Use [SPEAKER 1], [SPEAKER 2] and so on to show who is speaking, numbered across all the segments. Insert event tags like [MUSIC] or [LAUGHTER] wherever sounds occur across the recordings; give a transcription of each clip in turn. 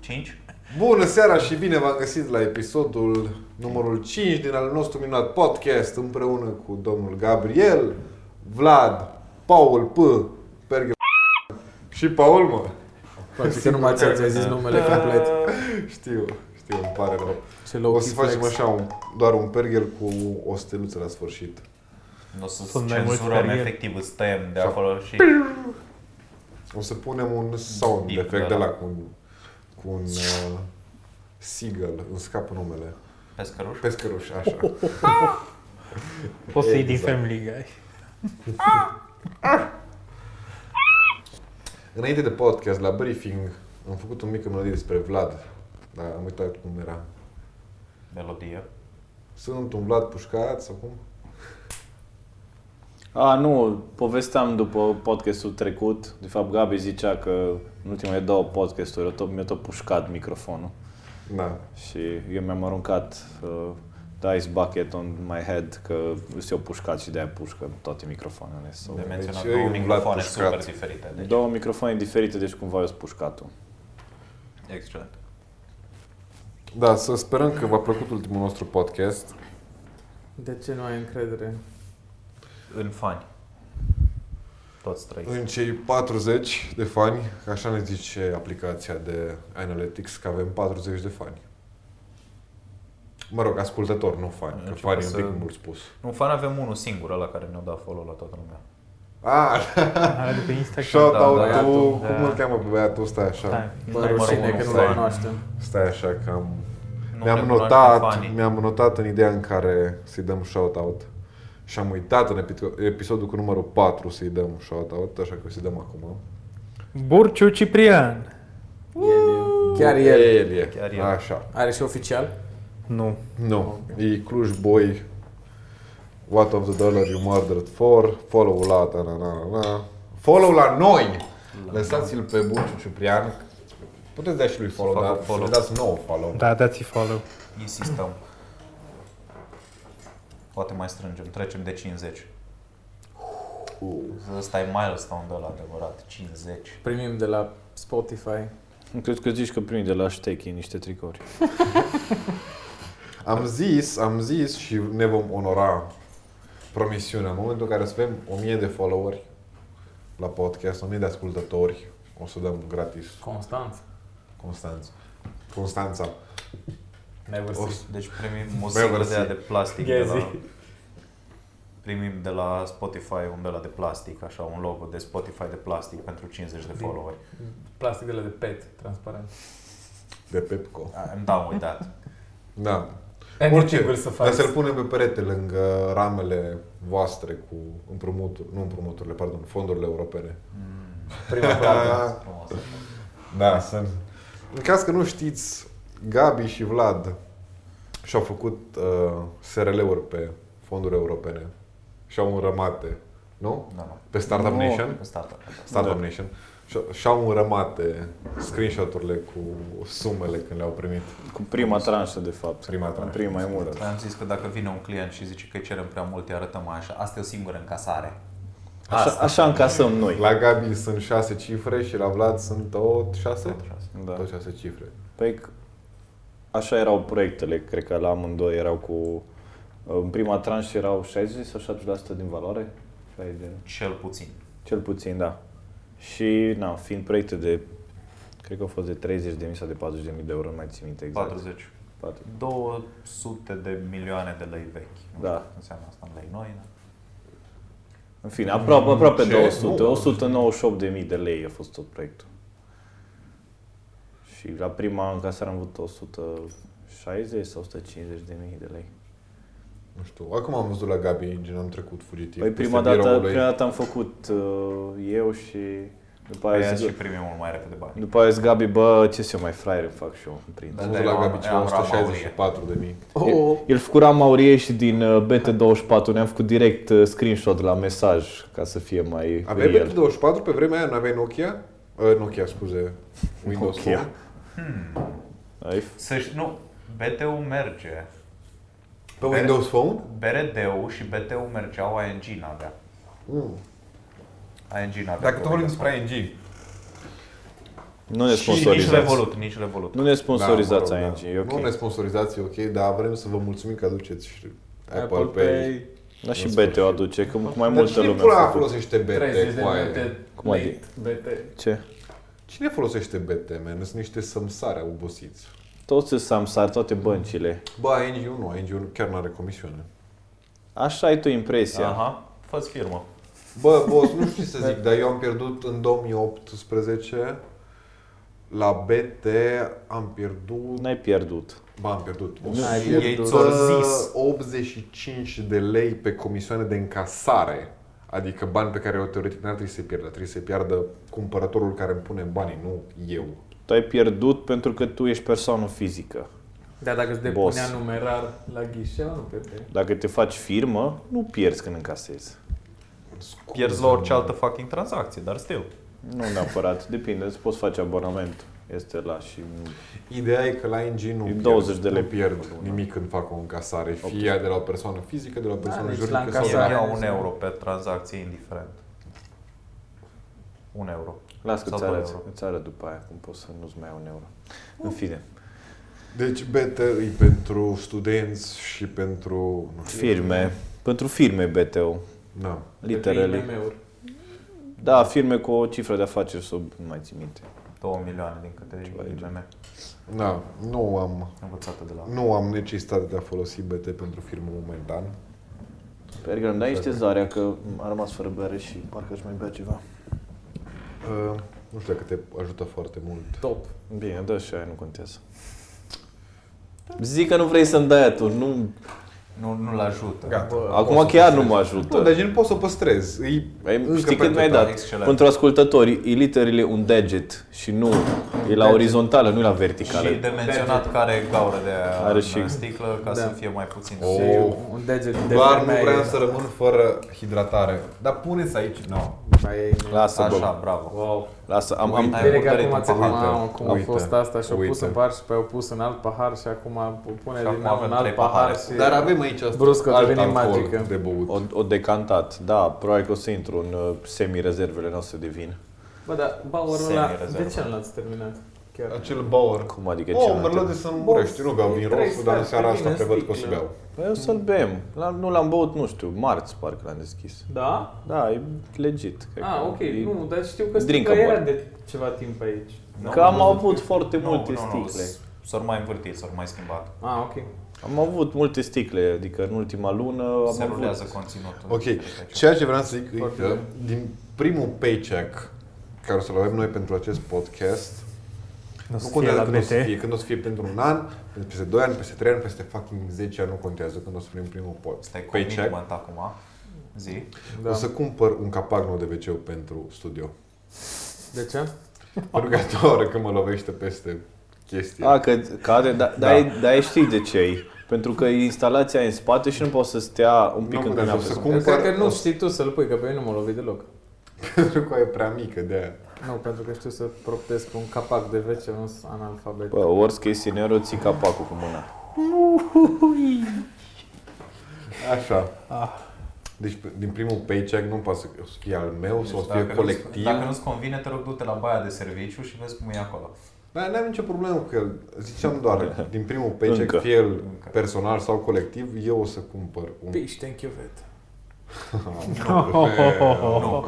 [SPEAKER 1] 5?
[SPEAKER 2] Bună seara și bine v-am găsit la episodul numărul 5 din al nostru minunat podcast împreună cu domnul Gabriel, Vlad, Paul P, Perghe și Paul, mă.
[SPEAKER 3] Poate că nu mai ți-a zis numele complet.
[SPEAKER 2] Știu, știu, îmi pare rău.
[SPEAKER 3] Ce
[SPEAKER 2] O
[SPEAKER 3] low
[SPEAKER 2] să facem așa un, doar un perghel cu o steluță la sfârșit.
[SPEAKER 1] Nu o să
[SPEAKER 4] Sunt mai mulți
[SPEAKER 1] cenzurăm,
[SPEAKER 4] pergheri.
[SPEAKER 1] efectiv îți tăiem de acolo și...
[SPEAKER 2] O să punem un sound
[SPEAKER 1] Bip,
[SPEAKER 2] efect de
[SPEAKER 1] da.
[SPEAKER 2] la cu un, cu un uh, seagull, îmi scapă numele.
[SPEAKER 1] Pescăruș?
[SPEAKER 2] Pescăruș, așa.
[SPEAKER 4] Poți să iei din
[SPEAKER 2] Exact.
[SPEAKER 4] Family Guy.
[SPEAKER 2] Înainte de podcast, la briefing, am făcut o mică melodie despre Vlad, dar am uitat cum era.
[SPEAKER 1] Melodie.
[SPEAKER 2] Sunt un Vlad pușcat sau cum?
[SPEAKER 5] A, nu, povesteam după podcastul trecut. De fapt, Gabi zicea că în ultimele două podcasturi eu tot, mi-a tot pușcat microfonul.
[SPEAKER 2] Da.
[SPEAKER 5] Și eu mi-am aruncat uh, dice bucket on my head că sunt eu pușcat și de-aia pușcă toate microfoanele. Sau...
[SPEAKER 1] De menționat
[SPEAKER 2] deci eu
[SPEAKER 1] două
[SPEAKER 2] e un Vlad
[SPEAKER 1] microfoane
[SPEAKER 2] pușcat.
[SPEAKER 1] super diferite. Deci,
[SPEAKER 5] Două microfoane diferite, deci cumva eu sunt pușcatul.
[SPEAKER 1] excelent.
[SPEAKER 2] Da, să sperăm că v-a plăcut ultimul nostru podcast.
[SPEAKER 3] De ce nu ai încredere?
[SPEAKER 1] În fani. Toți trei.
[SPEAKER 2] În cei 40 de fani, că așa ne zice aplicația de Analytics, că avem 40 de fani. Mă rog, ascultător, nu fani, că
[SPEAKER 1] Începem
[SPEAKER 2] fani e un
[SPEAKER 1] să-
[SPEAKER 2] pic mult spus.
[SPEAKER 1] Nu, în fan avem unul singur, ăla care ne-a dat follow la toată lumea.
[SPEAKER 2] Ah,
[SPEAKER 4] Aia de pe Instagram.
[SPEAKER 2] shout
[SPEAKER 1] da,
[SPEAKER 2] out
[SPEAKER 3] băiatul,
[SPEAKER 2] cum
[SPEAKER 4] da.
[SPEAKER 2] îl cheamă pe băiatul ăsta așa?
[SPEAKER 4] Stai,
[SPEAKER 3] Bă,
[SPEAKER 1] Numărul
[SPEAKER 3] rușine
[SPEAKER 1] unu
[SPEAKER 3] că nu
[SPEAKER 1] fan.
[SPEAKER 3] le cunoaștem.
[SPEAKER 2] Stai așa că am
[SPEAKER 1] Nu
[SPEAKER 2] Mi-am
[SPEAKER 1] recunoaște
[SPEAKER 2] notat,
[SPEAKER 1] fanii.
[SPEAKER 2] mi-am notat în ideea în care să-i dăm shout-out și am uitat în episo- episodul cu numărul 4 să-i dăm shout-out, așa că o să-i dăm acum.
[SPEAKER 4] Burciu Ciprian.
[SPEAKER 3] Chiar el.
[SPEAKER 2] El e.
[SPEAKER 1] Chiar el.
[SPEAKER 2] Așa.
[SPEAKER 3] Are și oficial?
[SPEAKER 4] Nu.
[SPEAKER 2] Nu. E Cluj Boy. What of the dollar you murdered for. Follow la ta na na na, na. Follow la noi! Lăsați-l pe Burciu Ciuprian. Puteți da și lui follow,
[SPEAKER 1] facă
[SPEAKER 2] dar
[SPEAKER 1] follow.
[SPEAKER 2] follow. dați nou follow.
[SPEAKER 4] Da, dați-i follow.
[SPEAKER 1] Insistăm. Poate mai strângem, trecem de 50.
[SPEAKER 2] Uh.
[SPEAKER 1] Ăsta e milestone de la adevărat, 50.
[SPEAKER 3] Primim de la Spotify.
[SPEAKER 5] Cred că zici că primi de la Ștechi niște tricouri.
[SPEAKER 2] Am zis, am zis și ne vom onora promisiunea. În momentul în care să avem 1000 de followeri la podcast, 1000 de ascultători, o să dăm gratis
[SPEAKER 3] Constant.
[SPEAKER 2] Constanța. Constanța.
[SPEAKER 3] Never
[SPEAKER 2] O
[SPEAKER 3] see.
[SPEAKER 2] să-
[SPEAKER 1] Deci primim o
[SPEAKER 2] Bă,
[SPEAKER 1] singură
[SPEAKER 2] mersi.
[SPEAKER 1] de aia de plastic de
[SPEAKER 3] Ghezi.
[SPEAKER 1] la, Primim de la Spotify un de la de plastic, așa, un logo de Spotify de plastic pentru 50 de followeri.
[SPEAKER 3] Plastic de la de PET, transparent.
[SPEAKER 2] De Pepco.
[SPEAKER 1] Îmi dau uitat.
[SPEAKER 2] Da.
[SPEAKER 3] Orice să
[SPEAKER 2] Dar
[SPEAKER 3] faci.
[SPEAKER 2] să-l punem pe perete lângă ramele voastre cu împrumuturi, nu împrumuturile, pardon, fondurile europene.
[SPEAKER 3] Mm. Prima plată.
[SPEAKER 2] [LAUGHS]
[SPEAKER 1] Frumos.
[SPEAKER 2] Da, sunt. În caz că nu știți, Gabi și Vlad și-au făcut uh, SRL-uri pe fonduri europene și-au înrămate, nu?
[SPEAKER 1] Da, nu.
[SPEAKER 2] Pe Startup
[SPEAKER 5] Nu.
[SPEAKER 2] Nation?
[SPEAKER 1] Stată.
[SPEAKER 2] Startup
[SPEAKER 5] Da.
[SPEAKER 2] Nation. Și- Și-au înrămate screenshot-urile cu sumele când le-au primit.
[SPEAKER 5] Cu prima tranșă, de fapt.
[SPEAKER 2] Prima tranșă.
[SPEAKER 5] Prima mai mult.
[SPEAKER 1] Am zis că dacă vine un client și zice că îi cerem prea mult, îi arătăm așa. Asta e o singură încasare.
[SPEAKER 5] Așa, așa încasăm noi.
[SPEAKER 2] La Gabi sunt șase cifre și la Vlad sunt tot șase?
[SPEAKER 5] Da.
[SPEAKER 2] Tot șase cifre.
[SPEAKER 5] Păi, c- așa erau proiectele, cred că la amândoi erau cu... În prima tranșă erau 60 sau 70% din valoare? 60.
[SPEAKER 1] Cel puțin.
[SPEAKER 5] Cel puțin, da. Și, na, fiind proiecte de... Cred că au fost de 30.000 sau de 40.000 de euro, nu mai țin minte exact.
[SPEAKER 1] 40.
[SPEAKER 5] 40.
[SPEAKER 1] 200 de milioane de lei vechi. Nu
[SPEAKER 5] Da.
[SPEAKER 1] știu cât Înseamnă asta în lei noi. da?
[SPEAKER 5] În fine, aproape, aproape
[SPEAKER 2] Ce?
[SPEAKER 5] 200,
[SPEAKER 2] Nu.
[SPEAKER 5] 198.000 de lei a fost tot proiectul. Și la prima încasare am avut 160 sau 150.000 de lei.
[SPEAKER 2] Nu știu. Acum am văzut la Gabi, gen am trecut fugitiv.
[SPEAKER 5] Păi
[SPEAKER 2] peste
[SPEAKER 5] prima dată,
[SPEAKER 2] biroul lui.
[SPEAKER 5] prima dată am făcut uh, eu și după aia,
[SPEAKER 1] Aia
[SPEAKER 5] zic,
[SPEAKER 1] și primim mult mai repede bani.
[SPEAKER 5] după aia zic Gabi, bă, ce să eu mai fraier îmi fac și eu, îmi prind.
[SPEAKER 1] Da.
[SPEAKER 2] Am văzut la Gabi ceva
[SPEAKER 1] Am ramaurie.
[SPEAKER 2] 164 de mii. da.
[SPEAKER 3] Oh,
[SPEAKER 5] El făcura Maurie și din uh, BT24, ne-am făcut direct uh, screenshot la mesaj ca să fie mai
[SPEAKER 2] Aveai
[SPEAKER 5] real.
[SPEAKER 2] BT24 pe vremea aia, nu aveai Nokia? Uh, Nokia, scuze. Windows
[SPEAKER 5] Nokia.
[SPEAKER 2] Phone.
[SPEAKER 5] Ai f-
[SPEAKER 1] Să ș- nu, BT-ul merge.
[SPEAKER 2] Pe Windows Phone?
[SPEAKER 1] BRD-ul și BT-ul mergeau, ING n-avea.
[SPEAKER 2] Mm.
[SPEAKER 1] ING n-avea.
[SPEAKER 2] Dacă
[SPEAKER 1] pe
[SPEAKER 2] tot vorbim
[SPEAKER 1] Windows
[SPEAKER 2] despre ING,
[SPEAKER 5] Nu ne
[SPEAKER 1] Și adică nici
[SPEAKER 5] sponsorizați.
[SPEAKER 1] Revolut, nici Revolut.
[SPEAKER 5] Nu ne sponsorizați
[SPEAKER 2] Da, mă rog,
[SPEAKER 5] ING, e ok.
[SPEAKER 2] Da. Nu ne sponsorizați, e ok, dar vrem să vă mulțumim că aduceți și Apple, Apple Pay.
[SPEAKER 5] Dar și
[SPEAKER 2] În
[SPEAKER 5] BT o
[SPEAKER 2] sfârșit.
[SPEAKER 5] aduce, că cu mai
[SPEAKER 2] Dar
[SPEAKER 5] multă
[SPEAKER 2] cine
[SPEAKER 5] lume
[SPEAKER 2] pula
[SPEAKER 5] a
[SPEAKER 2] mea
[SPEAKER 5] făcut.
[SPEAKER 2] folosește
[SPEAKER 3] 30
[SPEAKER 2] BT?
[SPEAKER 3] de
[SPEAKER 2] coaie?
[SPEAKER 3] minute.
[SPEAKER 5] Cum adică?
[SPEAKER 3] BT.
[SPEAKER 5] Ce?
[SPEAKER 2] Cine folosește BT, man? Sunt niște sămsare obosiți.
[SPEAKER 5] Toți sunt Samsar, toate băncile.
[SPEAKER 2] Bă, ING nu, ING chiar nu are comisioane.
[SPEAKER 5] Așa ai tu impresia.
[SPEAKER 1] Aha, fă-ți firmă.
[SPEAKER 2] Bă, boss, nu știu ce să zic, dar eu am pierdut în 2018 la BT am pierdut,
[SPEAKER 5] N-ai pierdut.
[SPEAKER 2] bă, am pierdut
[SPEAKER 5] N-ai
[SPEAKER 1] pierdut. Ei ți-au
[SPEAKER 2] 85 de lei pe comisioane de încasare. Adică bani pe care eu teoretic n-ar trebui să-i pierd, dar trebuie să-i piardă cumpărătorul care îmi pune banii, nu eu.
[SPEAKER 5] Tu ai pierdut pentru că tu ești persoană fizică.
[SPEAKER 3] Da, dacă îți
[SPEAKER 5] Boss.
[SPEAKER 3] depunea numerar la ghișeu, nu pierde.
[SPEAKER 5] Dacă te faci firmă, nu pierzi când încasezi.
[SPEAKER 1] Pierzi la orice altă fucking tranzacție, dar still.
[SPEAKER 5] Nu [LAUGHS] neapărat, depinde, îți poți face abonament. Este la și...
[SPEAKER 2] Ideea e că la ING nu
[SPEAKER 5] E
[SPEAKER 2] pierd,
[SPEAKER 5] 20 de lei
[SPEAKER 2] nu
[SPEAKER 5] pe
[SPEAKER 2] pierd
[SPEAKER 5] lună.
[SPEAKER 2] nimic când fac o încasare, fie de la o persoană fizică, de la o persoană
[SPEAKER 3] deci la
[SPEAKER 2] juridică. sau
[SPEAKER 1] Îmi
[SPEAKER 3] încasare.
[SPEAKER 2] la-
[SPEAKER 1] iau un euro pe tranzacție, indiferent. Un euro.
[SPEAKER 5] Las că
[SPEAKER 1] Sau
[SPEAKER 5] îți
[SPEAKER 1] doi
[SPEAKER 5] arăt,
[SPEAKER 1] euro.
[SPEAKER 5] îți arăt după aia cum poți să nu-ți mai ai un euro. În fine,
[SPEAKER 2] Deci BT e pentru studenți și pentru... Nu știu.
[SPEAKER 5] firme. Pentru firme BTO,
[SPEAKER 2] Da.
[SPEAKER 5] literele.
[SPEAKER 3] uri
[SPEAKER 5] Da, firme cu o cifră de afaceri sub, nu mai țin minte.
[SPEAKER 1] 2 milioane din câte
[SPEAKER 5] Ceva de genul.
[SPEAKER 1] IMM
[SPEAKER 2] Da, nu am,
[SPEAKER 1] învățate de la...
[SPEAKER 2] nu am necesitatea de a folosi BT pentru firmă momentan.
[SPEAKER 5] Pergă, îmi dai niște zarea că a rămas fără bere și parcă aș mai bea ceva.
[SPEAKER 2] Uh, nu știu dacă te ajută foarte mult.
[SPEAKER 3] Top.
[SPEAKER 5] Bine, dă și aia, nu contează. Zic că nu vrei să-mi dai atunci, nu...
[SPEAKER 1] Nu, nu-l ajută.
[SPEAKER 2] Gata.
[SPEAKER 5] Acum chiar nu mă ajută.
[SPEAKER 2] Nu, dar gen poți să o păstrezi. E
[SPEAKER 5] Ai,
[SPEAKER 2] încă
[SPEAKER 5] știi cât mi-ai
[SPEAKER 2] pentru
[SPEAKER 5] dat?
[SPEAKER 2] ta.
[SPEAKER 1] Excelent.
[SPEAKER 5] Pentru ascultători, e literally un deget și nu e la orizontală, nu e la verticală.
[SPEAKER 1] Și de menționat care e gaură de aia
[SPEAKER 5] Are
[SPEAKER 1] în
[SPEAKER 5] și-
[SPEAKER 1] sticlă ca
[SPEAKER 3] Da.
[SPEAKER 1] să fie mai puțin.
[SPEAKER 2] Oh.
[SPEAKER 1] Și-
[SPEAKER 3] Și un deget de
[SPEAKER 2] Doar nu
[SPEAKER 3] femeie.
[SPEAKER 2] vreau să rămân fără hidratare. Dar puneți aici. Nu.
[SPEAKER 3] Mai-
[SPEAKER 5] Lasă,
[SPEAKER 1] Așa,
[SPEAKER 5] bă.
[SPEAKER 1] bravo.
[SPEAKER 3] Wow.
[SPEAKER 5] Lasă, am, am,
[SPEAKER 1] Uite.
[SPEAKER 3] Bine că
[SPEAKER 1] urmărit
[SPEAKER 3] acum ați
[SPEAKER 1] un pahar.
[SPEAKER 3] mamă, cum a
[SPEAKER 2] Uite,
[SPEAKER 3] fost asta și-o pus
[SPEAKER 2] uite.
[SPEAKER 3] în pahar și pe o pus în alt pahar și acum o pune
[SPEAKER 1] Și
[SPEAKER 3] din
[SPEAKER 1] acum
[SPEAKER 3] nou
[SPEAKER 1] avem
[SPEAKER 3] în alt
[SPEAKER 1] trei
[SPEAKER 3] pahar
[SPEAKER 1] pahare.
[SPEAKER 3] și...
[SPEAKER 2] Dar avem aici asta.
[SPEAKER 3] Bruscă
[SPEAKER 2] alt
[SPEAKER 3] devine
[SPEAKER 2] alcool
[SPEAKER 3] magică.
[SPEAKER 2] de băut.
[SPEAKER 5] o, o decantat, da, probabil că o să intru în uh, semi-rezervele noastre de vin.
[SPEAKER 3] Bă, dar Bauerul ăla,
[SPEAKER 1] Semi-rezervă.
[SPEAKER 3] de ce nu l-ați terminat? Chiar.
[SPEAKER 2] Acel Bauer.
[SPEAKER 5] Cum adică
[SPEAKER 2] Oh,
[SPEAKER 5] ce
[SPEAKER 2] mă
[SPEAKER 5] n-am
[SPEAKER 2] lăd de
[SPEAKER 5] terminat?
[SPEAKER 2] să-mi murești. Nu beau vin
[SPEAKER 3] Trei
[SPEAKER 2] roșu, dar în
[SPEAKER 3] sfert,
[SPEAKER 2] seara asta
[SPEAKER 3] vine
[SPEAKER 2] prevăd că o să
[SPEAKER 3] sticlă.
[SPEAKER 2] beau.
[SPEAKER 5] Păi o să-l bem. La, nu l-am băut, nu știu, marți parcă l-am deschis.
[SPEAKER 3] Da?
[SPEAKER 5] Da, e legit. cred
[SPEAKER 3] Ah,
[SPEAKER 5] că
[SPEAKER 3] ok,
[SPEAKER 5] e-
[SPEAKER 3] nu, dar știu că
[SPEAKER 5] Drink
[SPEAKER 3] sticla era
[SPEAKER 5] about.
[SPEAKER 3] de ceva timp aici.
[SPEAKER 1] Nu,
[SPEAKER 5] Că am
[SPEAKER 1] nu,
[SPEAKER 5] avut foarte
[SPEAKER 1] nu,
[SPEAKER 5] multe
[SPEAKER 1] nu, nu,
[SPEAKER 5] sticle.
[SPEAKER 1] s- S-au mai învârtit, s-au mai schimbat.
[SPEAKER 3] Ah, ok.
[SPEAKER 5] Am avut multe sticle, adică în ultima lună am
[SPEAKER 1] Se rulează
[SPEAKER 5] avut...
[SPEAKER 1] conținutul.
[SPEAKER 2] Ok,
[SPEAKER 1] Deci,
[SPEAKER 2] ceea ce vreau să zic e
[SPEAKER 3] Foarte
[SPEAKER 2] că
[SPEAKER 3] bine.
[SPEAKER 2] din primul paycheck care o să-l avem noi pentru acest podcast,
[SPEAKER 4] Nu o
[SPEAKER 2] nu
[SPEAKER 4] să fie
[SPEAKER 2] contează
[SPEAKER 4] la
[SPEAKER 2] când o să
[SPEAKER 4] BT.
[SPEAKER 2] fie, când o să fie pentru un an, peste 2 ani, peste 3 ani, peste fucking 10 ani, nu contează când o să primim primul pod-
[SPEAKER 1] Stai
[SPEAKER 4] Păi
[SPEAKER 1] cu
[SPEAKER 2] paycheck.
[SPEAKER 1] commitment acum. Zi.
[SPEAKER 3] Da.
[SPEAKER 2] O să cumpăr un capac nou de wc pentru studio.
[SPEAKER 3] De ce?
[SPEAKER 2] Pentru că a doua oră când mă lovește peste chestie.
[SPEAKER 4] Ah.
[SPEAKER 5] A, că cade, dar da. da. da, știi de ce e. Pentru că instalația e în spate și nu poți să stea un pic
[SPEAKER 2] nu
[SPEAKER 5] în
[SPEAKER 2] contează,
[SPEAKER 5] pâinea
[SPEAKER 2] o
[SPEAKER 5] pe
[SPEAKER 2] să
[SPEAKER 5] zonă.
[SPEAKER 3] Cred că
[SPEAKER 2] cumpăr,
[SPEAKER 3] nu știi tu să-l pui, că pe mine nu m-a lovit deloc.
[SPEAKER 2] [LAUGHS] pentru că e prea mică de aia.
[SPEAKER 3] Nu, pentru că știu să proptez un capac de vece, nu sunt analfabet.
[SPEAKER 5] Bă, worst case scenario, ții capacul cu mâna.
[SPEAKER 2] Așa.
[SPEAKER 4] Ah.
[SPEAKER 2] Deci pe- din primul paycheck nu poate să o să fie al meu sau o să fie
[SPEAKER 1] nu-ți-
[SPEAKER 2] colectiv.
[SPEAKER 1] Deci dacă nu-ți convine, te rog, du-te la baia de serviciu și vezi cum e acolo.
[SPEAKER 2] Dar n-am nicio problemă cu el. Ziceam doar,
[SPEAKER 1] [LAUGHS]
[SPEAKER 2] din primul paycheck,
[SPEAKER 5] Încă.
[SPEAKER 2] fie el
[SPEAKER 1] Încă.
[SPEAKER 2] personal sau colectiv, eu o să cumpăr un...
[SPEAKER 3] Piște în chiuvetă.
[SPEAKER 1] Nu.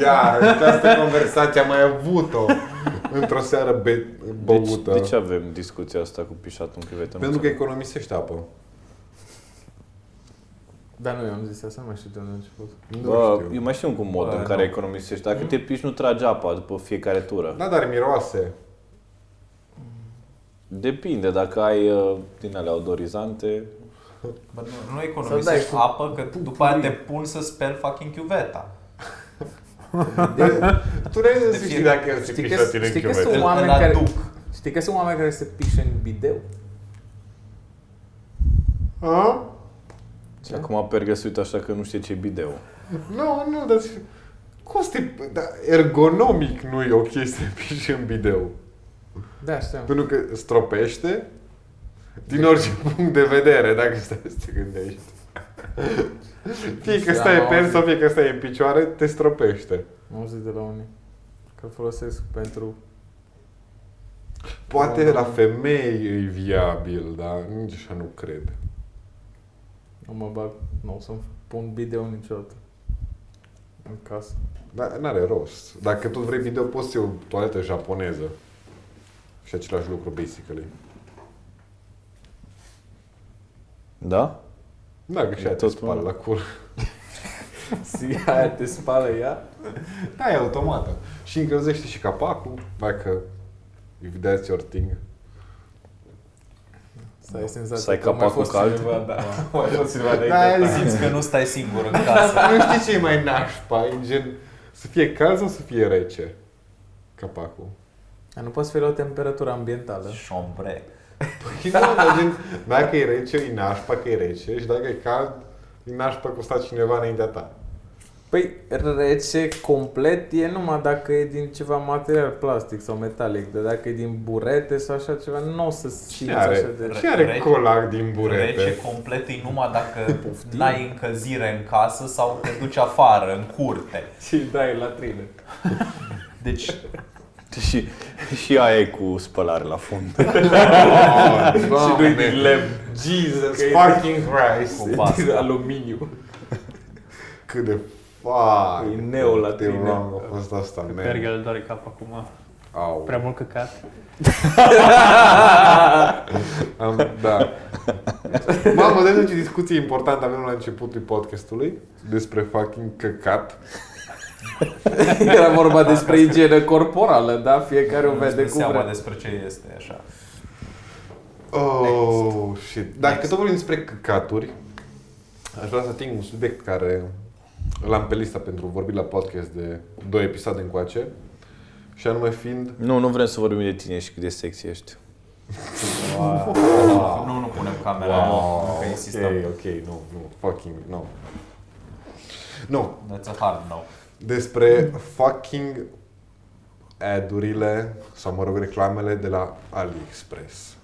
[SPEAKER 2] Iar, această conversație am mai avut-o într-o seară be-
[SPEAKER 5] Deci,
[SPEAKER 2] băută.
[SPEAKER 5] de ce avem discuția asta cu pișatul în chiuvetă? Nu
[SPEAKER 2] Pentru că
[SPEAKER 5] înțeleg.
[SPEAKER 2] economisește apă.
[SPEAKER 3] Dar nu, eu am zis asta, nu mai știu de unde a început.
[SPEAKER 2] Nu
[SPEAKER 5] Bă,
[SPEAKER 2] știu.
[SPEAKER 5] eu mai știu încă un mod
[SPEAKER 1] Bă,
[SPEAKER 5] în care
[SPEAKER 1] nu.
[SPEAKER 5] economisești. Dacă te piși, nu tragi apa după fiecare tură.
[SPEAKER 2] Da, dar
[SPEAKER 3] [LAUGHS]
[SPEAKER 2] miroase.
[SPEAKER 5] Depinde, dacă ai uh, din alea odorizante,
[SPEAKER 1] Bă, nu, nu
[SPEAKER 3] dai
[SPEAKER 1] economisești
[SPEAKER 3] cu-
[SPEAKER 1] apă, că după aia te pun să speli fucking chiuveta.
[SPEAKER 2] Tu nu ai să știi
[SPEAKER 1] fie-
[SPEAKER 2] dacă se
[SPEAKER 3] Deci, Știi
[SPEAKER 2] pișă
[SPEAKER 3] că,
[SPEAKER 2] tine în
[SPEAKER 3] știi că
[SPEAKER 2] chiuvetă.
[SPEAKER 3] sunt
[SPEAKER 1] Îl-
[SPEAKER 3] oameni
[SPEAKER 1] îl
[SPEAKER 3] care...
[SPEAKER 1] aduc.
[SPEAKER 3] Știi că sunt oameni care se pișe în bideu?
[SPEAKER 2] A?
[SPEAKER 5] și
[SPEAKER 2] Da.
[SPEAKER 5] acum pergă se uită așa că nu știe ce bideu.
[SPEAKER 2] Nu, nu, dar... Cum să te... Dar ergonomic nu e o chestie să piși în bideu.
[SPEAKER 3] Da, știu.
[SPEAKER 2] Pentru că stropește din orice [LAUGHS] punct de vedere, dacă stai să te gândești. Fie că
[SPEAKER 3] Da,
[SPEAKER 2] stai
[SPEAKER 3] am
[SPEAKER 2] pe el
[SPEAKER 3] auzit.
[SPEAKER 2] sau fie că stai în picioare, te stropește.
[SPEAKER 3] Nu am zis de la unii. Că îl folosesc pentru
[SPEAKER 2] Poate la femei e viabil, dar nici așa nu cred.
[SPEAKER 3] Nu mă bag, nu o să-mi pun video niciodată. În casă.
[SPEAKER 2] Dar n-are rost. Dacă tot vrei video, poți să iei o toaletă japoneză. Și același lucru, basically.
[SPEAKER 5] Da?
[SPEAKER 2] Da, că și aia te
[SPEAKER 5] Tot
[SPEAKER 2] spală
[SPEAKER 5] una.
[SPEAKER 2] la cur.
[SPEAKER 3] Si aia te spală ea?
[SPEAKER 2] [LAUGHS] Da, e automată. Și încălzește și capacul, dacă if that's your thing.
[SPEAKER 3] Să ai senzația
[SPEAKER 5] Să ai
[SPEAKER 3] că a mai
[SPEAKER 5] capacul
[SPEAKER 3] fost
[SPEAKER 5] cald.
[SPEAKER 3] cineva, da. a [LAUGHS] Mai fost cineva de
[SPEAKER 2] Da,
[SPEAKER 3] aici.
[SPEAKER 2] e
[SPEAKER 1] Simți că nu stai singur în
[SPEAKER 2] [LAUGHS]
[SPEAKER 1] casă.
[SPEAKER 2] nu știi ce e mai nașpa, e gen să fie cald sau să fie rece capacul.
[SPEAKER 3] Dar Nu poți fi la o temperatură ambientală.
[SPEAKER 1] Șombre.
[SPEAKER 2] Păi nu, dar gen, dacă e rece, e nașpa că e rece și dacă e cald, e nașpa că a stat cineva înaintea ta.
[SPEAKER 3] Păi, rece complet e numai dacă e din ceva material plastic sau metalic, dar dacă e din burete sau așa ceva, nu o să
[SPEAKER 2] Ce
[SPEAKER 3] simți
[SPEAKER 2] are,
[SPEAKER 3] așa de...
[SPEAKER 2] ce are
[SPEAKER 1] Rece-
[SPEAKER 2] colac din
[SPEAKER 1] Rece
[SPEAKER 2] burete?
[SPEAKER 1] complet e numai
[SPEAKER 2] [LAUGHS]
[SPEAKER 1] dacă n-ai încălzire în casă sau te duci afară, în curte.
[SPEAKER 3] [LAUGHS] Și dai la trină.
[SPEAKER 2] [LAUGHS]
[SPEAKER 1] Deci,
[SPEAKER 5] [LAUGHS] Și, și aia e cu spălare la fund.
[SPEAKER 2] Oh,
[SPEAKER 3] Și nu-i
[SPEAKER 2] Doamne,
[SPEAKER 3] din lemn,
[SPEAKER 2] Jesus
[SPEAKER 3] Ah, Că e-
[SPEAKER 2] fucking Christ!
[SPEAKER 1] Cu
[SPEAKER 3] e din
[SPEAKER 1] pasta.
[SPEAKER 3] aluminiu.
[SPEAKER 2] Cât de fuck!
[SPEAKER 3] E neo la
[SPEAKER 2] de
[SPEAKER 3] tine.
[SPEAKER 2] wrong a fost asta, man.
[SPEAKER 4] Bergel îl doare cap acum.
[SPEAKER 2] Au.
[SPEAKER 4] Prea mult căcat. [LAUGHS]
[SPEAKER 2] Am, da. Mamă, de ce discuție importantă avem la începutul podcastului despre fucking căcat.
[SPEAKER 3] [LAUGHS] Era vorba despre igienă corporală, da? Fiecare o vede
[SPEAKER 1] nu
[SPEAKER 3] cu
[SPEAKER 1] seama
[SPEAKER 3] vrea.
[SPEAKER 1] despre ce este așa.
[SPEAKER 2] Oh, shit. Dacă tot vorbim despre căcaturi, aș vrea să ating un subiect care l-am pe lista pentru vorbit la podcast de două episoade încoace. Și anume fiind...
[SPEAKER 5] [LAUGHS] nu, nu vrem să vorbim de tine și cât de sexy ești.
[SPEAKER 1] Nu, nu punem camera, nu, că
[SPEAKER 2] ok,
[SPEAKER 1] insistăm.
[SPEAKER 2] ok, nu, nu, fucking, nu. Nu,
[SPEAKER 1] That's a hard no.
[SPEAKER 2] despre fucking adurile sau mă rog reclamele de la AliExpress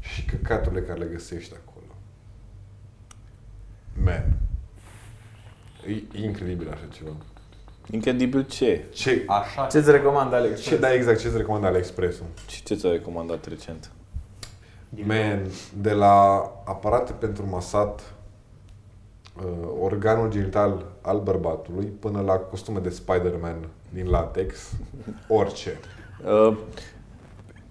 [SPEAKER 2] și căcaturile care le găsești acolo. Man. E incredibil așa ceva.
[SPEAKER 5] Incredibil ce?
[SPEAKER 2] Ce,
[SPEAKER 1] Așa
[SPEAKER 3] Ce-ți recomand, Alex?
[SPEAKER 2] ce da exact, ce-ți recomandă AliExpress-ul?
[SPEAKER 5] Ce ce ți-a recomandat recent?
[SPEAKER 2] Man, de la aparate pentru masat, uh, organul genital al bărbatului, până la costume de Spider-Man din latex, orice.
[SPEAKER 5] Uh,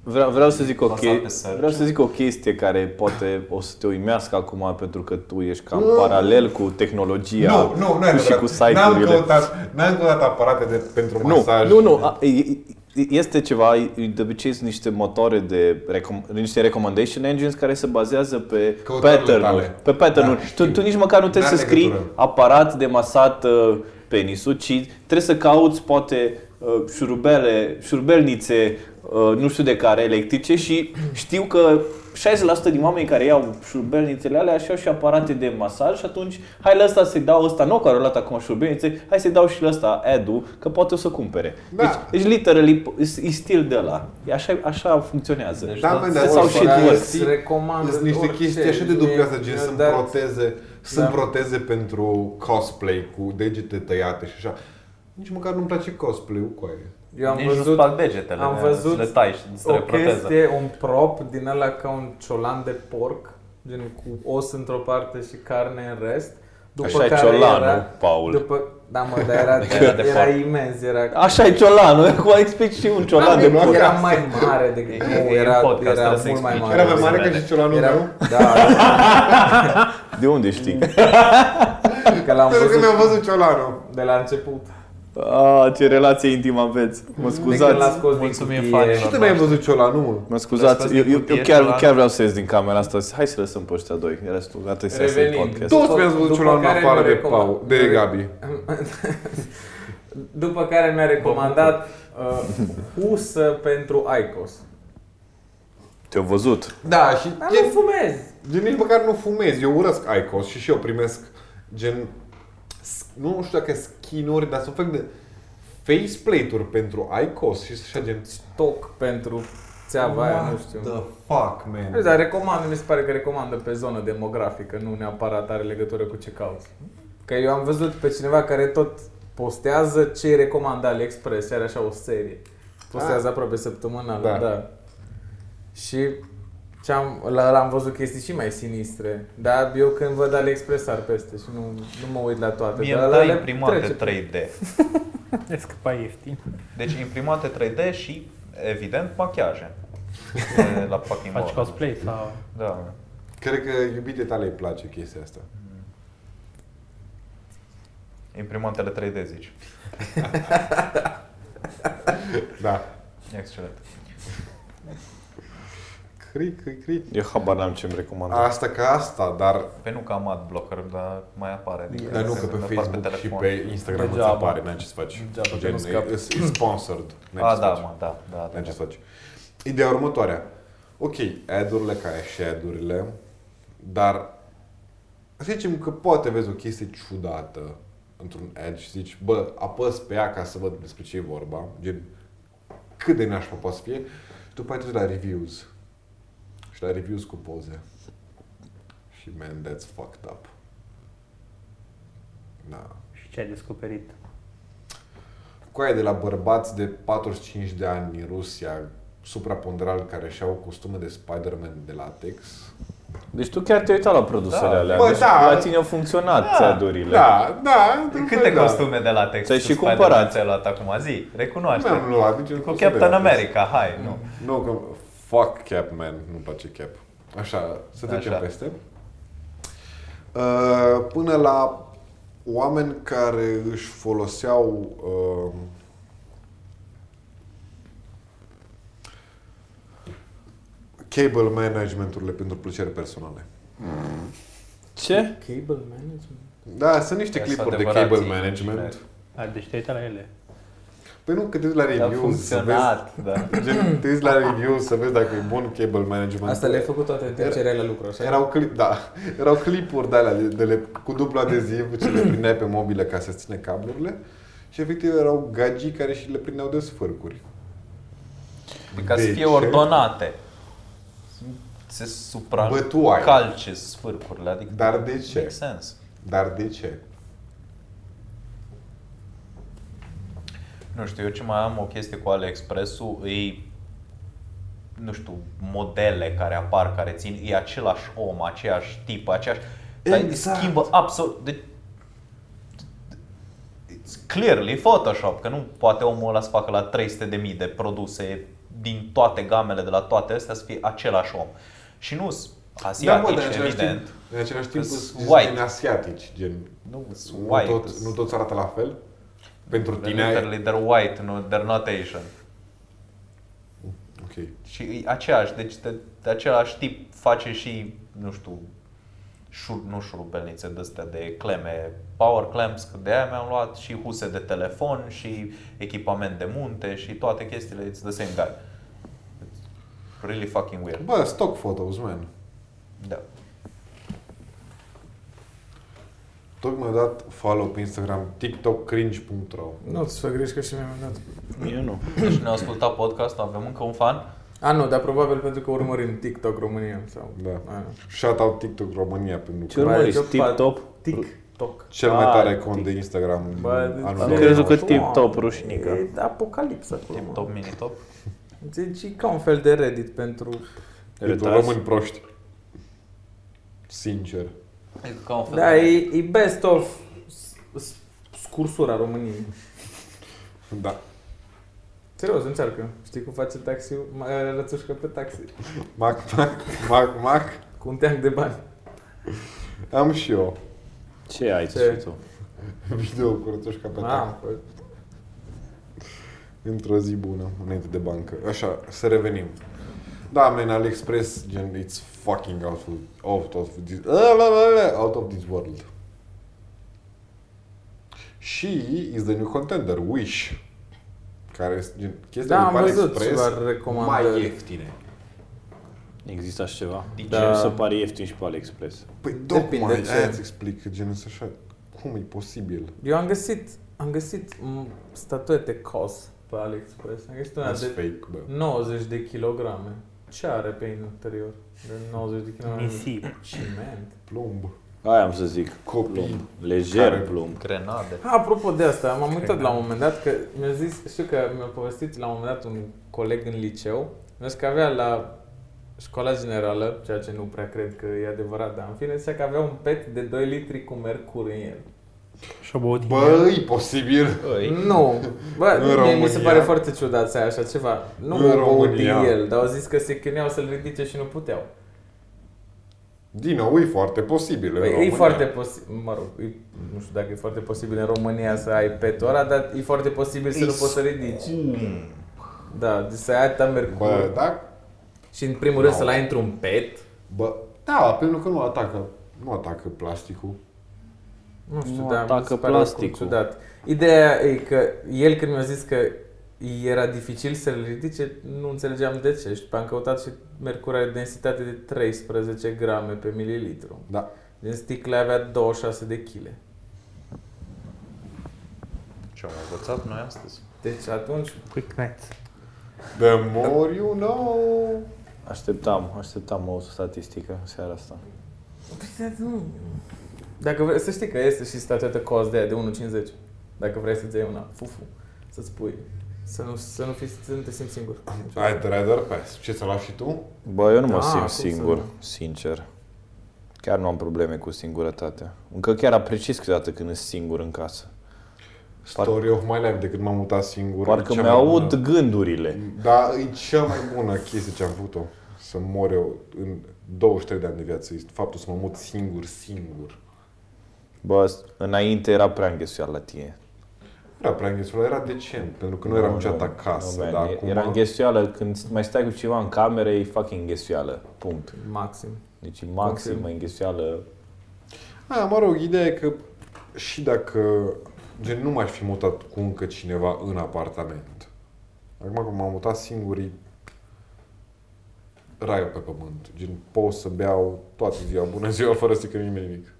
[SPEAKER 5] Vreau, vreau, să zic o
[SPEAKER 1] Bazat
[SPEAKER 5] che-
[SPEAKER 1] pe search.
[SPEAKER 5] vreau să zic o chestie care poate o să te uimească acum pentru că tu ești cam paralel cu tehnologia
[SPEAKER 2] Nu, nu, nu e
[SPEAKER 5] și cu
[SPEAKER 2] adevărat. N-am
[SPEAKER 5] site-urile.
[SPEAKER 2] căutat, n-am căutat aparate de, pentru
[SPEAKER 5] Nu,
[SPEAKER 2] masaj.
[SPEAKER 5] nu, nu, a- e- e- este ceva, e- de obicei sunt niște motoare de, recom- niște recommendation engines care se bazează pe
[SPEAKER 2] Căutările
[SPEAKER 5] pattern
[SPEAKER 2] tale.
[SPEAKER 5] pe pattern
[SPEAKER 2] Da,
[SPEAKER 5] tu,
[SPEAKER 2] știu.
[SPEAKER 5] tu nici măcar nu trebuie
[SPEAKER 2] N-are
[SPEAKER 5] să scrii
[SPEAKER 2] legătură.
[SPEAKER 5] aparat de masat uh, penisul, ci trebuie să cauți poate uh, șurubele, șurubelnițe, uh, nu știu de care, electrice și știu că 60% din oamenii care iau șurubelnițele alea și au și aparate de masaj și atunci hai la ăsta să-i dau ăsta nou care a luat acum șurubelnițe, hai să-i dau și la ăsta adu că poate o să cumpere.
[SPEAKER 2] Da.
[SPEAKER 5] Deci, deci literally, e stil de la. Așa, așa funcționează.
[SPEAKER 1] Deci,
[SPEAKER 2] Da, mă, dar
[SPEAKER 5] Sau
[SPEAKER 2] orice,
[SPEAKER 5] shit
[SPEAKER 2] dar
[SPEAKER 5] works.
[SPEAKER 2] știi,
[SPEAKER 3] Îți recomand
[SPEAKER 2] Sunt niște
[SPEAKER 3] orice,
[SPEAKER 2] chestii așa de
[SPEAKER 3] e-
[SPEAKER 2] dubioase, gen
[SPEAKER 3] e
[SPEAKER 2] sunt
[SPEAKER 3] dat-
[SPEAKER 2] proteze, sunt
[SPEAKER 3] Da.
[SPEAKER 2] proteze pentru cosplay cu degete tăiate și așa. Nici măcar nu-mi place cosplay-ul cu aia.
[SPEAKER 3] Eu am
[SPEAKER 1] Nici nu
[SPEAKER 3] văzut
[SPEAKER 1] spalg degetele,
[SPEAKER 3] am
[SPEAKER 1] le-
[SPEAKER 3] văzut
[SPEAKER 1] le tai și îți
[SPEAKER 3] o
[SPEAKER 1] reproteză.
[SPEAKER 3] chestie, un prop din ăla ca un ciolan de porc, gen cu os într-o parte și carne în rest. După
[SPEAKER 5] Așa e
[SPEAKER 3] care
[SPEAKER 5] ciolanul,
[SPEAKER 3] era,
[SPEAKER 5] Paul.
[SPEAKER 3] După, da, mă, dar
[SPEAKER 1] [LAUGHS]
[SPEAKER 3] era,
[SPEAKER 1] Era de
[SPEAKER 3] era, era
[SPEAKER 1] porc.
[SPEAKER 3] imens, era...
[SPEAKER 5] Așa e ciolanul, [LAUGHS] acum explic și un ciolan de
[SPEAKER 3] nu,
[SPEAKER 5] porc.
[SPEAKER 3] era mai mare decât...
[SPEAKER 1] E-
[SPEAKER 3] Nu,
[SPEAKER 1] e- e
[SPEAKER 3] era,
[SPEAKER 1] în podcast,
[SPEAKER 3] era
[SPEAKER 1] trebuie să
[SPEAKER 3] mult mai
[SPEAKER 1] explici.
[SPEAKER 3] mare.
[SPEAKER 2] Era mai
[SPEAKER 1] mare
[SPEAKER 2] mare
[SPEAKER 1] ca
[SPEAKER 2] ca
[SPEAKER 1] și
[SPEAKER 2] și ciolanul
[SPEAKER 3] Era-
[SPEAKER 2] meu?
[SPEAKER 3] Da,
[SPEAKER 5] De unde știi?
[SPEAKER 3] da, că l-am
[SPEAKER 2] Pentru că mi-am
[SPEAKER 3] văzut
[SPEAKER 2] văzut ciolanul.
[SPEAKER 3] de la început.
[SPEAKER 5] Ah, ce relație intimă aveți. Mă
[SPEAKER 3] De când l-a
[SPEAKER 5] scuzați.
[SPEAKER 3] scos din
[SPEAKER 1] Mulțumim
[SPEAKER 3] cutie.
[SPEAKER 1] fanilor.
[SPEAKER 2] Și tu mi-ai văzut ciolanul, mă?
[SPEAKER 5] Mă scuzați, eu, eu, eu chiar, chiar vreau să ies din camera asta. Hai să lăsăm pe ăștia doi. Restul, gata, să iasă din
[SPEAKER 3] Revenind.
[SPEAKER 5] podcast.
[SPEAKER 2] Toți mi-am văzut
[SPEAKER 3] După
[SPEAKER 2] ciolanul
[SPEAKER 3] care
[SPEAKER 2] afară de
[SPEAKER 3] mi-a recomandat.
[SPEAKER 2] Pau, de Gabi.
[SPEAKER 3] După care mi-a recomandat uh, husă pentru Icos.
[SPEAKER 5] Te-au văzut.
[SPEAKER 2] Da, și
[SPEAKER 3] Dar
[SPEAKER 2] gen-
[SPEAKER 3] nu fumez!
[SPEAKER 2] Gen, nici măcar nu fumez, eu urăsc IQOS și și eu primesc gen, s- nu știu dacă skin-uri, dar sunt fel de faceplate-uri pentru IQOS și așa gen,
[SPEAKER 3] Toc pentru țeava aia, nu știu.
[SPEAKER 2] the fuck, man?
[SPEAKER 3] Vezi, Dar recomand, mi se pare că recomandă pe zonă demografică, nu neapărat are legătură cu ce cauți. Că eu am văzut pe cineva care tot postează ce îi recomandă AliExpress, are așa o serie. Postează aproape săptămânal,
[SPEAKER 2] Da.
[SPEAKER 3] Ah. da. da. Și ce-am, la, am văzut chestii și mai sinistre, dar eu când văd AliExpress ar peste și nu, nu mă uit la toate.
[SPEAKER 1] Mie
[SPEAKER 3] dar
[SPEAKER 1] îmi
[SPEAKER 3] ăla
[SPEAKER 1] dai
[SPEAKER 3] le
[SPEAKER 1] imprimate
[SPEAKER 3] trece.
[SPEAKER 1] 3D.
[SPEAKER 4] E scăpa ieftin.
[SPEAKER 1] Deci imprimate 3D și, evident,
[SPEAKER 2] [LAUGHS]
[SPEAKER 1] machiaje. De la fucking
[SPEAKER 4] Faci
[SPEAKER 1] Faci
[SPEAKER 4] cosplay sau...
[SPEAKER 1] Da.
[SPEAKER 2] Cred că iubite tale îi place chestia asta.
[SPEAKER 1] Imprimantele 3D, zici.
[SPEAKER 2] Da.
[SPEAKER 1] Excelent.
[SPEAKER 2] Cri, cri, cri.
[SPEAKER 5] Eu habar n-am ce-mi recomandă.
[SPEAKER 2] Asta ca asta, dar,
[SPEAKER 1] Pe nu că am adblocker, dar mai apare. Adică
[SPEAKER 2] dar nu că
[SPEAKER 1] se dă
[SPEAKER 2] pe Facebook și
[SPEAKER 1] telefon.
[SPEAKER 2] pe Instagram îți
[SPEAKER 3] Degeaba.
[SPEAKER 2] apare, n-ai ce să faci.
[SPEAKER 3] Degeaba, că
[SPEAKER 2] Gen,
[SPEAKER 3] nu scap. Ah,
[SPEAKER 2] e, e sponsored. N-ai
[SPEAKER 1] A,
[SPEAKER 2] ce să
[SPEAKER 1] da,
[SPEAKER 2] faci.
[SPEAKER 1] mă, da, da, da.
[SPEAKER 2] N-ai ce să faci. Ideea următoarea. Ok, ad-urile ca și ad-urile, dar să zicem că poate vezi o chestie ciudată într-un ad și zici, bă, apăs pe ea ca să văd despre ce e vorba, gen cât de nașpa poate să fie, și după aia te duci la reviews. Și la reviews cu poze. Și man, that's fucked up. Da.
[SPEAKER 4] Și ce ai descoperit?
[SPEAKER 2] Coaie de la bărbați de 45 de ani în Rusia, supraponderal, care și-au costume de Spider-Man de latex.
[SPEAKER 5] Deci tu chiar te-ai uitat la produsele
[SPEAKER 1] Da.
[SPEAKER 5] alea.
[SPEAKER 2] Bă,
[SPEAKER 5] deci
[SPEAKER 2] da.
[SPEAKER 5] la tine au funcționat da. țadurile.
[SPEAKER 2] Da, da, într-un
[SPEAKER 1] Câte
[SPEAKER 2] fel,
[SPEAKER 1] costume de latex
[SPEAKER 5] Ți-ai
[SPEAKER 1] cu
[SPEAKER 5] și
[SPEAKER 1] Spider-Man
[SPEAKER 5] cumpărat.
[SPEAKER 1] ți-ai luat acum zi?
[SPEAKER 2] Da.
[SPEAKER 1] Recunoaște.
[SPEAKER 2] Nu am luat niciun
[SPEAKER 1] Cu
[SPEAKER 2] costum de
[SPEAKER 1] Captain
[SPEAKER 2] latex.
[SPEAKER 1] America, hai, nu.
[SPEAKER 2] Nu, că fuck Capman, nu-mi place Cap. Așa, să trecem
[SPEAKER 1] Așa.
[SPEAKER 2] peste. Uh, Până la oameni care își foloseau uh, cable management-urile pentru plăcere personale.
[SPEAKER 5] Ce?
[SPEAKER 3] Cable management?
[SPEAKER 2] Da, sunt niște
[SPEAKER 1] Sunt
[SPEAKER 2] clipuri de
[SPEAKER 1] adevărații
[SPEAKER 2] cable management.
[SPEAKER 1] ingineri.
[SPEAKER 4] A, deci te-ai uitat la ele.
[SPEAKER 2] Păi nu, că te uiți la
[SPEAKER 1] A
[SPEAKER 2] reviews, să vezi,
[SPEAKER 1] funcționat, da.
[SPEAKER 2] gen, te uiți la reviews să vezi dacă e bun cable management.
[SPEAKER 3] Asta le-ai făcut toate trecerea la lucru, așa?
[SPEAKER 2] Erau, clip, da, erau clipuri de alea de, de le, cu dublu adeziv ce le prindeai pe mobilă ca să ține cablurile și efectiv erau gagii care și le prindeau de sfârcuri.
[SPEAKER 1] Ca să
[SPEAKER 2] De
[SPEAKER 1] fie
[SPEAKER 2] ce?
[SPEAKER 1] ordonate. Se supra
[SPEAKER 2] Bătuaie.
[SPEAKER 1] calce sfârcurile, adică
[SPEAKER 2] Dar de ce?
[SPEAKER 1] Make sense.
[SPEAKER 2] Dar de ce?
[SPEAKER 1] Nu știu, eu ce mai am o chestie cu AliExpress-ul, e nu știu, modele care apar, care țin, e același om, aceeași tip, aceeași... Dar
[SPEAKER 2] Exact.
[SPEAKER 1] schimbă absolut... De, it's clearly Photoshop, că nu poate omul ăla să facă la 300.000 de produse din toate gamele de la toate astea să fie același om. Și nu sunt asiatici,
[SPEAKER 2] Da, în același
[SPEAKER 1] evident.
[SPEAKER 2] timp, în același timp
[SPEAKER 1] Că-s
[SPEAKER 2] sunt
[SPEAKER 1] white.
[SPEAKER 2] gen asiatici, gen,
[SPEAKER 1] Nu, sunt
[SPEAKER 2] nu,
[SPEAKER 1] white.
[SPEAKER 2] tot, nu toți arată la fel? Pentru
[SPEAKER 1] They're
[SPEAKER 2] tine ai...
[SPEAKER 1] Literally, they're white, nu, they're not Asian.
[SPEAKER 2] Ok.
[SPEAKER 1] Și e aceeași, deci de, de același tip face și, nu știu, șur, nu șurubelnițe de astea de cleme, power clamps, că de aia mi-am luat și huse de telefon și echipament de munte și toate chestiile, it's the same guy. It's really fucking weird.
[SPEAKER 2] Bă, stock photos, man.
[SPEAKER 1] Da.
[SPEAKER 2] Tocmai am dat follow pe Instagram tiktokcringe.ro
[SPEAKER 3] Nu, ți fă griji că și mi-am dat.
[SPEAKER 5] Eu nu.
[SPEAKER 1] Deci ne-a ascultat podcastul, avem încă un fan.
[SPEAKER 3] A, nu, dar probabil pentru că urmărim TikTok România sau...
[SPEAKER 2] Da.
[SPEAKER 3] A, nu.
[SPEAKER 2] Shout out TikTok România pentru
[SPEAKER 5] Ce
[SPEAKER 2] că
[SPEAKER 3] Bă,
[SPEAKER 5] urmăriți?
[SPEAKER 3] ce fac?
[SPEAKER 5] Tip-top?
[SPEAKER 3] TikTok.
[SPEAKER 2] cel mai tare
[SPEAKER 5] Ah,
[SPEAKER 2] cont de Instagram din
[SPEAKER 3] Bă,
[SPEAKER 2] anul
[SPEAKER 3] am
[SPEAKER 5] Am
[SPEAKER 2] 2019.
[SPEAKER 5] crezut că tip-top rușnică.
[SPEAKER 3] E apocalipsă acolo.
[SPEAKER 1] Tip
[SPEAKER 3] mă.
[SPEAKER 1] top, mini top.
[SPEAKER 3] Deci e ca un fel de Reddit pentru...
[SPEAKER 2] Pentru
[SPEAKER 5] Retras.
[SPEAKER 2] români proști. Sincer.
[SPEAKER 1] E ca un fel
[SPEAKER 3] Da,
[SPEAKER 1] de...
[SPEAKER 3] e, e best of s- s- scursura României.
[SPEAKER 2] Da.
[SPEAKER 3] Serios, încearcă. Știi cum face taxiul? Mă rățușcă pe taxi.
[SPEAKER 2] Mac, mac, mac, mac.
[SPEAKER 3] Cu un teanc de bani.
[SPEAKER 2] Am și eu
[SPEAKER 5] Ce ai
[SPEAKER 3] Ce?
[SPEAKER 5] ce? tu?
[SPEAKER 2] video cu rătușca pe tax.
[SPEAKER 3] Mamă, păi,
[SPEAKER 2] Într-o zi bună, înainte de bancă. Așa, să revenim. Da, men, AliExpress, gen, it's fucking out of, out of this, out of this world. Și is the new contender, Wish. Care este gen, chestia
[SPEAKER 3] Da,
[SPEAKER 2] lui
[SPEAKER 3] am văzut
[SPEAKER 2] AliExpress
[SPEAKER 3] ceva recomandări.
[SPEAKER 2] mai ieftine.
[SPEAKER 5] Există așa ceva?
[SPEAKER 1] Din
[SPEAKER 5] Da.
[SPEAKER 3] ce?
[SPEAKER 5] Ce mi se pare ieftin și pe AliExpress?
[SPEAKER 2] Păi
[SPEAKER 3] Depinde
[SPEAKER 2] tocmai,
[SPEAKER 3] ce.
[SPEAKER 2] aia îți explic, că gen, este așa, cum e posibil?
[SPEAKER 3] Eu am găsit, am găsit m, statuete cos pe AliExpress. Am găsit una
[SPEAKER 2] It's
[SPEAKER 3] Da, de
[SPEAKER 2] fake, bă.
[SPEAKER 3] 90 de
[SPEAKER 4] Um,
[SPEAKER 3] kilograme. Ce are pe interior? De 90 de kilograme.
[SPEAKER 4] Nisip.
[SPEAKER 3] Ciment.
[SPEAKER 2] Plumb.
[SPEAKER 5] Aia am să zic.
[SPEAKER 2] Copii.
[SPEAKER 5] Plumb. Lejer
[SPEAKER 2] Care-
[SPEAKER 5] plumb.
[SPEAKER 1] Grenade.
[SPEAKER 3] Apropo de asta, m-am uitat la un moment dat că mi-a zis, știu că mi-a povestit la un moment dat un coleg în liceu, mi-a zis că avea la școala generală, ceea ce nu prea cred că e adevărat, dar în fine, zicea că avea un pet de 2 litri cu mercur în el.
[SPEAKER 4] Și-o băut
[SPEAKER 2] Bă, e posibil.
[SPEAKER 1] Ei,
[SPEAKER 3] Nu, bă,
[SPEAKER 2] În
[SPEAKER 3] mie mi se
[SPEAKER 2] România?
[SPEAKER 3] pare foarte ciudat să ai așa ceva. Nu
[SPEAKER 2] În
[SPEAKER 3] în România.
[SPEAKER 2] România.
[SPEAKER 3] el, dar au zis că se chineau să-l ridice și nu puteau.
[SPEAKER 2] Din nou, e foarte posibil. în
[SPEAKER 3] Păi, e
[SPEAKER 2] România.
[SPEAKER 3] foarte posibil, mă rog, e, nu știu dacă e foarte posibil în România să ai petul ăla, dar e foarte posibil să
[SPEAKER 2] Păi,
[SPEAKER 1] E
[SPEAKER 3] nu poți să ridici. Da, deci să ai atâta mercur.
[SPEAKER 2] Bă, da,
[SPEAKER 3] Și în primul rând să-l ai într-un pet?
[SPEAKER 2] bă, da, pentru că nu atacă, nu atacă plasticul.
[SPEAKER 3] Nu știu,
[SPEAKER 5] Nu
[SPEAKER 3] dar mi
[SPEAKER 5] atacă
[SPEAKER 3] se pare oricum
[SPEAKER 5] plasticul.
[SPEAKER 3] ciudat. Ideea e că el când mi-a zis că era dificil să-l ridice, nu înțelegeam de ce. Și după am căutat și mercur are densitate de 13 grame pe mililitru.
[SPEAKER 2] Da.
[SPEAKER 3] Din sticla avea 26 de kg.
[SPEAKER 1] Ce am învățat noi astăzi?
[SPEAKER 3] Deci atunci,
[SPEAKER 4] Quick Nights.
[SPEAKER 2] The more you know.
[SPEAKER 5] Așteptam, așteptam o statistică seara asta.
[SPEAKER 3] dacă vrei, să știi că este și statuetă cost de aia de 1,50. Dacă vrei să-ți iei una, fufu, să-ți pui. Să nu, să nu, fi, să nu te simți singur.
[SPEAKER 2] Ai Rider Pass. Ce să lași și tu?
[SPEAKER 5] Bă, eu nu mă
[SPEAKER 3] Da,
[SPEAKER 5] simt
[SPEAKER 3] cum să
[SPEAKER 5] singur,
[SPEAKER 3] nu?
[SPEAKER 5] sincer. Chiar nu am probleme cu singurătatea. Încă chiar apreciez câteodată când sunt singur în casă.
[SPEAKER 2] Story of my life de când m-am mutat singur.
[SPEAKER 5] Parcă
[SPEAKER 2] e cea mai
[SPEAKER 5] mi-aud
[SPEAKER 2] bună-
[SPEAKER 5] gândurile.
[SPEAKER 2] Da, e cea mai bună chestie ce am făcut-o. Să mor eu în 23 de ani de viață. Este faptul să mă mut singur, singur.
[SPEAKER 5] Bă, înainte era prea înghesuiat la tine.
[SPEAKER 2] Era prea înghesuit, era decent, pentru că nu eram niciodată acasă,
[SPEAKER 5] man,
[SPEAKER 2] dar
[SPEAKER 5] e-
[SPEAKER 2] acum...
[SPEAKER 5] Era înghesuială, când mai stai cu ceva în cameră, e fucking înghesuială. Punct.
[SPEAKER 3] Maxim.
[SPEAKER 5] Deci e maximă înghesuială.
[SPEAKER 2] A, mă rog, ideea e că și dacă gen, nu m-aș fi mutat cu încă cineva în apartament. Acum că m-am mutat singurii raiul pe pământ. Gen, pot să beau toată ziua, bună ziua, fără să cână nimeni nimic.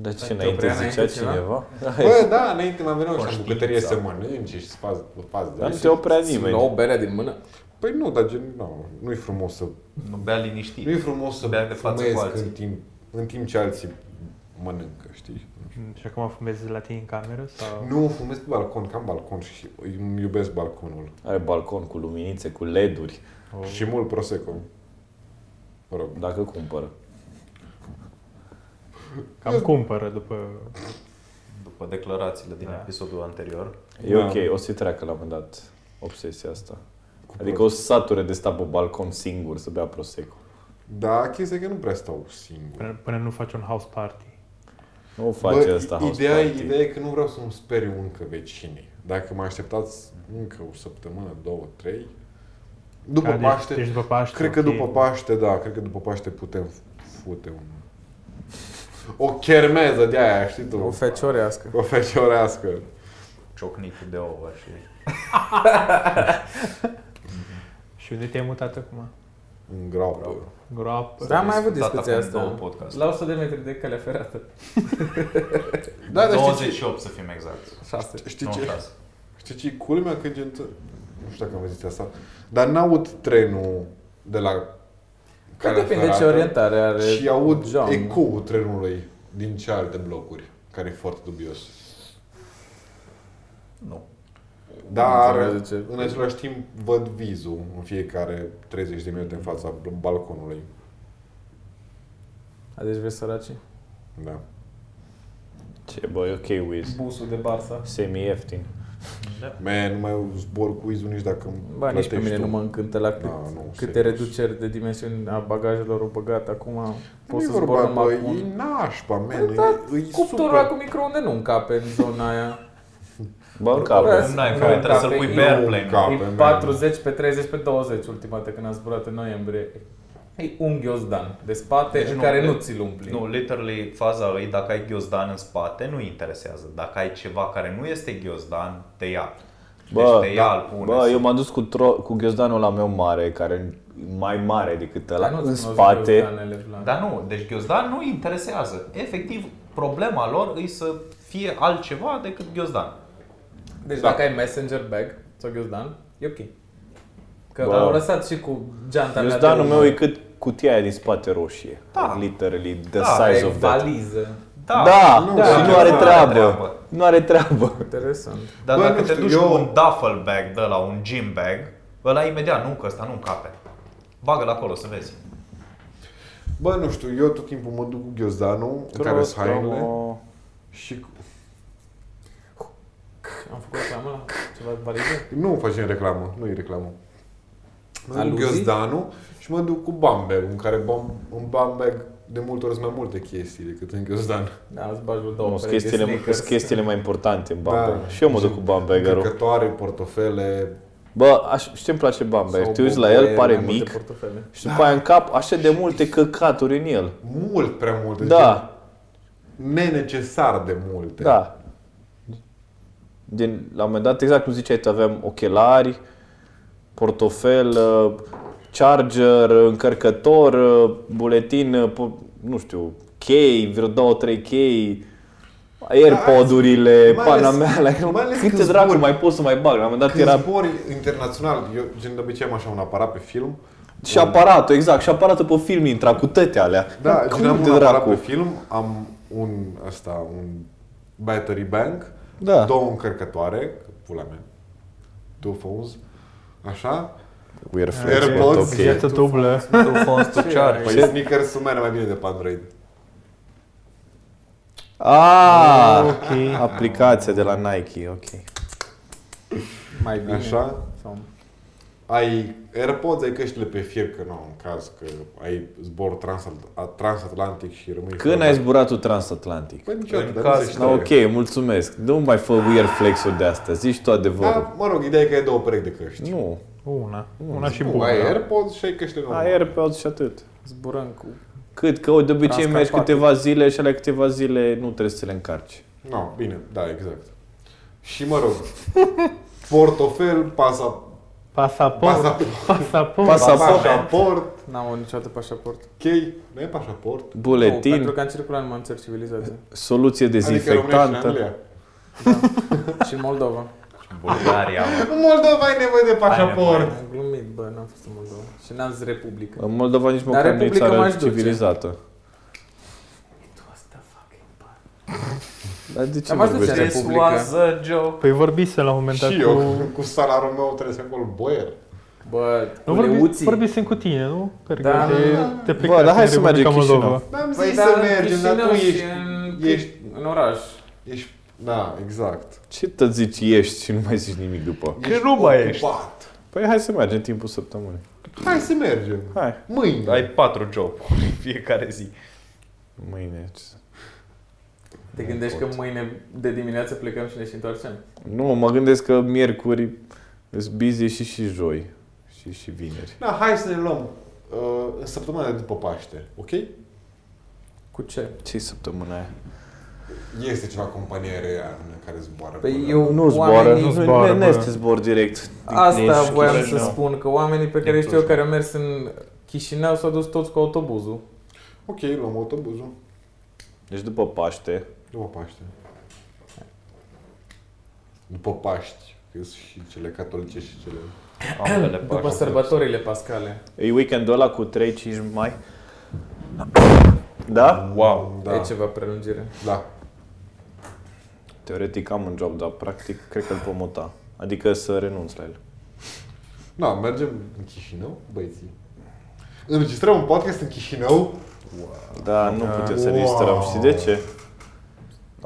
[SPEAKER 5] Dar ce
[SPEAKER 3] Te
[SPEAKER 5] înainte
[SPEAKER 3] oprea
[SPEAKER 5] zicea
[SPEAKER 3] înainte ceva?
[SPEAKER 5] cineva?
[SPEAKER 2] Bă, da, înainte m-am venit și am
[SPEAKER 1] Conștiința.
[SPEAKER 2] bucătărie să mănânce și să fac, să fac de
[SPEAKER 5] Dar nu
[SPEAKER 2] alea.
[SPEAKER 5] te oprea
[SPEAKER 3] Îți lua
[SPEAKER 5] nimeni.
[SPEAKER 3] o bere din mână?
[SPEAKER 2] Păi nu, dar gen, nu, nu-i frumos să...
[SPEAKER 1] Nu bea
[SPEAKER 2] Nu e
[SPEAKER 1] liniștit.
[SPEAKER 2] frumos să
[SPEAKER 1] Bea de față cu
[SPEAKER 2] fumezi
[SPEAKER 1] alții.
[SPEAKER 2] în timp, în timp ce alții mănâncă, știi?
[SPEAKER 4] Și acum fumezi la tine în cameră? Sau...
[SPEAKER 2] Nu, fumez pe balcon, că am balcon și îmi iubesc balconul.
[SPEAKER 5] Are balcon cu luminițe, cu LED-uri,
[SPEAKER 4] Oh.
[SPEAKER 2] Și mult Prosecco. Mă rog.
[SPEAKER 5] dacă cumpără.
[SPEAKER 4] Cam cumpără după...
[SPEAKER 1] După declarațiile din
[SPEAKER 4] Da.
[SPEAKER 1] episodul anterior.
[SPEAKER 5] E
[SPEAKER 2] Da.
[SPEAKER 5] ok, o să-i treacă la un moment dat obsesia asta. Adică o să sature de sta pe balcon singur să bea Prosecco.
[SPEAKER 2] Da, chestia e că nu prea stau singur.
[SPEAKER 4] Până, până nu faci un house party.
[SPEAKER 5] Nu face asta house
[SPEAKER 2] ideea,
[SPEAKER 5] party.
[SPEAKER 2] ideea e că nu vreau să-mi speriu încă vecinii. Dacă mă așteptați încă o săptămână, două, trei, după
[SPEAKER 4] Ca,
[SPEAKER 2] Paște,
[SPEAKER 4] Deci, deci după Paște.
[SPEAKER 2] cred că
[SPEAKER 4] ok.
[SPEAKER 2] după Paște, da, cred că după Paște putem fute un... O chermeză de aia, știi tu?
[SPEAKER 3] O feciorească.
[SPEAKER 2] O feciorească.
[SPEAKER 1] Ciocnitul de ouă și...
[SPEAKER 4] Și unde te-ai mutat acum?
[SPEAKER 2] În groapă.
[SPEAKER 4] În Groapă.
[SPEAKER 3] Da, am mai avut
[SPEAKER 1] Discutat
[SPEAKER 3] discuția
[SPEAKER 1] acum
[SPEAKER 3] asta.
[SPEAKER 1] Două podcast.
[SPEAKER 3] La 100 de metri de calea ferată.
[SPEAKER 2] Da, dar știi ce,
[SPEAKER 1] 28 să fim exact.
[SPEAKER 3] 6.
[SPEAKER 2] știi ce,
[SPEAKER 1] 96.
[SPEAKER 2] Știi ce e culmea? Că gen... Nu știu dacă am văzut asta. Dar n-aud trenul de la
[SPEAKER 3] Că depinde
[SPEAKER 2] ferată
[SPEAKER 3] ce orientare are
[SPEAKER 2] Și aud
[SPEAKER 3] geam.
[SPEAKER 2] ecoul trenului din cealaltă blocuri, care e foarte dubios.
[SPEAKER 1] Nu.
[SPEAKER 2] Dar,
[SPEAKER 3] înțeleg de ce.
[SPEAKER 2] în același timp, văd vizul în fiecare 30 de minute în fața balconului.
[SPEAKER 3] A, deci vezi săracii.
[SPEAKER 2] Da.
[SPEAKER 5] Ce bă, e ok, Wiz.
[SPEAKER 3] Busul de Barsa.
[SPEAKER 5] Semi-ieftin.
[SPEAKER 2] Man, nu mai zbor cu vizul nici dacă îmi
[SPEAKER 3] Ba, nici pe
[SPEAKER 2] plătești
[SPEAKER 3] mine
[SPEAKER 2] tu.
[SPEAKER 3] nu mă încântă la cât,
[SPEAKER 2] Da, nu,
[SPEAKER 3] câte
[SPEAKER 2] serios.
[SPEAKER 3] reduceri de dimensiuni a bagajelor au băgat acum.
[SPEAKER 2] Nu
[SPEAKER 3] Poți
[SPEAKER 2] e
[SPEAKER 3] să
[SPEAKER 2] vorba,
[SPEAKER 3] zbor
[SPEAKER 2] bă,
[SPEAKER 3] numai cu
[SPEAKER 2] e
[SPEAKER 3] un...
[SPEAKER 2] nașpa, man,
[SPEAKER 3] Da,
[SPEAKER 2] e, e
[SPEAKER 3] Cuptorul ăla
[SPEAKER 2] super.
[SPEAKER 3] cu microunde nu încape în zona aia.
[SPEAKER 5] Bă, în
[SPEAKER 3] Vreau
[SPEAKER 5] cap.
[SPEAKER 3] să-
[SPEAKER 1] Nu ai
[SPEAKER 3] nu
[SPEAKER 1] voie, trebuie
[SPEAKER 3] cap,
[SPEAKER 1] să-l
[SPEAKER 3] e
[SPEAKER 1] pui pe
[SPEAKER 3] nou
[SPEAKER 1] airplane.
[SPEAKER 2] cap.
[SPEAKER 3] E
[SPEAKER 2] pe mine.
[SPEAKER 3] 40 pe 30 pe 20 ultima dată când am zburat în noiembrie. E un ghiozdan de spate
[SPEAKER 1] Deci
[SPEAKER 3] în
[SPEAKER 1] nu-
[SPEAKER 3] care nu ți-l umpli.
[SPEAKER 1] Nu, literally, faza lui, dacă ai ghiozdan în spate, nu interesează. Dacă ai ceva care nu este ghiozdan, te ia. Deci
[SPEAKER 5] Bă,
[SPEAKER 1] te ia,
[SPEAKER 5] da.
[SPEAKER 1] îl pune.
[SPEAKER 5] bă, eu m-am dus cu, tro- cu ghiozdanul la meu mare, care e mai mare decât ăla,
[SPEAKER 3] Dar nu-ți
[SPEAKER 5] în
[SPEAKER 3] cunosc
[SPEAKER 5] spate. Da.
[SPEAKER 3] ghiozdanele, Vlad.
[SPEAKER 1] Dar nu, deci ghiozdan nu îi interesează. Efectiv, problema lor e să fie altceva decât ghiozdan.
[SPEAKER 3] Deci
[SPEAKER 2] Da.
[SPEAKER 3] dacă ai messenger bag sau ghiozdan, e ok. Că
[SPEAKER 5] Bă.
[SPEAKER 3] au lăsat și cu geanta mea de
[SPEAKER 5] Iuzdanul
[SPEAKER 3] urmă.
[SPEAKER 5] meu e cât cutia aia din spate roșie.
[SPEAKER 1] Da.
[SPEAKER 5] Literally, the
[SPEAKER 1] Da,
[SPEAKER 3] e
[SPEAKER 5] size of that.
[SPEAKER 3] valiză.
[SPEAKER 1] Da,
[SPEAKER 5] da,
[SPEAKER 2] nu,
[SPEAKER 5] și
[SPEAKER 2] da,
[SPEAKER 5] nu are
[SPEAKER 2] nu are
[SPEAKER 5] treabă.
[SPEAKER 1] treabă.
[SPEAKER 5] Nu are treabă.
[SPEAKER 3] Interesant.
[SPEAKER 1] dar
[SPEAKER 2] Bă,
[SPEAKER 1] dacă
[SPEAKER 2] nu
[SPEAKER 1] te
[SPEAKER 2] știu,
[SPEAKER 1] duci
[SPEAKER 2] eu-
[SPEAKER 1] cu un duffel bag de la un gym bag, ăla imediat, nu că ăsta nu încape. Bagă-l acolo să vezi.
[SPEAKER 2] Bă, nu știu, eu tot timpul mă duc cu ghiozdanul, în care sunt hainele și cu-
[SPEAKER 3] Am făcut reclamă la ceva valiză?
[SPEAKER 2] nu facem reclamă, nu e reclamă. Mă duc cu
[SPEAKER 3] Aluzii?
[SPEAKER 2] ghiozdanul și mă duc cu bambag, în care bam, în bambag de multe ori sunt mai multe chestii decât în ghiozdan.
[SPEAKER 3] Da, îți bagi vreo două
[SPEAKER 5] Nu, sunt
[SPEAKER 3] perechi de
[SPEAKER 5] chestiile,
[SPEAKER 3] sneakers.
[SPEAKER 5] sunt chestiile mai importante în Bamberg.
[SPEAKER 2] Da.
[SPEAKER 5] Și eu mă duc cu Bambergerul.
[SPEAKER 2] Căcătoare, portofele,
[SPEAKER 5] Bă, aș, știi ce-mi place Bamberg?
[SPEAKER 3] Sau
[SPEAKER 5] Te uiți la
[SPEAKER 3] bucăie,
[SPEAKER 5] el, pare
[SPEAKER 3] mai multe
[SPEAKER 5] mic,
[SPEAKER 3] portofele.
[SPEAKER 5] și după aia în cap așa de multe căcaturi în el.
[SPEAKER 2] mult prea
[SPEAKER 3] Păi
[SPEAKER 2] multe.
[SPEAKER 5] Da,
[SPEAKER 2] gen, Nenecesar de multe.
[SPEAKER 5] da. Din, la un moment dat, exact cum ziceai, tu aveam ochelari, portofel, uh, charger, încărcător, uh, buletin, uh, po- nu știu, chei, vreo două, trei chei, airpodurile,
[SPEAKER 2] mai ales-
[SPEAKER 5] pana mea, like,
[SPEAKER 2] mai ales
[SPEAKER 5] câte
[SPEAKER 2] când
[SPEAKER 5] dracu
[SPEAKER 2] zbori.
[SPEAKER 5] mai pot să mai bag? La un moment dat
[SPEAKER 2] Când
[SPEAKER 5] era
[SPEAKER 2] zbori internațional, eu gen de obicei am așa un aparat pe film,
[SPEAKER 5] Și aparatul, exact, și aparatul pe film intra cu tăte alea.
[SPEAKER 2] Da,
[SPEAKER 5] cum
[SPEAKER 2] cum am
[SPEAKER 5] de
[SPEAKER 2] un aparat
[SPEAKER 5] dracu?
[SPEAKER 2] pe film, am un asta, un battery bank,
[SPEAKER 5] Da.
[SPEAKER 2] două încărcătoare, că pula mea, două phones, așa,
[SPEAKER 5] Weird
[SPEAKER 2] Airpods.
[SPEAKER 5] but
[SPEAKER 2] Ok.
[SPEAKER 4] Viață dublă.
[SPEAKER 3] [LAUGHS]
[SPEAKER 1] Tu fost tu
[SPEAKER 2] păi
[SPEAKER 1] cear.
[SPEAKER 2] sneakers sunt mai bine de pe Android.
[SPEAKER 5] Ah, aplicația de la Nike, ok.
[SPEAKER 3] Mai bine.
[SPEAKER 2] Așa.
[SPEAKER 3] Sau...
[SPEAKER 2] Ai AirPods, ai căștile pe fier, că nu, în caz că ai zbor transat- a- transatlantic și rămâi...
[SPEAKER 5] Când
[SPEAKER 2] fără-
[SPEAKER 5] ai zburat tu transatlantic?
[SPEAKER 2] Păi
[SPEAKER 1] În
[SPEAKER 2] niciodată, dar
[SPEAKER 1] caz-
[SPEAKER 2] nu se știe.
[SPEAKER 5] Da, ok, mulțumesc. Nu mai fă weird flex-uri de astea, zici tu adevărul.
[SPEAKER 2] Da, mă rog, ideea e că ai două perechi de căști.
[SPEAKER 5] Nu,
[SPEAKER 4] Una. Una și
[SPEAKER 2] Nu,
[SPEAKER 4] bună.
[SPEAKER 2] ai AirPods și ai căștile normale.
[SPEAKER 5] AirPods și atât.
[SPEAKER 3] Zburăm cu...
[SPEAKER 5] Cât, că de obicei mergi
[SPEAKER 3] Transcarpatic.
[SPEAKER 5] câteva zile și alea câteva zile nu trebuie să le încarci.
[SPEAKER 2] No, bine, da, exact. Și mă rog, [LAUGHS] portofel, pasa,
[SPEAKER 4] Pasaport.
[SPEAKER 2] pasaport,
[SPEAKER 4] Pasaport.
[SPEAKER 5] Pas- Pasaport.
[SPEAKER 2] pașaport,
[SPEAKER 3] N-am avut niciodată pașaport.
[SPEAKER 2] chei, nu e pașaport?
[SPEAKER 3] Nu, pentru
[SPEAKER 5] Buletin,
[SPEAKER 3] că am circulat numai în țări civilizate.
[SPEAKER 5] soluție
[SPEAKER 2] Adică România și în
[SPEAKER 5] dezinfectantă.
[SPEAKER 2] Anglia.
[SPEAKER 3] și în Moldova.
[SPEAKER 1] Bulgaria. mă.
[SPEAKER 2] În Moldova ai nevoie de pașaport.
[SPEAKER 1] nevoie.
[SPEAKER 3] Am glumit, bă, n-am fost în Moldova. Și n-am zis Republică.
[SPEAKER 5] În Moldova nici măcar nu e
[SPEAKER 3] Republica m-aș
[SPEAKER 5] țară
[SPEAKER 3] duce.
[SPEAKER 5] civilizată.
[SPEAKER 3] Tu asta fucking
[SPEAKER 5] Dar de ce
[SPEAKER 3] Dar m-aș duce
[SPEAKER 5] vorbești?
[SPEAKER 3] în
[SPEAKER 1] This
[SPEAKER 3] Republica.
[SPEAKER 1] was a joke.
[SPEAKER 4] Păi vorbise la un moment dat
[SPEAKER 2] Și eu,
[SPEAKER 4] cu...
[SPEAKER 2] [LAUGHS] cu salarul meu trebuie să acolo boier.
[SPEAKER 3] Bă,
[SPEAKER 4] Nu
[SPEAKER 3] cu
[SPEAKER 4] vorbi,
[SPEAKER 3] leuții.
[SPEAKER 4] vorbisem cu tine, nu? Pentru că
[SPEAKER 3] Da.
[SPEAKER 4] te, te
[SPEAKER 5] Bă,
[SPEAKER 4] plecați
[SPEAKER 5] dar hai
[SPEAKER 4] în
[SPEAKER 5] să mergem
[SPEAKER 4] Republica
[SPEAKER 5] Chișinău.
[SPEAKER 4] Moldova.
[SPEAKER 2] Dar am zis
[SPEAKER 3] Păi,
[SPEAKER 2] să
[SPEAKER 3] în
[SPEAKER 2] mergem, dar
[SPEAKER 3] Chișinău
[SPEAKER 2] tu
[SPEAKER 3] și
[SPEAKER 2] ești,
[SPEAKER 3] în,
[SPEAKER 2] ești-
[SPEAKER 3] în oraș.
[SPEAKER 2] ești, da, exact.
[SPEAKER 5] Ce tot zici ești și nu mai zici nimic după?
[SPEAKER 1] Că nu mai ești.
[SPEAKER 2] Ocupat.
[SPEAKER 5] Păi hai să mergem timpul săptămânii.
[SPEAKER 2] Hai să mergem.
[SPEAKER 5] Hai.
[SPEAKER 2] Mâine.
[SPEAKER 1] Ai patru joburi fiecare zi.
[SPEAKER 5] Mâine. ce să-
[SPEAKER 3] Te gândești că mâine de dimineață plecăm și ne și întoarcem?
[SPEAKER 5] Nu, mă gândesc că miercuri sunt busy și și joi. Și și vineri.
[SPEAKER 2] Da, hai să ne luăm uh, în săptămâna de după Paște, ok?
[SPEAKER 3] Cu ce?
[SPEAKER 5] ce săptămâna aia?
[SPEAKER 2] Este ceva companie aeriană care zboară.
[SPEAKER 3] Păi
[SPEAKER 2] până-
[SPEAKER 3] eu,
[SPEAKER 5] Nu zboară,
[SPEAKER 3] oamenii,
[SPEAKER 5] nu
[SPEAKER 4] nu zboară,
[SPEAKER 5] zboară.
[SPEAKER 4] bă.
[SPEAKER 5] Nu este zbor direct.
[SPEAKER 3] Asta
[SPEAKER 5] Deci,
[SPEAKER 3] voiam să
[SPEAKER 5] Chișinău.
[SPEAKER 3] spun, că oamenii pe care
[SPEAKER 1] Din
[SPEAKER 3] știu eu
[SPEAKER 1] Cluj.
[SPEAKER 3] care au mers în Chișinău s-au dus toți cu autobuzul.
[SPEAKER 2] Ok, luăm autobuzul.
[SPEAKER 5] Deci după Paște.
[SPEAKER 2] După Paște. După Paști. Că sunt și cele catolice și cele...
[SPEAKER 1] Ambele
[SPEAKER 3] După
[SPEAKER 1] pași.
[SPEAKER 3] sărbătorile pascale.
[SPEAKER 5] E weekendul ăla cu 3-5 mai. Da?
[SPEAKER 1] Wow.
[SPEAKER 2] Da,
[SPEAKER 3] E ceva prelungire.
[SPEAKER 2] da.
[SPEAKER 5] Teoretic am un job, dar practic cred că îl pot muta. Adică să renunț la el.
[SPEAKER 2] Da, mergem în Chișinău, băieții. Înregistrăm un podcast în Chișinău?
[SPEAKER 5] Da, nu
[SPEAKER 3] Ah.
[SPEAKER 5] putem să
[SPEAKER 2] Wow.
[SPEAKER 5] registrăm. Știi de ce?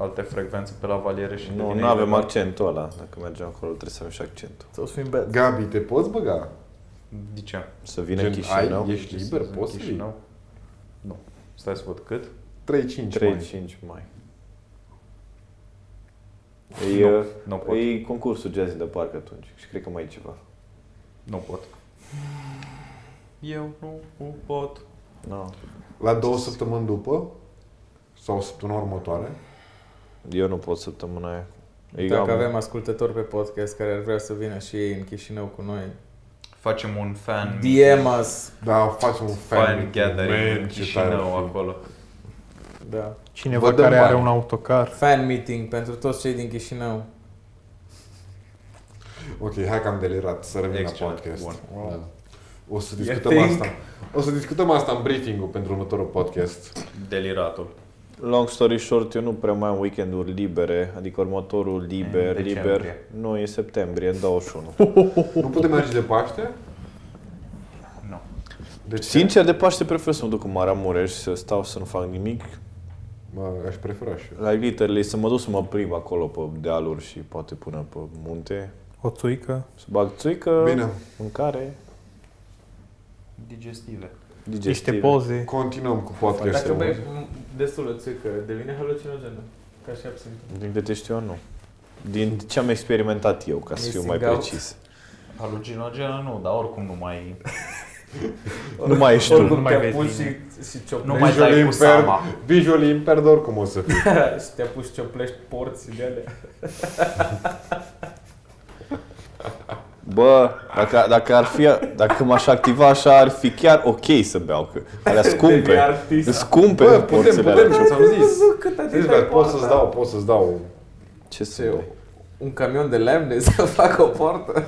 [SPEAKER 1] Alte frecvențe pe la valiere și
[SPEAKER 5] Nu,
[SPEAKER 1] devine
[SPEAKER 5] nu avem
[SPEAKER 1] ilegal.
[SPEAKER 5] accentul ăla. Dacă mergem acolo, trebuie să avem și accentul.
[SPEAKER 3] Sau fi în bed.
[SPEAKER 2] Gabi, te poți băga?
[SPEAKER 1] De ce?
[SPEAKER 5] Să vină
[SPEAKER 2] Gen,
[SPEAKER 5] Chișinău.
[SPEAKER 2] ai- ești liber?
[SPEAKER 1] Sunt
[SPEAKER 2] Poți
[SPEAKER 1] Chișinău? Nu. Stai să văd cât.
[SPEAKER 2] 3-5 mai.
[SPEAKER 5] 3-5 mai. E, uh,
[SPEAKER 1] Nu pot.
[SPEAKER 5] e concursul Jazz in the Park atunci și cred că mai e ceva.
[SPEAKER 1] Nu pot. Eu nu pot.
[SPEAKER 5] No.
[SPEAKER 2] La două săptămâni după? Sau săptămâna următoare?
[SPEAKER 5] Eu nu pot săptămâna aia. E
[SPEAKER 3] Dacă
[SPEAKER 5] gama.
[SPEAKER 3] avem ascultători pe podcast care ar vrea să vină și ei în Chișinău cu noi,
[SPEAKER 1] Facem un fan
[SPEAKER 3] DM us!
[SPEAKER 2] Da, facem un fan,
[SPEAKER 1] fan gathering în
[SPEAKER 2] Man, ce tare
[SPEAKER 1] Chișinău
[SPEAKER 2] ar fi.
[SPEAKER 1] acolo.
[SPEAKER 3] Da.
[SPEAKER 4] Cineva
[SPEAKER 2] Vă dăm
[SPEAKER 4] care are
[SPEAKER 2] bani.
[SPEAKER 4] un autocar.
[SPEAKER 3] Fan meeting pentru toți cei din Chișinău.
[SPEAKER 2] Ok, hai că am delirat să revin la
[SPEAKER 1] Excelent.
[SPEAKER 2] podcast.
[SPEAKER 1] Bun.
[SPEAKER 2] Wow. O să
[SPEAKER 3] You
[SPEAKER 2] discutăm
[SPEAKER 3] think?
[SPEAKER 2] asta. O să discutăm asta în briefing-ul pentru următorul podcast.
[SPEAKER 1] Deliratul.
[SPEAKER 5] Long story short, eu nu prea mai am weekenduri libere, adică următorul liber,
[SPEAKER 1] În decembrie.
[SPEAKER 5] liber, nu, e septembrie, în 21.
[SPEAKER 2] nu putem merge de Paște?
[SPEAKER 1] Nu.
[SPEAKER 2] Deci,
[SPEAKER 5] Sincer, de Paște prefer să mă duc în Maramureș, să stau să nu fac nimic.
[SPEAKER 2] Mă, aș prefera și eu.
[SPEAKER 5] La literally să mă duc să mă plimb acolo pe dealuri și poate până pe munte.
[SPEAKER 4] O țuică.
[SPEAKER 5] Să bag țuică,
[SPEAKER 2] Bine,
[SPEAKER 5] mâncare,
[SPEAKER 1] Digestive.
[SPEAKER 5] digestive.
[SPEAKER 4] Niște poze.
[SPEAKER 2] continuăm cu
[SPEAKER 3] Dacă bei
[SPEAKER 2] podcastul.
[SPEAKER 3] m- destul de țuică, devine halocinogenă. Ca și absint.
[SPEAKER 5] Din câte știu eu, nu. Din ce am experimentat eu, ca să fiu mai
[SPEAKER 3] Missing out.
[SPEAKER 5] precis.
[SPEAKER 1] Haluginogenă nu, dar oricum nu mai...
[SPEAKER 5] Nu mai ești tu.
[SPEAKER 4] nu
[SPEAKER 3] Oricum
[SPEAKER 4] mai
[SPEAKER 3] te
[SPEAKER 4] vezi
[SPEAKER 3] apuci și,
[SPEAKER 4] bine.
[SPEAKER 3] și cioplești.
[SPEAKER 1] Nu
[SPEAKER 5] Deci
[SPEAKER 1] mai
[SPEAKER 2] Visual
[SPEAKER 1] dai cu
[SPEAKER 2] impaired.
[SPEAKER 1] sama.
[SPEAKER 2] Visual impaired oricum o să fii.
[SPEAKER 3] [LAUGHS] și te apuci și cioplești porți de alea.
[SPEAKER 5] Bă, dacă, dacă ar fi, dacă m-aș activa așa, ar fi chiar ok să beau, că
[SPEAKER 3] [LAUGHS]
[SPEAKER 5] alea
[SPEAKER 3] Devii
[SPEAKER 5] scumpe. Sunt
[SPEAKER 3] artist.
[SPEAKER 5] Scumpe
[SPEAKER 2] Bă,
[SPEAKER 5] în
[SPEAKER 2] putem,
[SPEAKER 5] porțile
[SPEAKER 2] putem.
[SPEAKER 5] alea.
[SPEAKER 2] Ce-am
[SPEAKER 3] Ai
[SPEAKER 2] zis?
[SPEAKER 3] văzut cât atât
[SPEAKER 2] Deci,
[SPEAKER 3] ai
[SPEAKER 2] dar pot
[SPEAKER 3] poartă?
[SPEAKER 2] să-ți dau, pot să-ți dau.
[SPEAKER 5] Ce să
[SPEAKER 3] Ce?
[SPEAKER 5] beau?
[SPEAKER 3] Un camion de lemne [LAUGHS] să facă o poartă?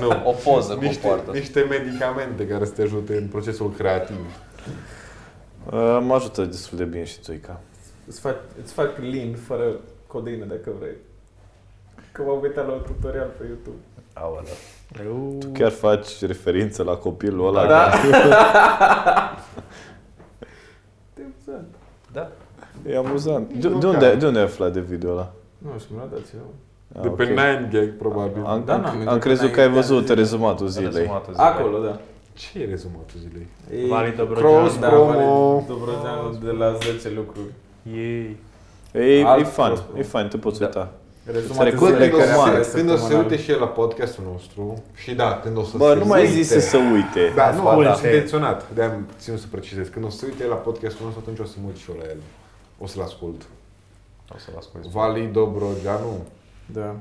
[SPEAKER 2] Nu.
[SPEAKER 1] O poză cu o
[SPEAKER 2] Niște,
[SPEAKER 1] poartă.
[SPEAKER 2] niște medicamente care să te ajute în procesul creativ.
[SPEAKER 5] Uh, Mă ajută destul de bine și țuica.
[SPEAKER 3] Îți fac, îți fac lean fără codeină dacă vrei. Că m-am uitat la un tutorial pe YouTube.
[SPEAKER 1] Aoleu.
[SPEAKER 5] Tu chiar faci referință la copilul ăla?
[SPEAKER 3] Da.
[SPEAKER 5] care-
[SPEAKER 3] Te amuzant.
[SPEAKER 1] Da.
[SPEAKER 5] E amuzant. De,
[SPEAKER 2] Nu
[SPEAKER 5] de,
[SPEAKER 2] chiar.
[SPEAKER 5] unde, de unde ai aflat de video ăla?
[SPEAKER 3] Nu, și mi-l-a dat cineva.
[SPEAKER 5] Ah,
[SPEAKER 2] De pe
[SPEAKER 5] ok.
[SPEAKER 2] Nine Gag, probabil.
[SPEAKER 5] Am,
[SPEAKER 3] Da, n-am
[SPEAKER 5] am,
[SPEAKER 3] intrat
[SPEAKER 5] am
[SPEAKER 3] pe
[SPEAKER 5] crezut
[SPEAKER 3] Nine
[SPEAKER 5] că ai
[SPEAKER 3] Gag.
[SPEAKER 5] văzut rezumatul zilei.
[SPEAKER 1] Rezumatul zilei.
[SPEAKER 3] Acolo, da.
[SPEAKER 2] Ce e rezumatul zilei?
[SPEAKER 3] E-
[SPEAKER 4] Vali
[SPEAKER 2] Cross.
[SPEAKER 4] Dobrogea.
[SPEAKER 3] da,
[SPEAKER 2] promo.
[SPEAKER 3] Vali Dobrogea de la 10 lucruri.
[SPEAKER 4] Ei.
[SPEAKER 5] E, e
[SPEAKER 3] Alt
[SPEAKER 5] fun,
[SPEAKER 3] prost, nu?
[SPEAKER 5] e fun, te poți uita.
[SPEAKER 3] Rezumat
[SPEAKER 5] recomand.
[SPEAKER 3] zilele
[SPEAKER 2] Când o,
[SPEAKER 5] Când
[SPEAKER 3] care apare
[SPEAKER 2] să, când o să se
[SPEAKER 3] săptămânal.
[SPEAKER 2] uite și el la podcastul nostru și da, când o să
[SPEAKER 5] Bă,
[SPEAKER 2] se
[SPEAKER 5] nu mai
[SPEAKER 2] uite-
[SPEAKER 5] zis să se uite.
[SPEAKER 2] Da, nu, am
[SPEAKER 4] Asculte.
[SPEAKER 2] fost intenționat. de am ținut să precizez. Când o să se uite el la podcastul nostru, atunci o să mă uit și eu la el. O să-l ascult.
[SPEAKER 1] O să-l asculti.
[SPEAKER 2] Vali Dobrogeanu,
[SPEAKER 3] Da.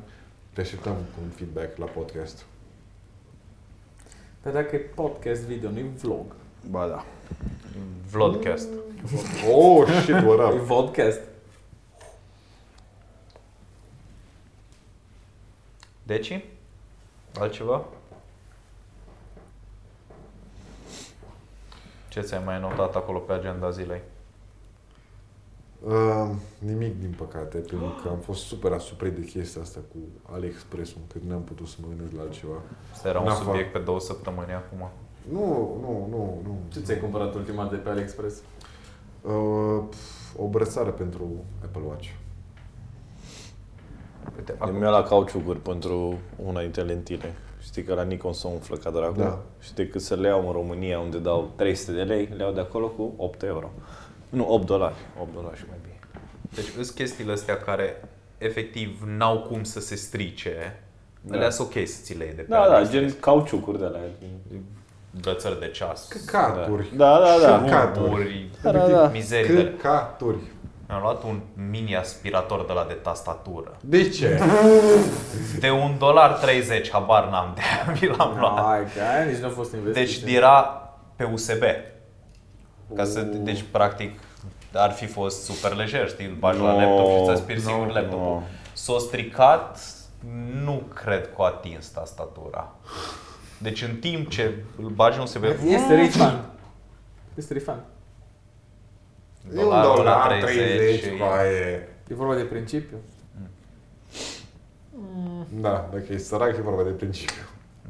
[SPEAKER 2] te așteptăm cu un feedback la podcast.
[SPEAKER 3] Dar dacă e podcast video, nu e vlog.
[SPEAKER 5] Ba da.
[SPEAKER 1] Vlogcast.
[SPEAKER 2] Oh, shit, what
[SPEAKER 3] E
[SPEAKER 2] up?
[SPEAKER 3] vodcast.
[SPEAKER 1] Deci? Altceva? Ce ți-ai mai notat acolo pe agenda zilei?
[SPEAKER 2] Uh, nimic, din păcate, pentru că am fost super asupra de chestia asta cu AliExpress-ul, încât n-am putut să mă gândesc la altceva.
[SPEAKER 1] Asta era un
[SPEAKER 2] N-am
[SPEAKER 1] subiect pe două săptămâni acum.
[SPEAKER 2] Nu, nu, nu, nu.
[SPEAKER 3] Ce ți-ai cumpărat ultima de pe AliExpress?
[SPEAKER 2] Uh, pf, o brățară pentru Apple Watch.
[SPEAKER 1] Uite,
[SPEAKER 5] Eu
[SPEAKER 1] acum,
[SPEAKER 5] mi-a la cauciucuri pentru una dintre lentile. Știi că la Nikon se umflă ca dracu.
[SPEAKER 2] Da.
[SPEAKER 5] Și decât să le iau în România unde dau 300 de lei, le iau de acolo cu 8 euro. Nu, 8 dolari. 8 dolari și mai bine.
[SPEAKER 1] deci sunt chestiile astea care efectiv n-au cum să se strice. Da.
[SPEAKER 5] Da.
[SPEAKER 1] Alea sunt ok să ți le iei de pe
[SPEAKER 5] Da, da,
[SPEAKER 1] AliExpress.
[SPEAKER 5] gen cauciucuri de la
[SPEAKER 1] Brățări de ceas.
[SPEAKER 2] Căcaturi.
[SPEAKER 5] Da, da, da.
[SPEAKER 2] Șocat.
[SPEAKER 1] Căcaturi.
[SPEAKER 5] Da, da, da.
[SPEAKER 1] Mizerile.
[SPEAKER 2] Căcaturi.
[SPEAKER 1] Mi-am luat un mini aspirator de la de tastatură.
[SPEAKER 2] De ce?
[SPEAKER 1] De un dolar 30, habar n-am de aia, [LAUGHS] mi l-am luat.
[SPEAKER 5] Ah,
[SPEAKER 3] Hai, că aia nici nu a fost
[SPEAKER 1] Deci
[SPEAKER 3] investiție.
[SPEAKER 1] era pe USB. Ca să,
[SPEAKER 5] Oh.
[SPEAKER 1] deci practic ar fi fost super lejer, știi, îl bagi la
[SPEAKER 5] No,
[SPEAKER 1] laptop și ți aspiri singur
[SPEAKER 5] no,
[SPEAKER 1] laptopul.
[SPEAKER 5] no.
[SPEAKER 1] S-o stricat, nu cred că a atins tastatura. Deci în timp ce îl bagi în USB,
[SPEAKER 3] Este refund. Este refund.
[SPEAKER 2] E un dolar 30,
[SPEAKER 1] și-
[SPEAKER 2] coaie.
[SPEAKER 3] E vorba de principiu.
[SPEAKER 2] Da, dacă e sărac, e vorba de principiu.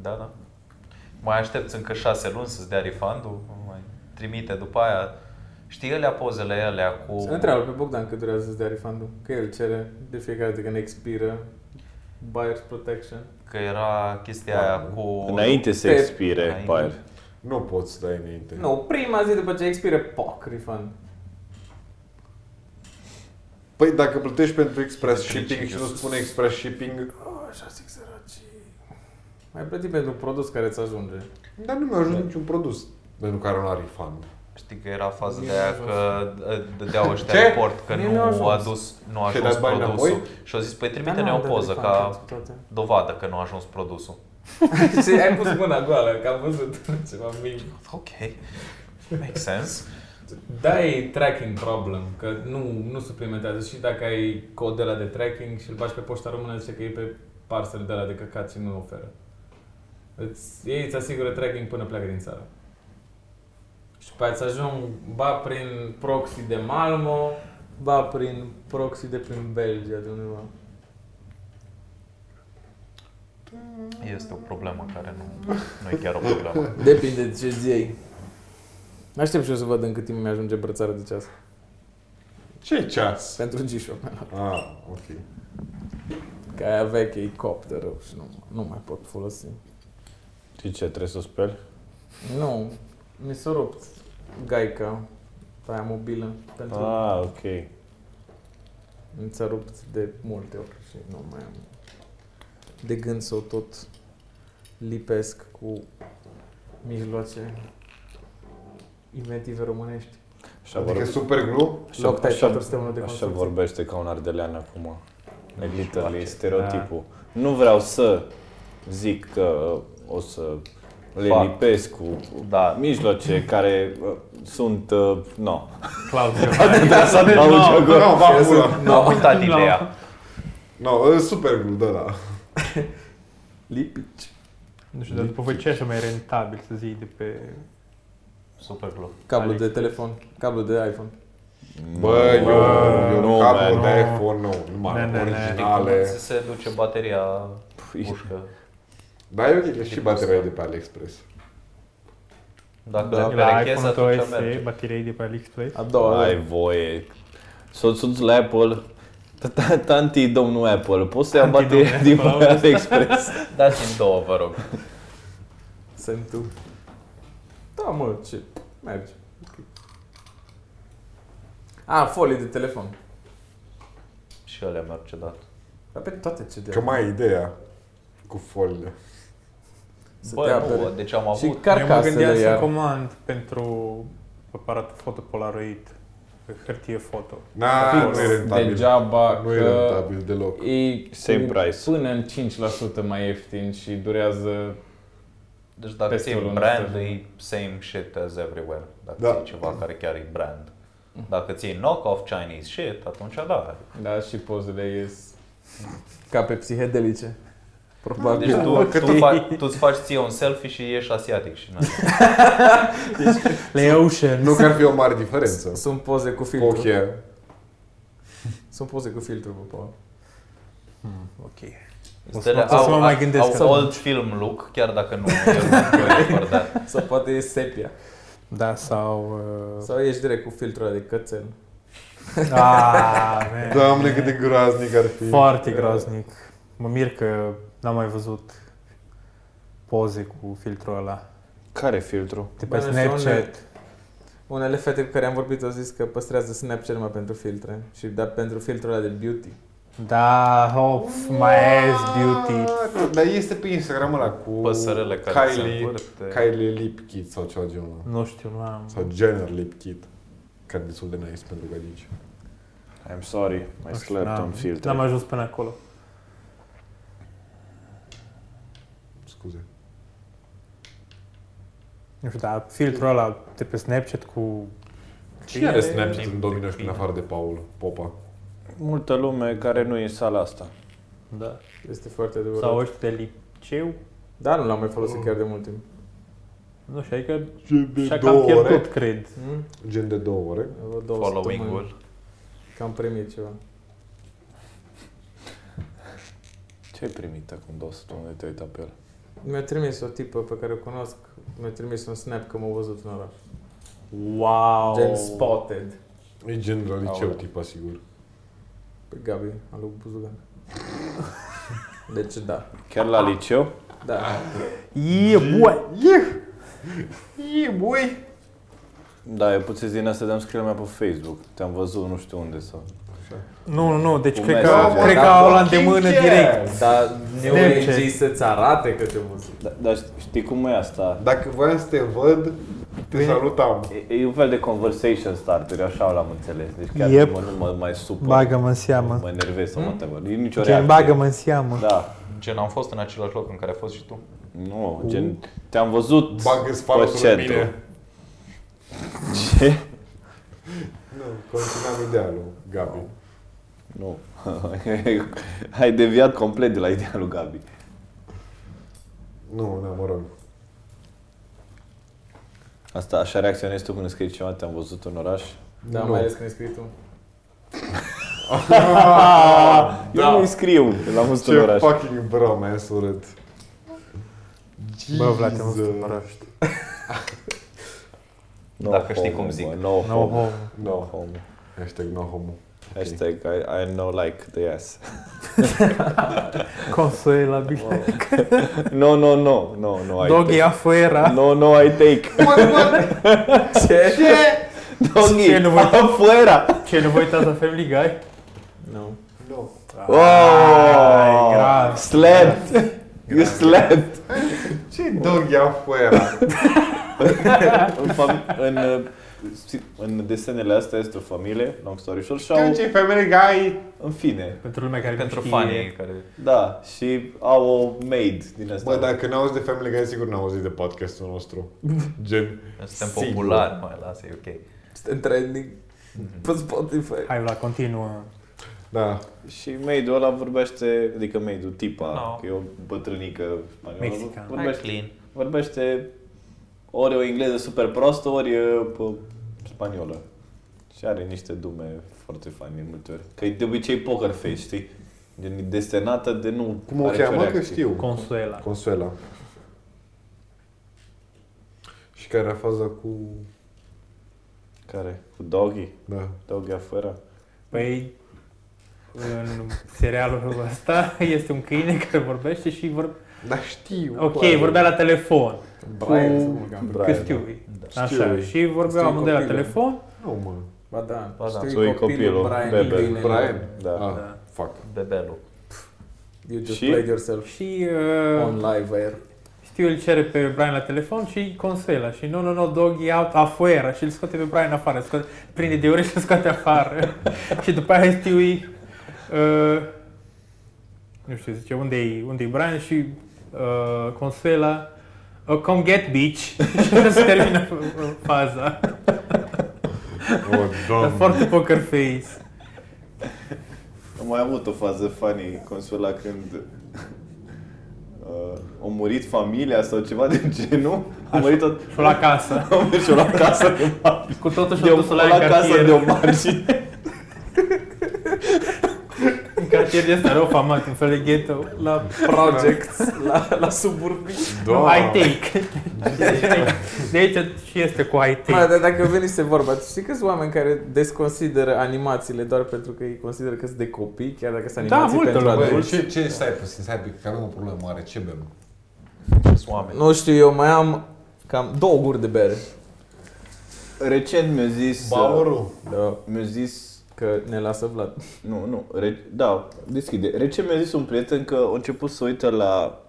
[SPEAKER 1] Da, da. Mai aștepți încă șase luni să-ți dea refund-ul, mai trimite după aia. Știi alea pozele alea cu...
[SPEAKER 3] Să întreabă pe Bogdan cât durează să-ți dea refundul. Că el cere de fiecare dată când expiră. Buyer's Protection.
[SPEAKER 1] Că era chestia aia cu...
[SPEAKER 5] Înainte să
[SPEAKER 3] Pe-
[SPEAKER 5] expire,
[SPEAKER 1] Înainte.
[SPEAKER 5] pair.
[SPEAKER 2] Nu poți să dai înainte.
[SPEAKER 3] Nu, prima zi după ce expiră, poc, refund.
[SPEAKER 2] Păi dacă plătești pentru express shipping și
[SPEAKER 1] Principiu.
[SPEAKER 2] nu spune express shipping,
[SPEAKER 3] Oh, așa zic săracii. Mai plăti pentru produs care îți ajunge.
[SPEAKER 2] dar nu mi-a ajuns niciun produs pentru care nu are refund.
[SPEAKER 1] Știi că era faza
[SPEAKER 3] Mie
[SPEAKER 1] de aia
[SPEAKER 3] mi-a
[SPEAKER 1] că dădeau ăștia
[SPEAKER 2] Ce?
[SPEAKER 1] report că
[SPEAKER 3] Mie mi-a
[SPEAKER 1] nu
[SPEAKER 3] ajuns.
[SPEAKER 1] a adus, nu a
[SPEAKER 2] Și
[SPEAKER 1] ajuns
[SPEAKER 2] dați bani
[SPEAKER 1] produsul.
[SPEAKER 2] înapoi?
[SPEAKER 1] Și au zis, păi
[SPEAKER 3] Dar
[SPEAKER 1] trimite-ne
[SPEAKER 3] n-am
[SPEAKER 1] o
[SPEAKER 3] dat
[SPEAKER 1] poză
[SPEAKER 3] refund
[SPEAKER 1] ca
[SPEAKER 3] pentru [LAUGHS] toate.
[SPEAKER 1] dovadă că nu a ajuns produsul.
[SPEAKER 3] Ce, ai pus mâna goală, că am văzut [LAUGHS] ceva meme.
[SPEAKER 1] Ok, makes sense.
[SPEAKER 3] Da, e tracking problem, că nu, nu suplimentează și dacă ai cod de la de tracking și îl bagi pe poșta română, zice că e pe parsele de alea de căcat și nu oferă. Îți, ei îți asigură tracking până pleacă din țară. Și pe aia îți ajung ba prin proxy de Malmo, ba prin proxy de prin Belgia, de undeva.
[SPEAKER 1] Este o problemă care nu, nu e chiar o problemă.
[SPEAKER 3] Depinde de ce zi ei. Aștept și eu să văd în cât timp mi-ajunge brățara de ceas.
[SPEAKER 2] Ce ceas?
[SPEAKER 3] Pentru G-Shock. [LAUGHS]
[SPEAKER 2] Ah, ok.
[SPEAKER 3] Că aia veche e coptă rău și nu, nu mai pot folosi.
[SPEAKER 5] Și ce, trebuie să o speli?
[SPEAKER 3] Nu, mi s-a rupt gaica pe aia mobilă pentru A.
[SPEAKER 5] Ah, ok.
[SPEAKER 3] mi s-a rupt de multe ori și nu mai am de gând să o tot lipesc cu mijloace inventive românești.
[SPEAKER 5] Așa,
[SPEAKER 2] Adică
[SPEAKER 5] vorbe-
[SPEAKER 2] super glue?
[SPEAKER 5] așa,
[SPEAKER 3] Loctite
[SPEAKER 5] așa-
[SPEAKER 3] 401 de
[SPEAKER 5] așa
[SPEAKER 3] construcții.
[SPEAKER 5] vorbește ca un ardelean acum. Like, literally,
[SPEAKER 1] face.
[SPEAKER 5] stereotipul.
[SPEAKER 4] Da.
[SPEAKER 5] Nu vreau să zic că o să le
[SPEAKER 1] Fac.
[SPEAKER 5] lipesc cu
[SPEAKER 1] Da,
[SPEAKER 5] mijloace care uh, sunt, uh, no.
[SPEAKER 3] [LAUGHS]
[SPEAKER 4] Claudiu.
[SPEAKER 5] Atâta să
[SPEAKER 4] No,
[SPEAKER 5] adaugi
[SPEAKER 2] Nu,
[SPEAKER 5] acolo.
[SPEAKER 2] no, va pula.
[SPEAKER 1] Deci, nu am uitat
[SPEAKER 4] No.
[SPEAKER 1] ideea.
[SPEAKER 2] Nu, no, super glue de ăla.
[SPEAKER 3] Lipici.
[SPEAKER 4] Nu știu, dar după voi ce așa mai rentabil să zici de pe...
[SPEAKER 1] Super glue.
[SPEAKER 3] Cablu
[SPEAKER 4] Alex.
[SPEAKER 3] de telefon, cablu de iPhone.
[SPEAKER 2] Bă, eu, eu
[SPEAKER 5] nu,
[SPEAKER 2] capul
[SPEAKER 5] man.
[SPEAKER 2] de
[SPEAKER 4] man.
[SPEAKER 2] iPhone nou, numai
[SPEAKER 4] Ne, ne, ne.
[SPEAKER 1] Știi cum
[SPEAKER 2] originale.
[SPEAKER 1] Adică ți se duce bateria ușcă?
[SPEAKER 2] Da, e ok, că și bateria e de pe AliExpress.
[SPEAKER 1] Dacă
[SPEAKER 3] Da,
[SPEAKER 1] da,
[SPEAKER 4] La
[SPEAKER 1] le chez,
[SPEAKER 4] iPhone
[SPEAKER 1] atunci
[SPEAKER 4] OS,
[SPEAKER 1] merge.
[SPEAKER 4] bateriei de pe AliExpress.
[SPEAKER 3] A doua,
[SPEAKER 5] Ai voie. Soț, soț la Apple. Tata- Tanti, domnul Apple, poți să iau
[SPEAKER 4] Tanti,
[SPEAKER 5] baterie
[SPEAKER 4] domnul
[SPEAKER 5] din
[SPEAKER 4] Apple,
[SPEAKER 5] AliExpress?
[SPEAKER 1] Dați-mi Da, două, vă rog.
[SPEAKER 3] sunt tu. Da, mă, ce? Merge. Ok. A, folii de telefon.
[SPEAKER 1] Și da. alea mi-ar cedat.
[SPEAKER 3] Dar pe toate ce de
[SPEAKER 2] Că mai e ideea cu folile.
[SPEAKER 3] Să te
[SPEAKER 1] Bă,
[SPEAKER 3] apere.
[SPEAKER 1] nu, deci am
[SPEAKER 3] Și
[SPEAKER 1] avut
[SPEAKER 4] Eu mă
[SPEAKER 3] carcasele
[SPEAKER 4] gândeam să
[SPEAKER 3] iar.
[SPEAKER 4] comand pentru aparatul foto Polaroid, hârtie foto.
[SPEAKER 2] Na, Ah, nu e rentabil.
[SPEAKER 3] Degeaba
[SPEAKER 2] Nu e
[SPEAKER 3] că
[SPEAKER 2] rentabil deloc.
[SPEAKER 3] e
[SPEAKER 5] Same
[SPEAKER 3] cu
[SPEAKER 5] price.
[SPEAKER 3] până în 5% mai ieftin și durează...
[SPEAKER 1] Deci dacă
[SPEAKER 3] Peste
[SPEAKER 1] ții
[SPEAKER 3] o lună
[SPEAKER 1] brand,
[SPEAKER 3] să-
[SPEAKER 1] e same shit as everywhere. Dacă
[SPEAKER 2] Da.
[SPEAKER 1] da. ții ceva care chiar e brand. Dacă ții knock-off Chinese shit, atunci da.
[SPEAKER 3] Da, și pozele ies ca pe psihedelice. Probabil.
[SPEAKER 1] Deci tu,
[SPEAKER 2] că
[SPEAKER 1] tu,
[SPEAKER 2] tu-
[SPEAKER 1] faci, tu îți faci ție un selfie și ești asiatic și n-ai.
[SPEAKER 4] Le iau ușel.
[SPEAKER 2] Nu că ar fi o mare diferență.
[SPEAKER 3] Sunt poze cu
[SPEAKER 2] Cu
[SPEAKER 3] filtru.
[SPEAKER 2] ochii.
[SPEAKER 3] Sunt poze cu filtru, Popa.
[SPEAKER 4] Ok.
[SPEAKER 1] Stele
[SPEAKER 4] să mă
[SPEAKER 1] au,
[SPEAKER 4] mai gândesc
[SPEAKER 1] au,
[SPEAKER 4] că- da.
[SPEAKER 1] au old film look, chiar dacă nu eu nu e acordat.
[SPEAKER 3] Sau poate e sepia.
[SPEAKER 4] Da, sau... Uh...
[SPEAKER 3] Sau ești direct cu filtrul ăla de cățel.
[SPEAKER 4] Ah, man.
[SPEAKER 2] Doamne, cât de groaznic ar fi.
[SPEAKER 4] Foarte groaznic. Mă mir că n-am mai văzut poze cu filtrul ăla.
[SPEAKER 5] Care filtru?
[SPEAKER 4] De
[SPEAKER 3] Bă,
[SPEAKER 4] pe
[SPEAKER 3] nu știu, unde-
[SPEAKER 4] Snapchat.
[SPEAKER 3] Unele fete cu care am vorbit au zis că păstrează Snapchat numai pentru filtre. Și da, pentru filtrul ăla de beauty.
[SPEAKER 4] Da, oh, my ass beauty.
[SPEAKER 2] Dar este pe Instagram ăla cu
[SPEAKER 1] Păsărele care se
[SPEAKER 2] Kylie,
[SPEAKER 1] învârte.
[SPEAKER 2] Kylie Lip Kit sau ceva de genul ăla.
[SPEAKER 4] Nu știu, nu am.
[SPEAKER 2] Sau Jenner Lip Kit. Care e destul de nice pentru gădici.
[SPEAKER 5] I'm sorry, I
[SPEAKER 4] Nu știu,
[SPEAKER 5] slept
[SPEAKER 4] n-am-
[SPEAKER 5] on
[SPEAKER 4] N-am
[SPEAKER 5] filtre.
[SPEAKER 4] ajuns până acolo.
[SPEAKER 2] Scuze.
[SPEAKER 4] Nu știu, dar filtrul ăla de pe Snapchat cu...
[SPEAKER 2] Cine are Snapchat
[SPEAKER 1] Lip
[SPEAKER 2] în Dominoș
[SPEAKER 1] Kit?
[SPEAKER 2] în afară de Paul Popa?
[SPEAKER 5] Multă lume care nu e în sala asta.
[SPEAKER 4] Da.
[SPEAKER 3] Este foarte adevărat.
[SPEAKER 4] Sau ăștia de liceu.
[SPEAKER 3] Da, nu l-am mai folosit chiar de mult timp.
[SPEAKER 4] Nu știu, adică
[SPEAKER 2] Gen de
[SPEAKER 4] și-a cam
[SPEAKER 2] două
[SPEAKER 4] pierdut,
[SPEAKER 2] ore.
[SPEAKER 4] cred.
[SPEAKER 3] Hmm?
[SPEAKER 2] Gen de două ore.
[SPEAKER 3] Vreo două săptămâni.
[SPEAKER 1] Following-ul.
[SPEAKER 3] Că am primit ceva.
[SPEAKER 5] Ce ai primit acum două săptămâni de te-ai uitat pe el?
[SPEAKER 3] Mi-a trimis o tipă pe care o cunosc, mi-a trimis un snap că m-a văzut în oraș.
[SPEAKER 4] Wow.
[SPEAKER 3] Gen spotted.
[SPEAKER 2] E gen de la liceu,
[SPEAKER 1] Aoleu.
[SPEAKER 2] tipa, sigur.
[SPEAKER 3] Pe Păi, Gabi, al lui
[SPEAKER 4] [LAUGHS]
[SPEAKER 3] Buzugan. Deci da.
[SPEAKER 5] Chiar la liceu?
[SPEAKER 3] Da.
[SPEAKER 4] Yeah, boy.
[SPEAKER 2] E, boi!
[SPEAKER 5] Da, eu puțin din astea te-am scris lumea pe Facebook. Te-am văzut nu știu unde sau...
[SPEAKER 4] Nu, nu, nu, deci
[SPEAKER 5] Cu
[SPEAKER 4] cred că,
[SPEAKER 5] mesaje.
[SPEAKER 4] cred că
[SPEAKER 2] Da,
[SPEAKER 4] au la
[SPEAKER 2] fucking
[SPEAKER 4] îndemână
[SPEAKER 2] yeah.
[SPEAKER 4] direct.
[SPEAKER 3] Dar Da, New
[SPEAKER 4] Snapchat.
[SPEAKER 3] Age să-ți arate că te văzut.
[SPEAKER 5] Da, dar știi cum e asta?
[SPEAKER 2] Dacă voiam să te văd, te
[SPEAKER 4] Bine.
[SPEAKER 2] salutam.
[SPEAKER 5] E, e un fel de conversation starter, eu așa l-am înțeles. Deci chiar
[SPEAKER 4] Yep.
[SPEAKER 5] mă, nu mă mai supăr.
[SPEAKER 4] Bagă-mă în seamă.
[SPEAKER 5] mă enervez sau
[SPEAKER 3] Hmm?
[SPEAKER 5] whatever. E nicio
[SPEAKER 4] Gen,
[SPEAKER 5] reacție.
[SPEAKER 4] bagă-mă în seamă.
[SPEAKER 5] Da.
[SPEAKER 1] Gen, am fost în același loc în care ai fost și tu.
[SPEAKER 5] Nu, gen, te-am văzut
[SPEAKER 2] Bagă-ți falsul în
[SPEAKER 5] centru.
[SPEAKER 2] mine.
[SPEAKER 5] Ce?
[SPEAKER 2] Nu, continuam idealul, Gabi.
[SPEAKER 5] Nu. [LAUGHS] Ai deviat complet de la ideea lui Gabi.
[SPEAKER 2] Nu, nu, mă rog.
[SPEAKER 5] Asta așa reacționezi tu când scrii ceva, te-am văzut în oraș?
[SPEAKER 3] Da,
[SPEAKER 2] Nu.
[SPEAKER 3] mai ales când ai scris tu.
[SPEAKER 5] Ah, Eu nu-i scriu, că l-am văzut în
[SPEAKER 2] Ce
[SPEAKER 5] oraș.
[SPEAKER 2] fucking bra, mai ați urât.
[SPEAKER 4] Bă, Vlad, te-am
[SPEAKER 2] Jesus.
[SPEAKER 4] văzut în oraș.
[SPEAKER 1] Dacă știi cum zic.
[SPEAKER 5] Bă, no,
[SPEAKER 4] No
[SPEAKER 5] homo.
[SPEAKER 4] home.
[SPEAKER 5] No homo.
[SPEAKER 2] Hashtag no homo.
[SPEAKER 5] Hashtag I, I no like the ass.
[SPEAKER 4] Consuelabil.
[SPEAKER 5] No, no, no, no, no, I
[SPEAKER 4] Doggy
[SPEAKER 5] take.
[SPEAKER 4] ah. afuera.
[SPEAKER 5] No, no, I take.
[SPEAKER 3] [LAUGHS]
[SPEAKER 4] Ce?
[SPEAKER 5] Doggy,
[SPEAKER 4] Ce nu voi-
[SPEAKER 5] [LAUGHS] afuera.
[SPEAKER 4] Ce, nu vă uitați la Family Guy?
[SPEAKER 3] Nu.
[SPEAKER 2] No.
[SPEAKER 5] Oh,
[SPEAKER 4] e grav.
[SPEAKER 5] Slept. You slept.
[SPEAKER 2] Ce dog e afuera?
[SPEAKER 5] în, fam- în, uh, în desenele astea este o familie, long story short, și
[SPEAKER 2] Tu
[SPEAKER 5] au,
[SPEAKER 2] ce family guy?
[SPEAKER 5] în fine,
[SPEAKER 4] Pentru lumea care
[SPEAKER 1] Pentru
[SPEAKER 4] nu știe.
[SPEAKER 1] fanii care...
[SPEAKER 5] da, și au o maid din asta.
[SPEAKER 2] Bă, dacă n-auzi de Family Guy, sigur n-auzi de podcastul
[SPEAKER 4] [LAUGHS]
[SPEAKER 2] nostru. Gen.
[SPEAKER 1] Suntem
[SPEAKER 2] Sigur.
[SPEAKER 1] populari, mai lasă, e ok.
[SPEAKER 3] Suntem trending pe Spotify.
[SPEAKER 4] Hai, Vlad, continuă.
[SPEAKER 2] Da.
[SPEAKER 5] Și maidul ăla vorbește, adică maidul, tipa,
[SPEAKER 1] No.
[SPEAKER 5] că e o bătrânică spaniolă,
[SPEAKER 4] Mexican.
[SPEAKER 1] Mai
[SPEAKER 5] vorbește,
[SPEAKER 1] clean.
[SPEAKER 5] vorbește ori o engleză super prostă, ori uh, pă, spaniolă. Și are niște dume foarte faine de multe ori. Că e de obicei poker face, știi? Gen e destenată de nu
[SPEAKER 2] Cum o
[SPEAKER 5] are nicio
[SPEAKER 2] cheamă? Că
[SPEAKER 5] reacție.
[SPEAKER 2] știu.
[SPEAKER 4] Consuela.
[SPEAKER 2] Consuela. Și care era faza cu...
[SPEAKER 5] Care? Cu doggy?
[SPEAKER 2] Da.
[SPEAKER 5] Doggy afuera?
[SPEAKER 4] Păi, în serialul ăsta [LAUGHS] este un câine care vorbește și vor...
[SPEAKER 2] Da, știu.
[SPEAKER 4] Ok, vorbea la telefon.
[SPEAKER 3] Brian, să
[SPEAKER 4] cu...
[SPEAKER 3] mă gândesc.
[SPEAKER 4] Că
[SPEAKER 5] Brian,
[SPEAKER 4] știu.
[SPEAKER 2] da.
[SPEAKER 4] Așa,
[SPEAKER 2] Știu.
[SPEAKER 4] și vorbeau
[SPEAKER 3] Știu
[SPEAKER 4] amândoi la
[SPEAKER 3] copilul.
[SPEAKER 4] telefon.
[SPEAKER 2] Nu, mă.
[SPEAKER 3] Ba da,
[SPEAKER 1] Ba da.
[SPEAKER 3] știi
[SPEAKER 5] Sui copilul,
[SPEAKER 3] Brian
[SPEAKER 5] bebe.
[SPEAKER 3] Clean and-
[SPEAKER 2] Brian?
[SPEAKER 5] Da.
[SPEAKER 2] Ah,
[SPEAKER 4] Da.
[SPEAKER 2] fuck.
[SPEAKER 1] Bebelul.
[SPEAKER 3] You just
[SPEAKER 5] Și?
[SPEAKER 3] played yourself
[SPEAKER 4] Și uh,
[SPEAKER 3] on live [LAUGHS] air.
[SPEAKER 4] știu, îl cere pe Brian la telefon și Consuela. Și nu, nu, nu, doggy out afuera. Și îl scoate pe Brian afară. Scoate, prinde de ore și îl scoate afară. [LAUGHS] și după aia știu, uh, nu știu, zice, unde e unde Brian și uh, Consuela, uh, come get bitch. [LAUGHS] și se termină uh, faza.
[SPEAKER 2] O,
[SPEAKER 4] [LAUGHS] Dar
[SPEAKER 2] Oh, doamne.
[SPEAKER 4] foarte poker face.
[SPEAKER 5] Am mai avut o fază funny, Consuela, când uh, a murit familia sau ceva de genul. A murit tot...
[SPEAKER 4] Și la casă.
[SPEAKER 5] Am mers și-o la casă [LAUGHS] de mari.
[SPEAKER 4] Cu totul și-a
[SPEAKER 5] De-o-
[SPEAKER 4] dus la,
[SPEAKER 5] la casă
[SPEAKER 4] cartier.
[SPEAKER 5] de o margine.
[SPEAKER 4] În cartier de ăsta rău famat, un fel de ghetto. La
[SPEAKER 3] Projects la, la suburbii.
[SPEAKER 4] nu,
[SPEAKER 2] Doamne.
[SPEAKER 4] I take. De aici și este cu I
[SPEAKER 3] Mă,
[SPEAKER 4] take.
[SPEAKER 3] dar dacă venise vorba, tu știi câți oameni care desconsideră animațiile doar pentru că îi consideră că sunt de copii, chiar dacă sunt
[SPEAKER 4] Da,
[SPEAKER 3] animații
[SPEAKER 4] multă
[SPEAKER 3] pentru
[SPEAKER 4] lume.
[SPEAKER 3] adulți?
[SPEAKER 2] Bă, ce, ce, stai puțin, stai, că avem o problemă mare, ce bem?
[SPEAKER 1] Ce oameni.
[SPEAKER 3] Nu știu, eu mai am cam două guri de bere.
[SPEAKER 5] [LAUGHS] Recent mi-a zis...
[SPEAKER 2] Baurul.
[SPEAKER 3] Da.
[SPEAKER 5] Mi-a zis...
[SPEAKER 3] Că ne lasă Vlad.
[SPEAKER 5] Nu, nu, re, da, deschide. Recent mi-a zis un prieten că a început să uită la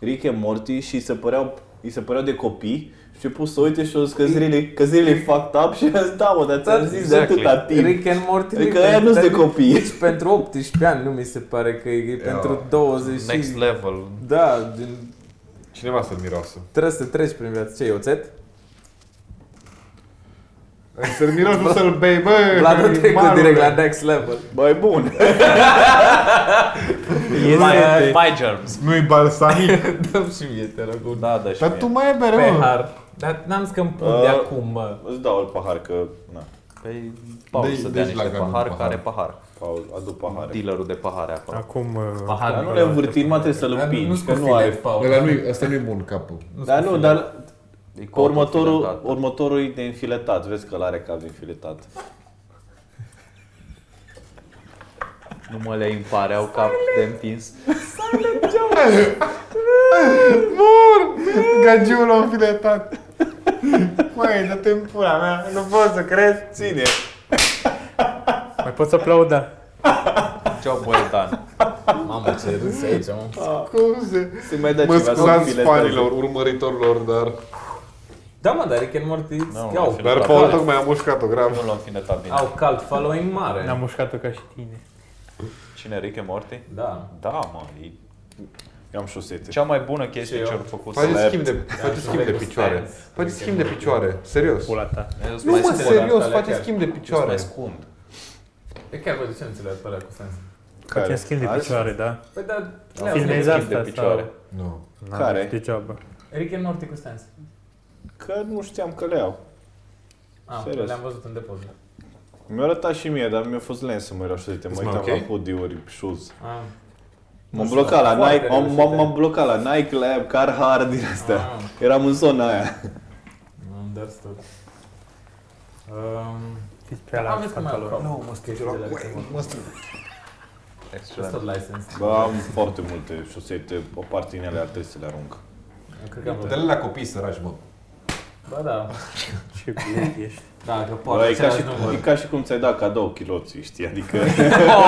[SPEAKER 5] Rick and Morty și se păreau, îi se păreau de copii și a început să uite și a zis că zilele, că zilele fucked up și a zis, da, mă, dar ți-am zis de
[SPEAKER 1] Exactly.
[SPEAKER 5] atâta timp.
[SPEAKER 3] Rick and Morty
[SPEAKER 5] Adică
[SPEAKER 3] nu-i
[SPEAKER 5] aia nu sunt de
[SPEAKER 3] pentru-
[SPEAKER 5] copii.
[SPEAKER 3] Deci pentru 18 ani nu mi se pare că e
[SPEAKER 2] Ia.
[SPEAKER 3] pentru 20
[SPEAKER 1] Next
[SPEAKER 3] și...
[SPEAKER 1] level.
[SPEAKER 3] Da, din,
[SPEAKER 2] Cineva să miroasă.
[SPEAKER 3] trebuie să treci prin viață. Ce, e oțet?
[SPEAKER 2] Să-l miroși, nu să-l bei, bă!
[SPEAKER 3] Vlad a
[SPEAKER 2] că-i
[SPEAKER 3] trecut
[SPEAKER 2] marule.
[SPEAKER 3] direct la next level.
[SPEAKER 5] [LAUGHS] Băi, bun.
[SPEAKER 1] My, uh, my germs.
[SPEAKER 2] Nu-i balsamic.
[SPEAKER 3] Dăm și mie, te rog, un
[SPEAKER 1] Da, da, și
[SPEAKER 2] Dar tu mai e bere, mă.
[SPEAKER 3] pehar. Dar n-am zis că îmi pun de
[SPEAKER 5] Uh,
[SPEAKER 3] acum, mă.
[SPEAKER 5] Îți dau un pahar că, na,
[SPEAKER 1] Păi, Paul
[SPEAKER 2] Deci-
[SPEAKER 1] să dea
[SPEAKER 2] deci
[SPEAKER 1] niște
[SPEAKER 2] la gardul
[SPEAKER 1] pahar,
[SPEAKER 2] pahar.
[SPEAKER 1] care pahar.
[SPEAKER 5] Paul, adu pahare.
[SPEAKER 1] Dealerul de pahare acolo.
[SPEAKER 4] Acum...
[SPEAKER 3] Pahar.
[SPEAKER 5] Dar nu le învârtim, mă, trebuie să-l
[SPEAKER 3] Dar
[SPEAKER 5] împingi,
[SPEAKER 3] nu-s
[SPEAKER 5] că
[SPEAKER 3] cu
[SPEAKER 5] nu
[SPEAKER 3] filet,
[SPEAKER 5] are.
[SPEAKER 3] Paul.
[SPEAKER 2] Ăla nu-i- Ăsta nu-i bun capul.
[SPEAKER 5] Dar nu, dar
[SPEAKER 1] E cu
[SPEAKER 5] Cu următorul,
[SPEAKER 1] autofiletat.
[SPEAKER 5] următorul e de înfiletat, vezi că l-are cap de înfiletat.
[SPEAKER 1] Nu mă le impare, au cap de împins.
[SPEAKER 2] Mor! Gagiul l-a înfiletat. Măi, dă-te în pula mea, nu pot să crezi.
[SPEAKER 5] Ține!
[SPEAKER 4] Mai poți aplauda.
[SPEAKER 1] Ce-au băie, Dan?
[SPEAKER 3] Mamă, ce râs aici, mă.
[SPEAKER 2] Scuze.
[SPEAKER 4] Deci
[SPEAKER 5] Se mai dă
[SPEAKER 2] Mă
[SPEAKER 5] ceva să
[SPEAKER 2] scuzați
[SPEAKER 5] înfileteze.
[SPEAKER 2] fanilor, urmăritorilor, dar...
[SPEAKER 3] Da, mă, dar Rick and Morty
[SPEAKER 1] Nu,
[SPEAKER 3] au,
[SPEAKER 1] nu,
[SPEAKER 2] Dar Paul tocmai a mușcat-o grav.
[SPEAKER 1] Nu l-am finetat bine.
[SPEAKER 3] au cult following mare.
[SPEAKER 4] N-am mușcat-o ca și tine.
[SPEAKER 1] Cine, Rick and Morty?
[SPEAKER 3] Da.
[SPEAKER 1] Da, mă, e
[SPEAKER 5] Eu am șosete.
[SPEAKER 1] cea mai bună chestie
[SPEAKER 3] Ce
[SPEAKER 1] ce
[SPEAKER 3] eu?
[SPEAKER 1] au făcut să
[SPEAKER 2] Faceți
[SPEAKER 1] le...
[SPEAKER 2] schimb de, faceți
[SPEAKER 3] și
[SPEAKER 2] schimb de
[SPEAKER 3] Vegas
[SPEAKER 2] picioare.
[SPEAKER 3] Times.
[SPEAKER 2] Faceți schimb de picioare, serios.
[SPEAKER 4] Pula ta.
[SPEAKER 1] Eu sunt
[SPEAKER 2] Nu
[SPEAKER 1] mai
[SPEAKER 2] mă,
[SPEAKER 1] scund.
[SPEAKER 2] serios,
[SPEAKER 3] alea
[SPEAKER 2] faceți
[SPEAKER 3] chiar.
[SPEAKER 2] schimb de
[SPEAKER 1] Eu sunt
[SPEAKER 2] picioare.
[SPEAKER 1] mai scund.
[SPEAKER 3] E chiar vă de ce înțelept pe ăla cu sens?
[SPEAKER 4] Facem schimb de
[SPEAKER 5] Azi?
[SPEAKER 4] picioare, da?
[SPEAKER 3] Păi da,
[SPEAKER 5] Da,
[SPEAKER 4] Filmezi
[SPEAKER 5] schimb de
[SPEAKER 4] asta
[SPEAKER 5] picioare.
[SPEAKER 4] sau...
[SPEAKER 2] Nu.
[SPEAKER 4] Na,
[SPEAKER 5] Care?
[SPEAKER 4] Degeaba.
[SPEAKER 3] Rick and Morty cu sens.
[SPEAKER 5] Că nu știam că le au.
[SPEAKER 3] Ah,
[SPEAKER 5] Serios.
[SPEAKER 3] le-am văzut în depozit.
[SPEAKER 5] Mi-a arătat și mie, dar mi-a fost lent să mă uit așa, uite, mă
[SPEAKER 2] Îți mai
[SPEAKER 5] uitam
[SPEAKER 2] ok?
[SPEAKER 5] la hoodie-uri, shoes.
[SPEAKER 3] Ah,
[SPEAKER 5] M-am
[SPEAKER 3] Nu
[SPEAKER 5] blocat la
[SPEAKER 3] știu,
[SPEAKER 5] Nike,
[SPEAKER 3] foarte
[SPEAKER 5] m-am,
[SPEAKER 3] reușite.
[SPEAKER 5] m-am blocat la Nike, Lab, Carhartt, din astea.
[SPEAKER 3] Ah.
[SPEAKER 5] Eram în zona aia.
[SPEAKER 3] understood. Um,
[SPEAKER 4] Fiți pe
[SPEAKER 3] am
[SPEAKER 4] ala
[SPEAKER 3] văzut că mai
[SPEAKER 4] pantaloni.
[SPEAKER 3] au Nu, mă scrie de la
[SPEAKER 2] Mă strâng.
[SPEAKER 1] Excelent.
[SPEAKER 3] Just license.
[SPEAKER 5] Bă, am foarte multe șosete, o parte din ele ar trebui să le arunc.
[SPEAKER 3] Eu Cred că am
[SPEAKER 2] De
[SPEAKER 3] văzut.
[SPEAKER 2] la copii săraci, mă.
[SPEAKER 3] Ba da.
[SPEAKER 4] Ce bilet ești.
[SPEAKER 3] Da, că poate
[SPEAKER 5] Bă, e, ca
[SPEAKER 3] același
[SPEAKER 5] și,
[SPEAKER 3] număr.
[SPEAKER 5] e ca și cum ți-ai dat cadou chiloții, știi? Adică...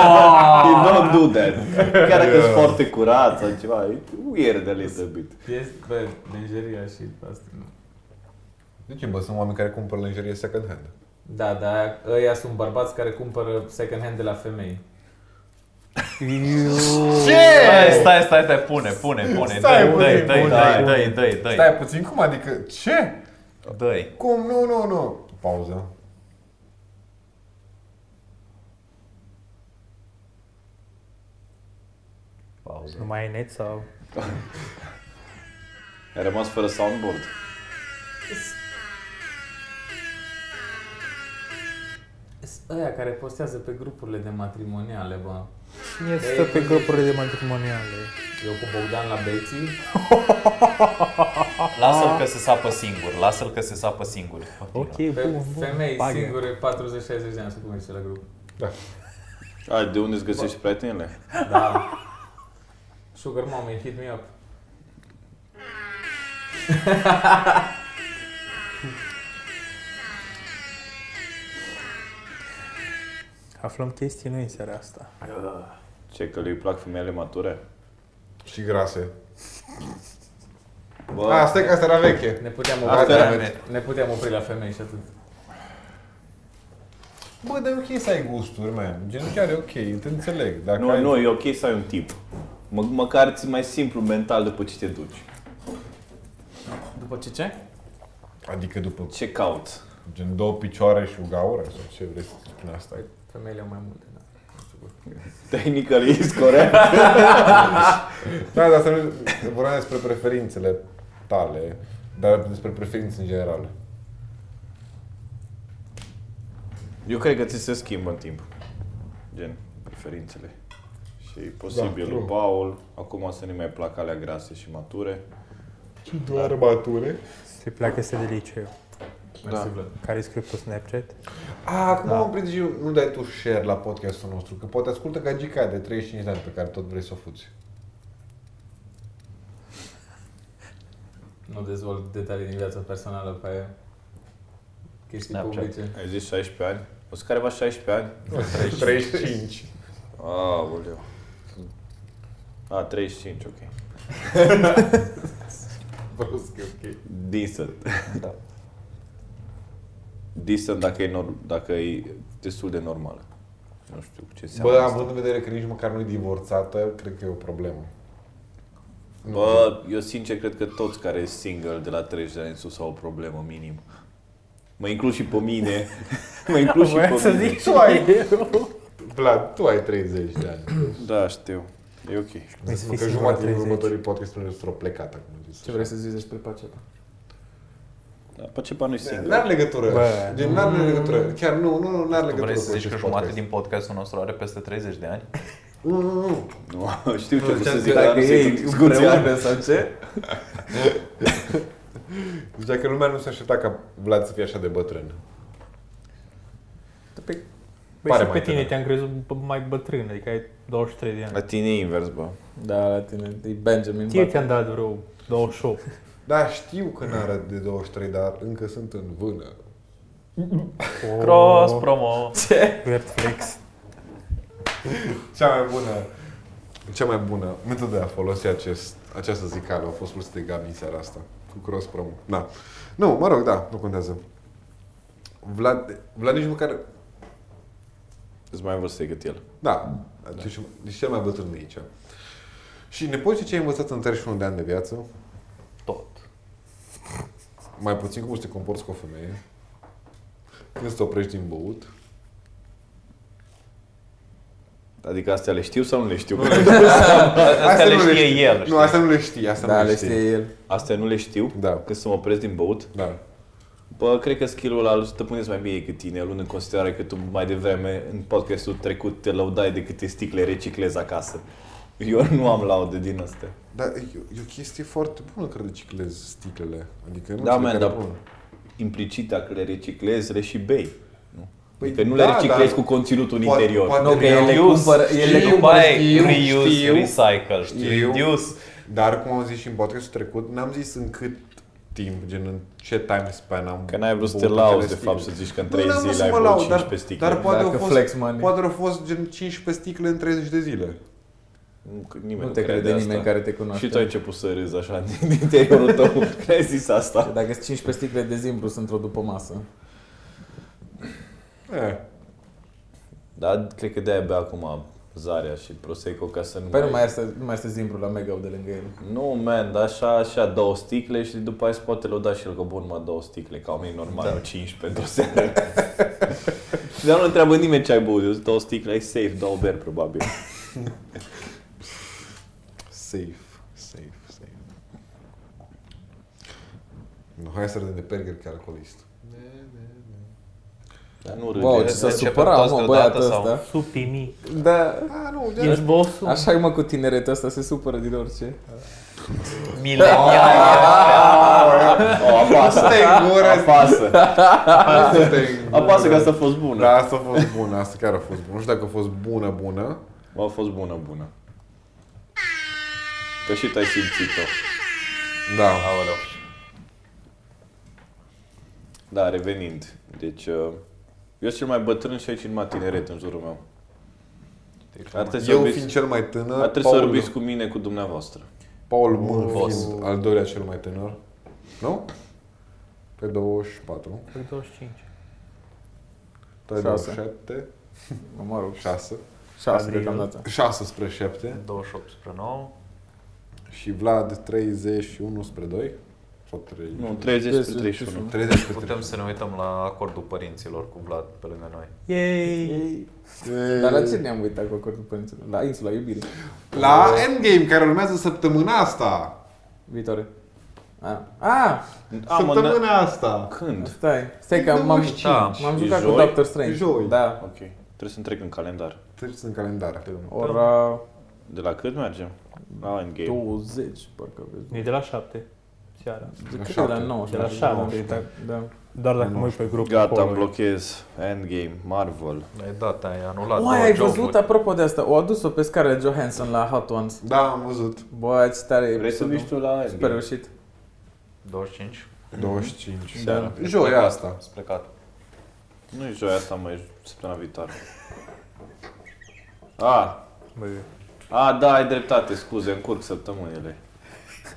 [SPEAKER 5] [LAUGHS] you don't do that. Chiar dacă ești foarte curat sau ceva, e weird a little bit.
[SPEAKER 3] Este, bă, lingeria și asta. nu.
[SPEAKER 2] De ce, bă, sunt oameni care cumpără lingerie second hand?
[SPEAKER 3] Da, da, ăia sunt bărbați care cumpără second hand de la femei.
[SPEAKER 1] Stai, stai, stai, stai, pune, pune, pune.
[SPEAKER 2] Stai,
[SPEAKER 1] Dă-i,
[SPEAKER 2] pune,
[SPEAKER 1] dă-i, dă-i,
[SPEAKER 2] pune,
[SPEAKER 1] dă-i,
[SPEAKER 5] pune.
[SPEAKER 1] dă-i, dăi, dăi,
[SPEAKER 2] Stai puțin, cum adică? Ce?
[SPEAKER 1] dăi.
[SPEAKER 2] Cum? Nu, nu, nu. Pauză.
[SPEAKER 1] Pauză.
[SPEAKER 4] Nu mai ai net sau...
[SPEAKER 5] A rămas fără soundboard.
[SPEAKER 3] Sunt ăia care postează pe grupurile de matrimoniale, bă.
[SPEAKER 4] Cine stă pe grupurile de matrimoniale?
[SPEAKER 3] Eu cu Bogdan la beții.
[SPEAKER 1] Lasă-l că se sapă singur, lasă-l că se sapă singur. Continuă.
[SPEAKER 4] Ok,
[SPEAKER 3] Pe
[SPEAKER 4] bun, bun.
[SPEAKER 3] femei
[SPEAKER 4] bagă.
[SPEAKER 3] singure 40-60 de ani, să cum zice la grup.
[SPEAKER 5] A, de unde îți găsești prietenile?
[SPEAKER 3] Da. Sugar mommy, hit me up.
[SPEAKER 4] Aflăm chestii noi în seara asta.
[SPEAKER 5] Ce, că lui plac femeile mature?
[SPEAKER 2] Și grase.
[SPEAKER 5] Bă,
[SPEAKER 2] A, stai că asta era veche.
[SPEAKER 3] Ne puteam
[SPEAKER 5] Asta
[SPEAKER 3] opri,
[SPEAKER 5] era
[SPEAKER 3] la, ne puteam opri la femei și atât.
[SPEAKER 2] Bă, dar e ok să ai gusturi, man. Gen, chiar e ok, te înțeleg. Dacă
[SPEAKER 5] nu,
[SPEAKER 2] ai...
[SPEAKER 5] nu, e ok să ai un tip. Mă, măcar ți mai simplu mental după ce te duci.
[SPEAKER 3] După ce ce?
[SPEAKER 2] Adică după,
[SPEAKER 5] Ce [LAUGHS] cauți?
[SPEAKER 2] gen, două picioare și o gaură sau ce vrei să spun asta.
[SPEAKER 3] Femeile au mai multe, da.
[SPEAKER 5] Technically is corect.
[SPEAKER 2] Da, dar să nu... Vorbeam despre preferințele tale, dar despre preferințe în general.
[SPEAKER 5] Eu cred că ți se schimbă în timp. Gen, preferințele. Și e posibil
[SPEAKER 2] Da,
[SPEAKER 5] da, lui
[SPEAKER 2] true.
[SPEAKER 5] Paul, acum să nu mai plac alea grase și mature.
[SPEAKER 2] Și doar mature.
[SPEAKER 4] Se pleacă să de liceu.
[SPEAKER 3] Mersi, Vlad.
[SPEAKER 4] Care scrie pe Snapchat?
[SPEAKER 2] A, acum
[SPEAKER 5] Da.
[SPEAKER 2] am prins și eu, nu dai tu share la podcastul nostru, că poate ascultă gagica de 35 de ani pe care tot vrei să o fuți.
[SPEAKER 3] Nu dezvolt detalii din viața personală pe aia. Chestii
[SPEAKER 1] Snapchat.
[SPEAKER 3] publice.
[SPEAKER 5] Ai zis 16 ani? O să careva 16 ani?
[SPEAKER 2] 35.
[SPEAKER 5] Aoleu. A, 35, ok.
[SPEAKER 2] Brusc, e ok.
[SPEAKER 5] Decent.
[SPEAKER 1] Da.
[SPEAKER 5] Decent dacă e, nor- dacă e destul de normală. Nu știu ce înseamnă
[SPEAKER 2] Bă,
[SPEAKER 5] asta.
[SPEAKER 2] având în vedere că nici măcar nu e divorțată, cred că e o problemă.
[SPEAKER 5] Bă, eu sincer cred că toți care e single de la 30 de ani în sus au o problemă minim. Mă includ și pe mine. [LAUGHS] mă includ și
[SPEAKER 4] Voiam
[SPEAKER 5] pe
[SPEAKER 4] să
[SPEAKER 5] mine.
[SPEAKER 4] zic
[SPEAKER 2] Tu ai-
[SPEAKER 4] eu.
[SPEAKER 2] Vlad, tu ai 30 de ani.
[SPEAKER 5] Da, știu. E ok.
[SPEAKER 4] Mi
[SPEAKER 2] Mă, că jumătate din următorii podcasturi sunt au plecat acum. zis așa.
[SPEAKER 3] să zici despre Pacepa?
[SPEAKER 5] Dar Da, pe ce
[SPEAKER 2] Da.
[SPEAKER 5] nu singur?
[SPEAKER 2] N-are legătură.
[SPEAKER 4] Bă.
[SPEAKER 2] Gen, n-are legătură. Chiar nu, nu, nu, n-are
[SPEAKER 1] Mm. Tu
[SPEAKER 2] legătură.
[SPEAKER 1] vrei
[SPEAKER 2] cu
[SPEAKER 1] să zici că
[SPEAKER 2] acest
[SPEAKER 1] jumătate
[SPEAKER 2] podcast.
[SPEAKER 1] din podcastul nostru are peste 30 de ani?
[SPEAKER 2] Nu, nu, nu.
[SPEAKER 5] [LAUGHS] Nu, știu ce
[SPEAKER 2] Nu,
[SPEAKER 5] vreau
[SPEAKER 2] ce-am
[SPEAKER 5] să
[SPEAKER 2] zis, da,
[SPEAKER 5] zic, dar nu se discuția.
[SPEAKER 3] sau ce?
[SPEAKER 2] Zicea că Deci lumea nu se aștepta ca Vlad să fie așa de bătrân.
[SPEAKER 4] Băi,
[SPEAKER 2] Pare
[SPEAKER 4] și pe
[SPEAKER 2] mai
[SPEAKER 4] tine
[SPEAKER 2] tânăr.
[SPEAKER 4] te-am crezut b- mai bătrân, adică ai 23 de ani.
[SPEAKER 5] La tine e invers, bă.
[SPEAKER 3] Da, la tine. E Benjamin
[SPEAKER 4] Ție
[SPEAKER 3] Button.
[SPEAKER 4] te-am dat vreo 28.
[SPEAKER 2] Da, știu că
[SPEAKER 1] Mm.
[SPEAKER 2] n-arăt de 23, dar încă sunt în vână.
[SPEAKER 1] Cross promo.
[SPEAKER 4] Weird Oh. flex.
[SPEAKER 2] Cea mai bună, cea mai bună metodă de a folosi acest, această zicală a fost folosită de Gabi în seara asta, cu cross promo. Da. Nu, mă rog, da, nu contează. Vlad, Vlad nici măcar,
[SPEAKER 5] Îți mai vărsă decât el.
[SPEAKER 2] da, deci, deci cel mai bătrân de aici. Și ne poți zice ce ai învățat în 31 de ani de viață?
[SPEAKER 1] Tot.
[SPEAKER 2] Mai puțin cum să te comporți cu o femeie, când să te oprești din băut,
[SPEAKER 5] Adică astea le știu sau nu le știu?
[SPEAKER 1] Astea le știe el.
[SPEAKER 2] Nu,
[SPEAKER 1] știi?
[SPEAKER 2] asta nu le știe. Asta
[SPEAKER 3] Da,
[SPEAKER 2] nu
[SPEAKER 3] le știe el.
[SPEAKER 5] Astea nu le știu?
[SPEAKER 2] Da.
[SPEAKER 5] Când să mă opresc din băut?
[SPEAKER 2] Da.
[SPEAKER 5] Bă, cred că skill-ul al stăpâneți mai bine decât tine, luând în considerare că tu mai devreme, în podcastul trecut, te lăudai de câte sticle reciclezi acasă. Eu [LAUGHS] nu am laudă din astea.
[SPEAKER 2] Dar e, e o chestie foarte bună că reciclezi sticlele. Adică nu
[SPEAKER 5] Da,
[SPEAKER 2] știu
[SPEAKER 5] man,
[SPEAKER 2] care e
[SPEAKER 5] dar
[SPEAKER 2] bună.
[SPEAKER 5] implicit dacă le reciclezi, le și bei. Nu?
[SPEAKER 2] Păi
[SPEAKER 5] adică nu
[SPEAKER 2] da,
[SPEAKER 5] le reciclezi
[SPEAKER 2] dar
[SPEAKER 5] cu conținutul în
[SPEAKER 2] poate-
[SPEAKER 5] interior.
[SPEAKER 2] poate-
[SPEAKER 3] Nu, că el le
[SPEAKER 1] Reuse,
[SPEAKER 3] cumpără, el le
[SPEAKER 1] știu,
[SPEAKER 3] cumpără,
[SPEAKER 1] băi,
[SPEAKER 3] știu,
[SPEAKER 1] reuse,
[SPEAKER 3] știu.
[SPEAKER 1] recycle, știi,
[SPEAKER 2] Știu.
[SPEAKER 1] reduce.
[SPEAKER 2] Dar, cum am zis și în podcastul trecut, n-am zis în cât timp, gen în ce time span am
[SPEAKER 5] Că n-ai vrut să te
[SPEAKER 2] băut
[SPEAKER 5] lauzi, de
[SPEAKER 2] acele
[SPEAKER 5] fapt, să
[SPEAKER 2] sticle.
[SPEAKER 5] zici că în
[SPEAKER 2] Nu,
[SPEAKER 5] 3
[SPEAKER 2] n-am vrut
[SPEAKER 5] zile
[SPEAKER 2] să
[SPEAKER 5] ai
[SPEAKER 2] mă
[SPEAKER 5] băut
[SPEAKER 2] laud,
[SPEAKER 5] 15
[SPEAKER 2] dar,
[SPEAKER 5] sticle.
[SPEAKER 2] dar poate,
[SPEAKER 3] Dacă
[SPEAKER 2] au fost,
[SPEAKER 3] flex money.
[SPEAKER 2] poate au fost gen 15 sticle în 30 de zile.
[SPEAKER 5] Nu, că nimeni
[SPEAKER 3] Nu te crede
[SPEAKER 5] asta.
[SPEAKER 3] nimeni care te cunoaște.
[SPEAKER 5] Și tu ai început să râzi așa [LAUGHS] din interiorul tău că ai zis asta.
[SPEAKER 3] Dacă sunt 15 sticle de zimbru, sunt într-o după masă.
[SPEAKER 2] E,
[SPEAKER 5] Dar cred că de-aia bea acum zarea și prosecco ca să nu
[SPEAKER 3] Păi nu mai este, nu mai este zimbru la mega de lângă el.
[SPEAKER 5] Nu, man, dar așa, așa două sticle și după aia se poate lăuda și el că bun, mă, două sticle, ca oamenii normali, da. 15 într-o seară. [LAUGHS] dar nu întreabă nimeni ce ai băut, eu zic, două sticle, ai safe, două beri, probabil.
[SPEAKER 2] safe, safe, safe. Nu, hai să râdem de Perger ca alcoolist.
[SPEAKER 5] Dar nu râde.
[SPEAKER 3] Wow, ce s-a
[SPEAKER 1] Începem
[SPEAKER 3] supărat,
[SPEAKER 1] toți
[SPEAKER 3] mă,
[SPEAKER 1] deodată
[SPEAKER 3] băiatul
[SPEAKER 1] sau-
[SPEAKER 3] ăsta.
[SPEAKER 4] Supi mic.
[SPEAKER 3] Da,
[SPEAKER 2] A, nu, de
[SPEAKER 4] Ești bossul?
[SPEAKER 3] așa e mă cu tineretul ăsta, se supără din orice. Da.
[SPEAKER 1] Milenial.
[SPEAKER 5] O,
[SPEAKER 2] [LAUGHS]
[SPEAKER 5] apasă,
[SPEAKER 2] Stai gura,
[SPEAKER 5] apasă, apasă
[SPEAKER 2] stai
[SPEAKER 5] că asta a fost bună.
[SPEAKER 2] Da, asta a fost bună, asta chiar a fost bună. Nu știu dacă a fost bună, bună.
[SPEAKER 5] Bă, a fost bună, bună. Că și tu ai simțit-o.
[SPEAKER 2] Da.
[SPEAKER 1] Aoleu.
[SPEAKER 5] Da, revenind. Deci, uh, eu sunt cel mai bătrân și ai cel mai tineret în jurul meu. Ar trebui să
[SPEAKER 2] Deci, Eu
[SPEAKER 5] vorbiți-
[SPEAKER 2] fiind cel mai tânăr,
[SPEAKER 5] Dar trebuie
[SPEAKER 2] Da,
[SPEAKER 5] să
[SPEAKER 2] Paul,
[SPEAKER 5] vorbiți cu mine, cu dumneavoastră.
[SPEAKER 2] Paul Mân
[SPEAKER 1] Vos.
[SPEAKER 2] fiind al doilea cel mai tânăr. Nu? Pe 24,
[SPEAKER 4] Păi 25.
[SPEAKER 2] pe
[SPEAKER 3] Șase.
[SPEAKER 2] 27,
[SPEAKER 3] Mă, mă rog,
[SPEAKER 2] 6,
[SPEAKER 3] 6
[SPEAKER 4] Gabriel.
[SPEAKER 3] deocamdată.
[SPEAKER 2] 6 spre 7
[SPEAKER 1] 28 spre 9.
[SPEAKER 2] și Vlad 31 spre 2 sau 3.
[SPEAKER 5] Nu, 30 spre 31.
[SPEAKER 2] 30 spre
[SPEAKER 1] Putem să ne uităm la acordul părinților cu Vlad pe lângă noi.
[SPEAKER 4] Yay!
[SPEAKER 3] Dar
[SPEAKER 2] 3.
[SPEAKER 3] la ce ne-am uitat cu acordul părinților? La insula iubirii.
[SPEAKER 2] La Endgame care urmează săptămâna asta.
[SPEAKER 3] Viitoare. A, a
[SPEAKER 5] Am în...
[SPEAKER 2] Săptămâna asta.
[SPEAKER 5] Când?
[SPEAKER 3] stai, stai că m-am,
[SPEAKER 2] 25.
[SPEAKER 1] Da.
[SPEAKER 3] m-am
[SPEAKER 5] E
[SPEAKER 3] jucat cu
[SPEAKER 5] joi?
[SPEAKER 3] Doctor Strange.
[SPEAKER 2] E joi.
[SPEAKER 3] Da,
[SPEAKER 5] Ok. Trebuie să întrec în calendar.
[SPEAKER 2] Treceți în calendar.
[SPEAKER 3] ora
[SPEAKER 5] De la cât mergem? La Endgame.
[SPEAKER 3] 20, parcă
[SPEAKER 4] E
[SPEAKER 3] vezi.
[SPEAKER 4] de la 7 seara.
[SPEAKER 2] La
[SPEAKER 3] Cred că de la
[SPEAKER 2] șapte.
[SPEAKER 3] 9.
[SPEAKER 4] De la șapte.
[SPEAKER 3] Da.
[SPEAKER 4] Doar dacă mă uit pe grup.
[SPEAKER 5] Gata, îmi blochez. Endgame, Marvel.
[SPEAKER 1] Ai dat, ai anulat
[SPEAKER 3] Uai,
[SPEAKER 1] două
[SPEAKER 3] ai
[SPEAKER 1] jocuri.
[SPEAKER 3] văzut, apropo de asta, o adus-o pe Scarlett Johansson la Hot Ones.
[SPEAKER 2] Da, am văzut.
[SPEAKER 3] Bă, ce tare e
[SPEAKER 5] Vrei să
[SPEAKER 3] episodul.
[SPEAKER 5] vii tu la
[SPEAKER 3] Super
[SPEAKER 5] Endgame?
[SPEAKER 3] reușit.
[SPEAKER 1] 25.
[SPEAKER 2] 25.
[SPEAKER 5] Seara.
[SPEAKER 2] Joia Da. asta.
[SPEAKER 1] Ați plecat.
[SPEAKER 5] Nu e joia asta, mă, e săptămâna viitoare. A, a, da, ai dreptate, scuze, încurc săptămânile.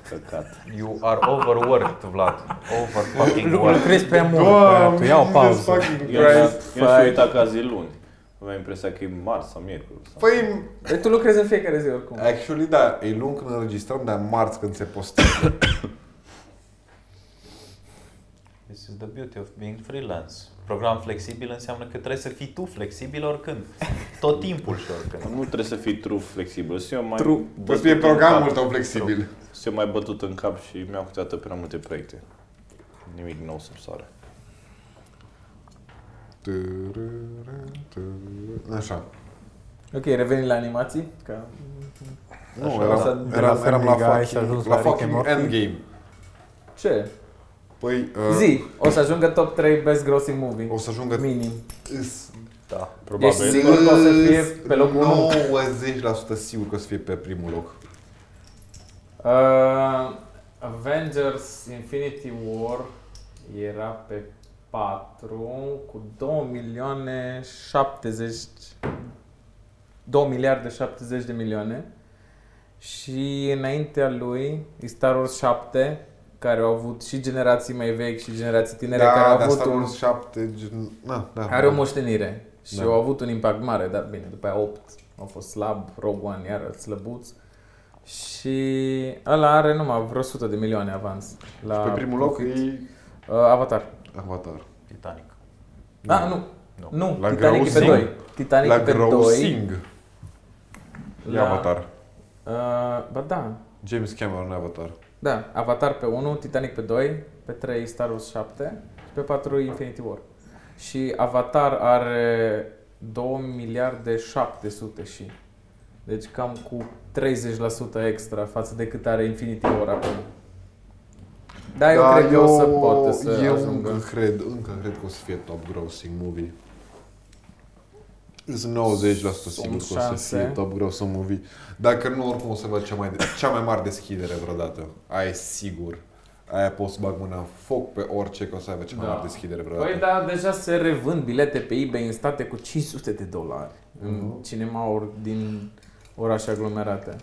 [SPEAKER 5] Căcat.
[SPEAKER 1] You are overworked, Vlad. Over fucking worked.
[SPEAKER 4] Lucrezi prea mult, băiatul. Ia o pauză.
[SPEAKER 5] Eu am
[SPEAKER 3] fuck.
[SPEAKER 5] și uitat că azi e luni. Aveam impresia că e marți sau miercuri. sau-
[SPEAKER 2] Păi,
[SPEAKER 3] Păi tu lucrezi în fiecare zi oricum.
[SPEAKER 2] actually, da, e luni când înregistrăm, dar marți când se postă.
[SPEAKER 1] This is the beauty of being freelance. Program flexibil înseamnă că trebuie să fii tu flexibil oricând. Tot timpul și oricând.
[SPEAKER 5] Nu trebuie să fii true flexibil, sunt eu mai
[SPEAKER 3] True.
[SPEAKER 5] bătut
[SPEAKER 2] Să fie
[SPEAKER 5] în
[SPEAKER 2] programul
[SPEAKER 5] cap.
[SPEAKER 2] tău flexibil.
[SPEAKER 5] Sunt eu mai bătut în cap și mi-au câteodată prea multe proiecte. Nimic nou sub soare.
[SPEAKER 2] Așa.
[SPEAKER 3] Ok, revenim la animații. Ca...
[SPEAKER 2] Nu,
[SPEAKER 5] Așa,
[SPEAKER 4] da.
[SPEAKER 2] eram,
[SPEAKER 4] De la
[SPEAKER 2] eram, eram la
[SPEAKER 4] Family Guy și a
[SPEAKER 2] fucking,
[SPEAKER 4] ajuns
[SPEAKER 2] la
[SPEAKER 4] la Rick
[SPEAKER 2] fucking
[SPEAKER 4] and Morty.
[SPEAKER 2] endgame.
[SPEAKER 3] Ce?
[SPEAKER 2] Păi, uh,
[SPEAKER 3] Zi, o să ajungă top 3 best grossing movie.
[SPEAKER 2] o să ajungă...
[SPEAKER 3] Minim.
[SPEAKER 2] Îs-
[SPEAKER 1] Da.
[SPEAKER 5] Probabil.
[SPEAKER 3] Deci, Sigur că o să fie pe locul unu.
[SPEAKER 2] 90% sigur că o să fie pe primul loc.
[SPEAKER 3] Uh, Avengers Infinity War era pe 4 cu 2 milioane 70 2 miliarde 70 de milioane și înaintea lui e Star Wars 7 care au avut și generații mai vechi și generații tinere care au avut
[SPEAKER 2] Da, Star
[SPEAKER 3] un,
[SPEAKER 2] Wars 7, gen... Na, da.
[SPEAKER 3] are o moștenire și
[SPEAKER 2] Da.
[SPEAKER 3] au avut un impact mare, dar bine, după aia 8 au fost slab, Rogue One iar slăbuț și ăla are numai vreo 100 de milioane avans. La
[SPEAKER 2] Pe primul loc
[SPEAKER 3] profit.
[SPEAKER 2] e
[SPEAKER 3] Uh, Avatar.
[SPEAKER 2] Avatar.
[SPEAKER 1] Titanic.
[SPEAKER 3] Da, nu.
[SPEAKER 1] Nu.
[SPEAKER 3] Nu,
[SPEAKER 2] La
[SPEAKER 3] Titanic e pe
[SPEAKER 2] grousing.
[SPEAKER 3] 2. Titanic
[SPEAKER 2] La
[SPEAKER 3] e pe 2.
[SPEAKER 2] grossing. E Avatar.
[SPEAKER 3] Uh, ba da,
[SPEAKER 2] James Cameron Avatar.
[SPEAKER 3] da, Avatar pe 1, Titanic pe 2, pe 3 Star Wars 7 și pe 4 Infinity War. Și Avatar are 2 miliarde 700 și. Deci cam cu 30% extra față de cât are Infinity War acum. Da, eu cred că o să poată să
[SPEAKER 2] Eu
[SPEAKER 3] ajungă.
[SPEAKER 2] încă cred, încă cred că o să fie top grossing movie. Sunt 90% sigur că o să
[SPEAKER 3] șanse.
[SPEAKER 2] fie top grossing movie. Dacă nu, oricum o să văd cea mai, cea mai mare deschidere vreodată. Aia e sigur. Aia pot să bag mâna în foc pe orice că o să aibă cea mai
[SPEAKER 3] Da.
[SPEAKER 2] mare deschidere vreodată.
[SPEAKER 3] Păi da, deja se revând bilete pe eBay în state cu 500 de dolari în cinemauri din orașe aglomerate.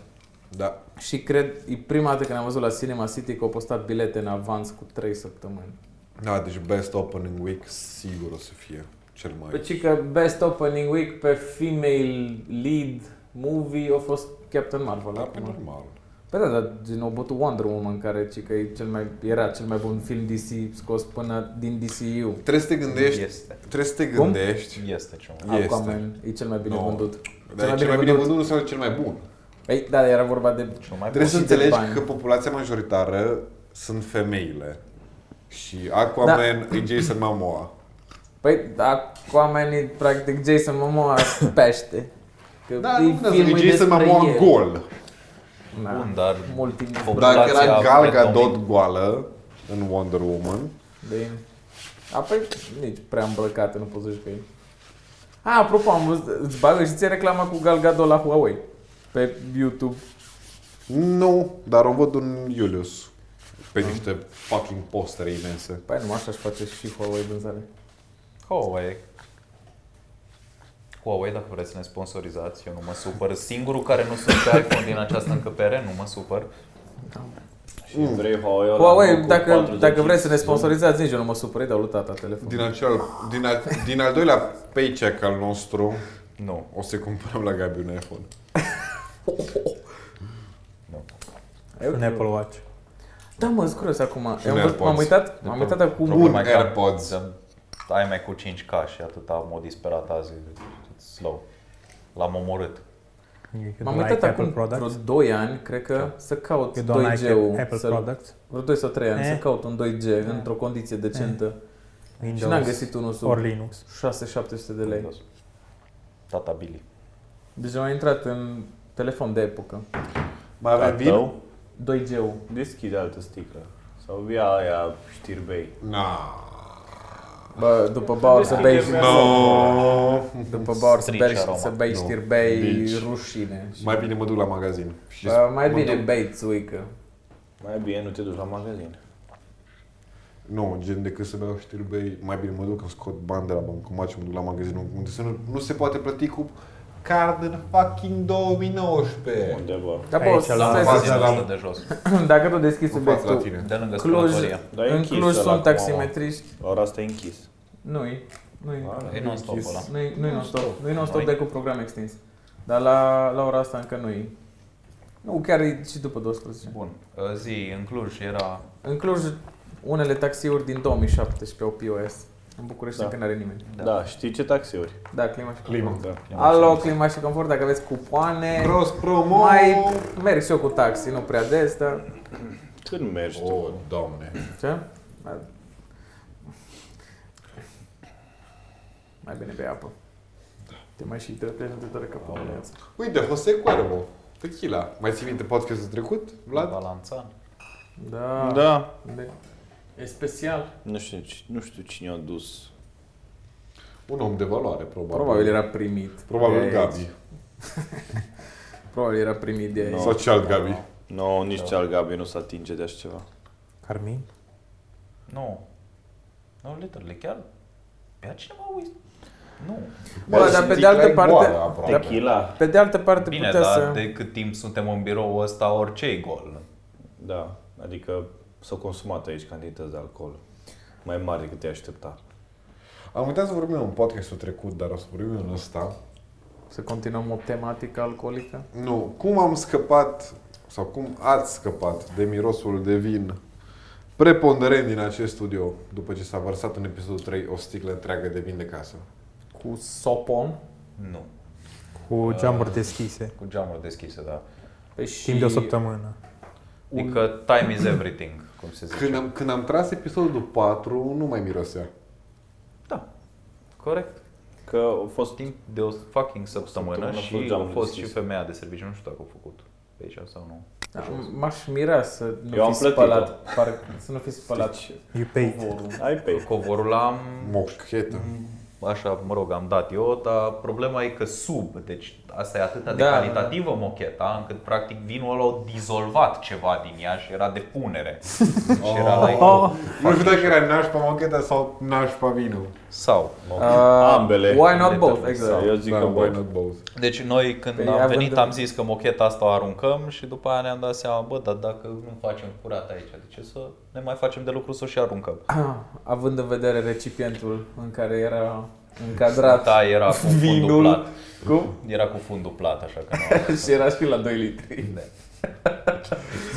[SPEAKER 2] da.
[SPEAKER 3] Și cred, e prima dată când am văzut la Cinema City că au postat bilete în avans cu 3 săptămâni.
[SPEAKER 2] Da, deci best opening week sigur o să fie cel mai...
[SPEAKER 3] Pe ci Păi că best opening week pe female lead movie a fost Captain Marvel.
[SPEAKER 2] da, pe
[SPEAKER 3] acum.
[SPEAKER 2] normal.
[SPEAKER 3] Păi da, dar din au bătut Wonder Woman, care ci că e cel mai, era cel mai bun film DC scos până din DCU.
[SPEAKER 2] Trebuie să te gândești,
[SPEAKER 1] Este.
[SPEAKER 2] trebuie să te
[SPEAKER 3] Cum?
[SPEAKER 2] gândești.
[SPEAKER 1] Este ceva.
[SPEAKER 2] Este.
[SPEAKER 3] Aquaman e cel mai bine
[SPEAKER 2] Nu.
[SPEAKER 3] vândut.
[SPEAKER 2] Dar e cel mai bine vândut înseamnă cel mai bun.
[SPEAKER 3] Păi, da, era vorba de...
[SPEAKER 1] Cel mai
[SPEAKER 2] Trebuie să
[SPEAKER 3] Și de
[SPEAKER 2] înțelegi
[SPEAKER 3] bani.
[SPEAKER 2] că populația majoritară sunt femeile. Și Aquaman da. e Jason Momoa.
[SPEAKER 3] Păi, da, cu oamenii, practic, Jason Momoa pește. Că
[SPEAKER 2] Da,
[SPEAKER 3] e
[SPEAKER 2] nu contează,
[SPEAKER 3] filmul
[SPEAKER 2] e Jason
[SPEAKER 3] despre
[SPEAKER 2] Momoa
[SPEAKER 3] el.
[SPEAKER 2] gol.
[SPEAKER 3] Da.
[SPEAKER 1] Bun, dar
[SPEAKER 3] Multi-
[SPEAKER 1] populația
[SPEAKER 2] Dacă era Gal
[SPEAKER 1] predomin-
[SPEAKER 2] Gadot goală în Wonder Woman,
[SPEAKER 3] De... Apoi păi, nici prea îmbrăcate, nu poți să zici că e. A, apropo, am văzut, îți bagă și ție reclama cu Gal Gadot la Huawei pe YouTube.
[SPEAKER 2] nu, dar o văd în Iulius. Pe niște fucking postere imense.
[SPEAKER 3] Păi nu, așa-și face și Huawei vânzare.
[SPEAKER 1] Huawei. Huawei, dacă vreți să ne sponsorizați, eu nu mă supăr. Singurul care nu sunt pe iPhone din această încăpere, nu mă supăr.
[SPEAKER 5] Și vrei Huawei ăla
[SPEAKER 3] Hmm. Huawei,
[SPEAKER 5] cu
[SPEAKER 3] dacă,
[SPEAKER 5] 40
[SPEAKER 3] dacă vreți să ne
[SPEAKER 5] zoom.
[SPEAKER 3] sponsorizați, nici eu nu mă supăr, îi dau lui tata telefonul.
[SPEAKER 2] Din, acel, din, al, din al doilea paycheck al nostru,
[SPEAKER 1] Nu,
[SPEAKER 2] o să cumpărăm la Gabi un iPhone.
[SPEAKER 1] nu.
[SPEAKER 3] E ok.
[SPEAKER 4] Un Apple Watch.
[SPEAKER 3] Da, mă, sunt curios acum. Eu am văzut,
[SPEAKER 2] AirPods.
[SPEAKER 3] m-am uitat, m-am uitat acum.
[SPEAKER 2] Bun,
[SPEAKER 1] Problema e că
[SPEAKER 2] AirPods.
[SPEAKER 1] dăm- Ai mai cu 5K și atâta mod disperat azi, slow. L-am omorât.
[SPEAKER 3] M-am uitat acum vreo 2 ani, cred că, să caut
[SPEAKER 4] Eu doar like
[SPEAKER 3] 2G-ul.
[SPEAKER 4] Apple
[SPEAKER 3] să-
[SPEAKER 4] Products.
[SPEAKER 3] Vreo 2 sau 3 ani,
[SPEAKER 4] Eh?
[SPEAKER 3] să caut un 2G într-o condiție decentă.
[SPEAKER 4] Windows,
[SPEAKER 3] Și n-am găsit unul sub
[SPEAKER 4] Or Linux.
[SPEAKER 3] 6-700 de lei.
[SPEAKER 1] Tata Billy.
[SPEAKER 3] Deci am intrat în telefon de epocă.
[SPEAKER 2] Mai avem
[SPEAKER 5] Al
[SPEAKER 2] vin?
[SPEAKER 5] tău?
[SPEAKER 3] 2G-ul.
[SPEAKER 5] Deschide altă sticlă. Sau ia aia știrbei.
[SPEAKER 2] Na.
[SPEAKER 3] Bă, după Bauer să bei
[SPEAKER 5] Deschide
[SPEAKER 2] No. [LAUGHS]
[SPEAKER 3] după Bauer să
[SPEAKER 1] Strici
[SPEAKER 3] bei,
[SPEAKER 1] aroma.
[SPEAKER 3] să bei
[SPEAKER 2] Nu.
[SPEAKER 3] știrbei
[SPEAKER 2] Deci.
[SPEAKER 3] rușine. Și-
[SPEAKER 2] Mai bine mă duc la magazin. Și
[SPEAKER 3] Bă, mai
[SPEAKER 2] mă
[SPEAKER 3] bine
[SPEAKER 2] duc-
[SPEAKER 3] bei țuică.
[SPEAKER 5] Mai bine nu te duci la magazin.
[SPEAKER 2] Nu, gen decât să beau știrbei, mai bine mă duc, îmi scot bani de la bancomat și mă duc la magazin unde să nu, nu se poate plăti cu card în fucking 2019.
[SPEAKER 5] Undeva.
[SPEAKER 3] Dar bă,
[SPEAKER 4] Aici,
[SPEAKER 3] să
[SPEAKER 4] la
[SPEAKER 3] vezi,
[SPEAKER 2] faza
[SPEAKER 1] Zi-mi
[SPEAKER 2] la-
[SPEAKER 1] asta de jos.
[SPEAKER 3] [CLEARS THROAT] dacă tu deschizi
[SPEAKER 2] În fața la
[SPEAKER 3] subiectul,
[SPEAKER 2] tine.
[SPEAKER 1] De lângă
[SPEAKER 3] Cluj,
[SPEAKER 1] spălătorie.
[SPEAKER 5] Dar e
[SPEAKER 3] în
[SPEAKER 5] închis
[SPEAKER 3] Cluj
[SPEAKER 5] ăla
[SPEAKER 3] sunt
[SPEAKER 5] cu mama.
[SPEAKER 3] taximetriști,
[SPEAKER 5] La ora asta e închis.
[SPEAKER 3] nu-i, nu-i,
[SPEAKER 5] Ala.
[SPEAKER 1] E non-stop ăla.
[SPEAKER 3] nu-i, nu-i non-stop, nu-i non-stop
[SPEAKER 1] Noi.
[SPEAKER 3] de cu program extins. Dar la, la ora asta încă nu-i. Nu, chiar e și după 12.
[SPEAKER 1] Bun. Uh, Zi, în Cluj era...
[SPEAKER 3] În Cluj, unele taxiuri din 2017 au POS. În București
[SPEAKER 5] Da.
[SPEAKER 3] încă nu are nimeni.
[SPEAKER 5] Da. da, știi ce taxiuri?
[SPEAKER 3] Da, clima și confort.
[SPEAKER 2] Clima.
[SPEAKER 5] Da.
[SPEAKER 3] Alo, clima și confort, dacă aveți cupoane,
[SPEAKER 2] Cross promo!
[SPEAKER 3] mai merg și eu cu taxi, nu prea des, dar...
[SPEAKER 5] Când mergi tu?
[SPEAKER 2] O, doamne.
[SPEAKER 3] Ce? Da. Mai bine bei apă. Te mai și trepești nu te doare capul în viață.
[SPEAKER 2] Uite, Jose Cuervo. Tequila. Mai ții minte podcastul trecut, Vlad?
[SPEAKER 1] Balanțan.
[SPEAKER 3] Da.
[SPEAKER 5] Da.
[SPEAKER 3] De- E special.
[SPEAKER 5] Nu știu, ci- nu știu cine a dus.
[SPEAKER 2] Un om de valoare, probabil.
[SPEAKER 3] Probabil era primit. de
[SPEAKER 2] Probabil
[SPEAKER 3] aici.
[SPEAKER 2] Gabi.
[SPEAKER 3] Probabil era primit de aici.
[SPEAKER 5] No.
[SPEAKER 2] Sau ce alt Gabi.
[SPEAKER 5] Nu, no, nici da. al Gabi nu se atinge de așa ceva.
[SPEAKER 4] Carmin.
[SPEAKER 1] Nu. Nu, literally, chiar... Ia cineva uite. Nu.
[SPEAKER 3] Bă, dar pe de altă
[SPEAKER 2] Sticla e
[SPEAKER 3] parte-
[SPEAKER 2] goală, aproape.
[SPEAKER 5] Tequila?
[SPEAKER 3] Pe de altă parte
[SPEAKER 1] Bine,
[SPEAKER 3] putea
[SPEAKER 1] dar
[SPEAKER 3] să...
[SPEAKER 1] de cât timp suntem în birou ăsta, orice e gol.
[SPEAKER 5] Da, adică s-au consumat aici cantități de alcool mai mari decât te aștepta.
[SPEAKER 2] Am uitat să vorbim în podcastul trecut, dar o să vorbim în ăsta.
[SPEAKER 3] Să continuăm o tematică alcoolică?
[SPEAKER 2] Nu. Cum am scăpat sau cum ați scăpat de mirosul de vin preponderent din acest studio după ce s-a vărsat în episodul 3 o sticlă întreagă de vin de casă?
[SPEAKER 3] Cu sopon?
[SPEAKER 1] Nu.
[SPEAKER 2] Cu
[SPEAKER 4] cu geamuri deschise.
[SPEAKER 1] Cu geamuri deschise, da.
[SPEAKER 3] Păi Uh, și
[SPEAKER 4] Timp de o săptămână.
[SPEAKER 1] Adică time is everything, cum se zice.
[SPEAKER 2] Când am, când am tras episodul 4, nu mai mirosea.
[SPEAKER 1] Da, corect.
[SPEAKER 5] Că a fost
[SPEAKER 1] Timp de o fucking săptămână
[SPEAKER 5] Săptămână a fost
[SPEAKER 1] și a
[SPEAKER 5] geamul
[SPEAKER 1] fost și
[SPEAKER 5] deschis.
[SPEAKER 1] femeia de serviciu, nu știu dacă a făcut pe aici sau nu.
[SPEAKER 3] Da, M-aș mira să nu
[SPEAKER 5] Eu am
[SPEAKER 3] fi
[SPEAKER 5] plătit-o.
[SPEAKER 3] spălat, par, să nu fi spălat.
[SPEAKER 4] You paid.
[SPEAKER 5] Ai pe.
[SPEAKER 1] Covorul l-am,
[SPEAKER 2] Mochetă.
[SPEAKER 1] așa, mă rog, am dat eu, dar problema e că sub, deci asta e atâta de
[SPEAKER 3] Da, da,
[SPEAKER 1] calitativă mocheta, încât practic vinul ăla a dizolvat ceva din ea și era de punere. și era la
[SPEAKER 3] Oh.
[SPEAKER 2] Nu știu dacă era nașpa mocheta sau nașpa vinul.
[SPEAKER 1] Sau.
[SPEAKER 3] Oh.
[SPEAKER 5] Ambele.
[SPEAKER 3] Uh, Why not
[SPEAKER 1] De
[SPEAKER 3] both,
[SPEAKER 1] pe-
[SPEAKER 3] exact.
[SPEAKER 5] Eu zic
[SPEAKER 2] Da,
[SPEAKER 5] că
[SPEAKER 2] why
[SPEAKER 5] bă,
[SPEAKER 2] not both?
[SPEAKER 1] Deci noi când
[SPEAKER 3] Păi,
[SPEAKER 1] păi am
[SPEAKER 3] având
[SPEAKER 1] venit
[SPEAKER 3] în-
[SPEAKER 1] am zis că mocheta asta o aruncăm și după aia ne-am dat seama, bă, dar dacă nu facem curat aici, de ce să ne mai facem de lucru să o și aruncăm?
[SPEAKER 3] [CLEARS THROAT] Având în vedere recipientul în care era încadrat
[SPEAKER 1] Da, era cu fundul
[SPEAKER 3] vinul.
[SPEAKER 1] plat.
[SPEAKER 3] Cum?
[SPEAKER 1] Era cu fundul plat, așa că
[SPEAKER 3] [LAUGHS]
[SPEAKER 1] nu am-
[SPEAKER 3] [LAUGHS] și era și la 2 litri.
[SPEAKER 1] Da.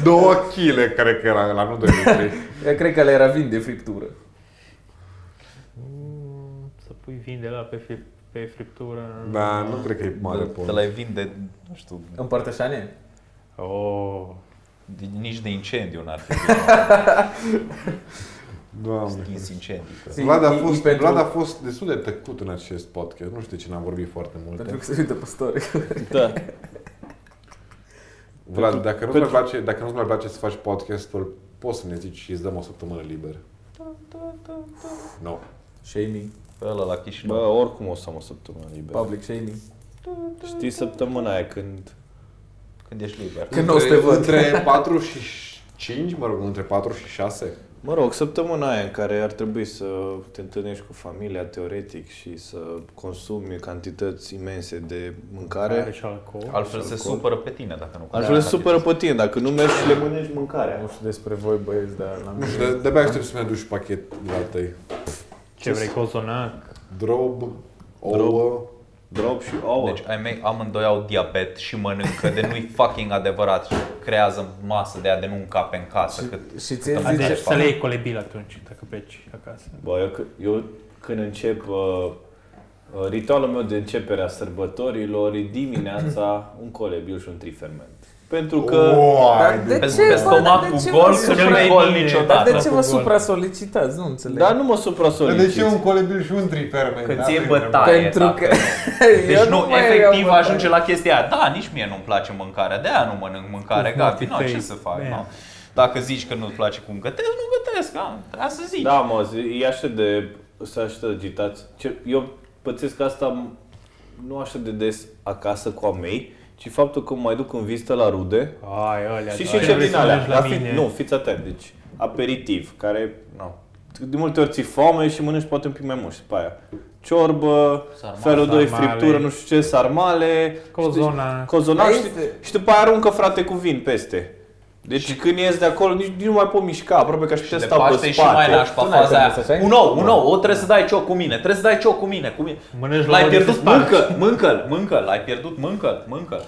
[SPEAKER 2] Două chile, cred că era la nu 2 litri.
[SPEAKER 3] Eu cred că le era vin de friptură.
[SPEAKER 4] Mm, Să pui vin de la pe, fi, pe friptură.
[SPEAKER 2] Da, nu cred că e mare
[SPEAKER 1] de,
[SPEAKER 2] pont.
[SPEAKER 1] de la vinde, nu știu,
[SPEAKER 3] Împărtășane?
[SPEAKER 4] Oh.
[SPEAKER 1] de- nici de incendiu n-ar
[SPEAKER 3] [LAUGHS]
[SPEAKER 1] fi
[SPEAKER 2] Doamne.
[SPEAKER 1] stins incendiu. că-
[SPEAKER 3] Zi-
[SPEAKER 2] Vlad a,
[SPEAKER 3] E- e
[SPEAKER 2] fost,
[SPEAKER 3] pentru-
[SPEAKER 2] Vlad a fost destul de tăcut în acest podcast. Nu știu de ce n-am vorbit foarte
[SPEAKER 3] Pentru
[SPEAKER 2] mult.
[SPEAKER 3] că se uită pe story.
[SPEAKER 5] da.
[SPEAKER 2] Vlad, dacă nu-ți mai place, dacă nu-ți mai place să faci podcastul, poți să ne zici și îți dăm o săptămână liberă. Nu. No.
[SPEAKER 3] Shaming.
[SPEAKER 1] Pe ăla la
[SPEAKER 5] Bă,
[SPEAKER 1] Chișinău.
[SPEAKER 5] oricum o să am o săptămână liberă.
[SPEAKER 3] Public shaming.
[SPEAKER 5] Știi săptămâna aia când
[SPEAKER 1] Când ești liber.
[SPEAKER 3] Când o să te
[SPEAKER 2] Între-
[SPEAKER 3] văd.
[SPEAKER 2] Între 4 și 5, mă rog, între 4 și 6.
[SPEAKER 5] Mă rog, săptămâna aia în care ar trebui să te întâlnești cu familia teoretic și să consumi cantități imense de
[SPEAKER 4] Are
[SPEAKER 5] mâncare,
[SPEAKER 4] și alcool.
[SPEAKER 1] Altfel se supără pe tine dacă nu
[SPEAKER 5] aș vrea să
[SPEAKER 2] Da.
[SPEAKER 5] supără pe tine dacă nu mergi și le mănânci
[SPEAKER 3] Nu
[SPEAKER 5] mâncarea.
[SPEAKER 3] știu despre voi băieți, dar la [LAUGHS]
[SPEAKER 2] Nu
[SPEAKER 3] mine...
[SPEAKER 2] știu, de- de-abia aștept să mi aduci pachet la tăi.
[SPEAKER 4] Ce vrei, cozonac?
[SPEAKER 2] Drob, ouă,
[SPEAKER 5] Drop și ouă.
[SPEAKER 1] Deci ai mei amândoi au diabet și mănâncă de nu-i fucking adevărat și creează masă de a de nu încape în casă. Cât
[SPEAKER 3] Și ție
[SPEAKER 1] Câtă
[SPEAKER 4] Deci
[SPEAKER 1] Zice-
[SPEAKER 4] să le iei colebil atunci, dacă pleci acasă.
[SPEAKER 5] Bă, eu, c- eu când încep uh, uh, ritualul meu de începere a sărbătorilor e dimineața un colebiu și un triferment. Pentru că
[SPEAKER 2] Oai,
[SPEAKER 3] Dar
[SPEAKER 2] de-
[SPEAKER 3] de
[SPEAKER 1] Pe,
[SPEAKER 3] ce,
[SPEAKER 1] pe
[SPEAKER 3] bă,
[SPEAKER 1] stomac
[SPEAKER 3] dar
[SPEAKER 1] cu
[SPEAKER 3] de ce
[SPEAKER 1] gol,
[SPEAKER 3] vă
[SPEAKER 1] să
[SPEAKER 4] supra-
[SPEAKER 1] nu mai gol
[SPEAKER 5] Da,
[SPEAKER 4] Bine,
[SPEAKER 3] Dar
[SPEAKER 1] niciodată.
[SPEAKER 3] de ce
[SPEAKER 4] cu
[SPEAKER 3] vă
[SPEAKER 4] gol.
[SPEAKER 3] supra-solicitați? Nu înțeleg.
[SPEAKER 5] Dar Da, nu mă
[SPEAKER 2] Dar
[SPEAKER 5] suprasolicit.
[SPEAKER 2] de ce un colebil și un triferment?
[SPEAKER 1] Că
[SPEAKER 2] Da,
[SPEAKER 1] ție
[SPEAKER 2] trebuie
[SPEAKER 1] bătaie.
[SPEAKER 3] Pentru
[SPEAKER 1] da,
[SPEAKER 3] că...
[SPEAKER 1] Deci
[SPEAKER 3] Eu
[SPEAKER 1] nu,
[SPEAKER 3] mai
[SPEAKER 1] efectiv
[SPEAKER 3] iau
[SPEAKER 1] ajunge la chestia aia. Da, nici mie nu-mi place mâncarea, de aia nu mănânc mâncare,
[SPEAKER 4] Cu
[SPEAKER 1] Gabi,
[SPEAKER 4] smurfii
[SPEAKER 1] nu, ce
[SPEAKER 4] tăi.
[SPEAKER 1] să fac,
[SPEAKER 4] Man.
[SPEAKER 1] nu. Dacă zici că nu-ți place cum gătesc, nu gătesc, da, trebuie să zici.
[SPEAKER 5] Da, mă, zi- e așa de... să așa de agitați. Ce, eu pățesc asta m- nu așa de des acasă cu a mei, ci faptul că mă mai duc în vizită la rude
[SPEAKER 4] Ai, alea.
[SPEAKER 5] și
[SPEAKER 4] da, ai,
[SPEAKER 5] și ce
[SPEAKER 4] vrei
[SPEAKER 5] din
[SPEAKER 4] să
[SPEAKER 5] alea.
[SPEAKER 4] mergi
[SPEAKER 5] La
[SPEAKER 4] la
[SPEAKER 5] fi,
[SPEAKER 4] mine.
[SPEAKER 5] nu, fiți atent, deci aperitiv, care nu. De multe ori ți foame și mănânci poate un pic mai mult și pe aia. Ciorbă,
[SPEAKER 1] Sarmale.
[SPEAKER 5] felul 2
[SPEAKER 4] Sarmale.
[SPEAKER 5] friptură, nu știu ce, sarmale,
[SPEAKER 4] Cozonac.
[SPEAKER 5] știi, cozonac și,
[SPEAKER 3] Este-
[SPEAKER 5] și după aia aruncă frate cu vin peste. Deci când ies de acolo, nici, nici nu mai pot mișca, aproape că aș putea
[SPEAKER 1] de
[SPEAKER 5] sta pe
[SPEAKER 1] Paște
[SPEAKER 5] spate.
[SPEAKER 1] și mai lași pe
[SPEAKER 3] Tu n-ai
[SPEAKER 1] faza
[SPEAKER 3] permis
[SPEAKER 1] aia.
[SPEAKER 3] așa?
[SPEAKER 1] Un ou, un ou, o trebuie să dai cioc cu mine, trebuie să dai cioc cu mine, cu mine.
[SPEAKER 4] Mănânci la
[SPEAKER 1] L-ai
[SPEAKER 4] unde
[SPEAKER 1] pierdut,
[SPEAKER 4] se sparge.
[SPEAKER 1] mâncă, mâncă, mâncă, l-ai pierdut, mâncă, mâncă.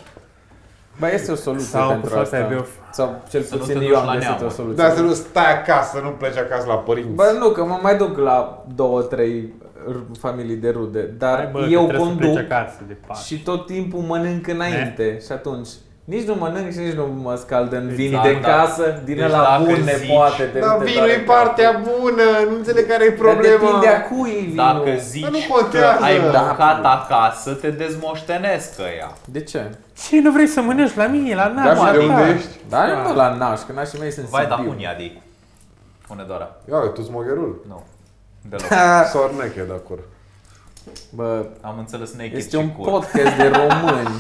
[SPEAKER 3] Ba este o soluție
[SPEAKER 4] Sau cu
[SPEAKER 3] pentru
[SPEAKER 4] soția
[SPEAKER 3] asta.
[SPEAKER 4] biof.
[SPEAKER 3] Sau cel
[SPEAKER 1] Să nu
[SPEAKER 3] puțin
[SPEAKER 1] te
[SPEAKER 3] eu
[SPEAKER 1] duci
[SPEAKER 3] am
[SPEAKER 1] la
[SPEAKER 3] găsit
[SPEAKER 1] neamă.
[SPEAKER 3] o soluție.
[SPEAKER 2] Da, să nu stai acasă, nu pleci acasă la părinți.
[SPEAKER 3] Bă, nu, că mă mai duc la două, trei r- familii de rude, dar
[SPEAKER 4] Hai, bă, că
[SPEAKER 3] eu
[SPEAKER 4] trebuie să pleci
[SPEAKER 3] conduc
[SPEAKER 4] acasă de pași.
[SPEAKER 3] și tot timpul mănânc înainte și atunci nici nu mănânc și nici nu mă scald în vin
[SPEAKER 1] Exact,
[SPEAKER 3] de
[SPEAKER 1] da.
[SPEAKER 3] casă, din
[SPEAKER 1] Deci
[SPEAKER 3] ăla
[SPEAKER 1] dacă
[SPEAKER 3] bun ne
[SPEAKER 1] zici-
[SPEAKER 3] poate de
[SPEAKER 2] Dar
[SPEAKER 3] de
[SPEAKER 2] vinul
[SPEAKER 3] tare
[SPEAKER 2] e partea bună, nu înțeleg care e
[SPEAKER 3] Dar
[SPEAKER 2] problema.
[SPEAKER 3] Depinde a cui e vinul.
[SPEAKER 1] Dacă
[SPEAKER 2] Dar nu
[SPEAKER 1] zici că
[SPEAKER 2] contează.
[SPEAKER 1] ai
[SPEAKER 2] Da.
[SPEAKER 1] mâncat acasă, te dezmoștenesc ea.
[SPEAKER 3] De ce?
[SPEAKER 4] Ce, nu vrei să mănânci la mine, la
[SPEAKER 2] Da,
[SPEAKER 4] nașpa
[SPEAKER 2] și de
[SPEAKER 4] ta?
[SPEAKER 2] unde ești?
[SPEAKER 3] Dar eu nu mă la naș, că nașii mei sunt
[SPEAKER 1] Da. Vai, da,
[SPEAKER 3] Sibiu.
[SPEAKER 1] pune Adi. Pune Dora.
[SPEAKER 2] Ia, tu smogherul.
[SPEAKER 1] Nu. Deloc.
[SPEAKER 2] Sau neche, de acord.
[SPEAKER 3] Bă,
[SPEAKER 1] Am înțeles naked
[SPEAKER 3] este
[SPEAKER 1] și
[SPEAKER 3] un
[SPEAKER 1] cool.
[SPEAKER 3] podcast de [LAUGHS] români.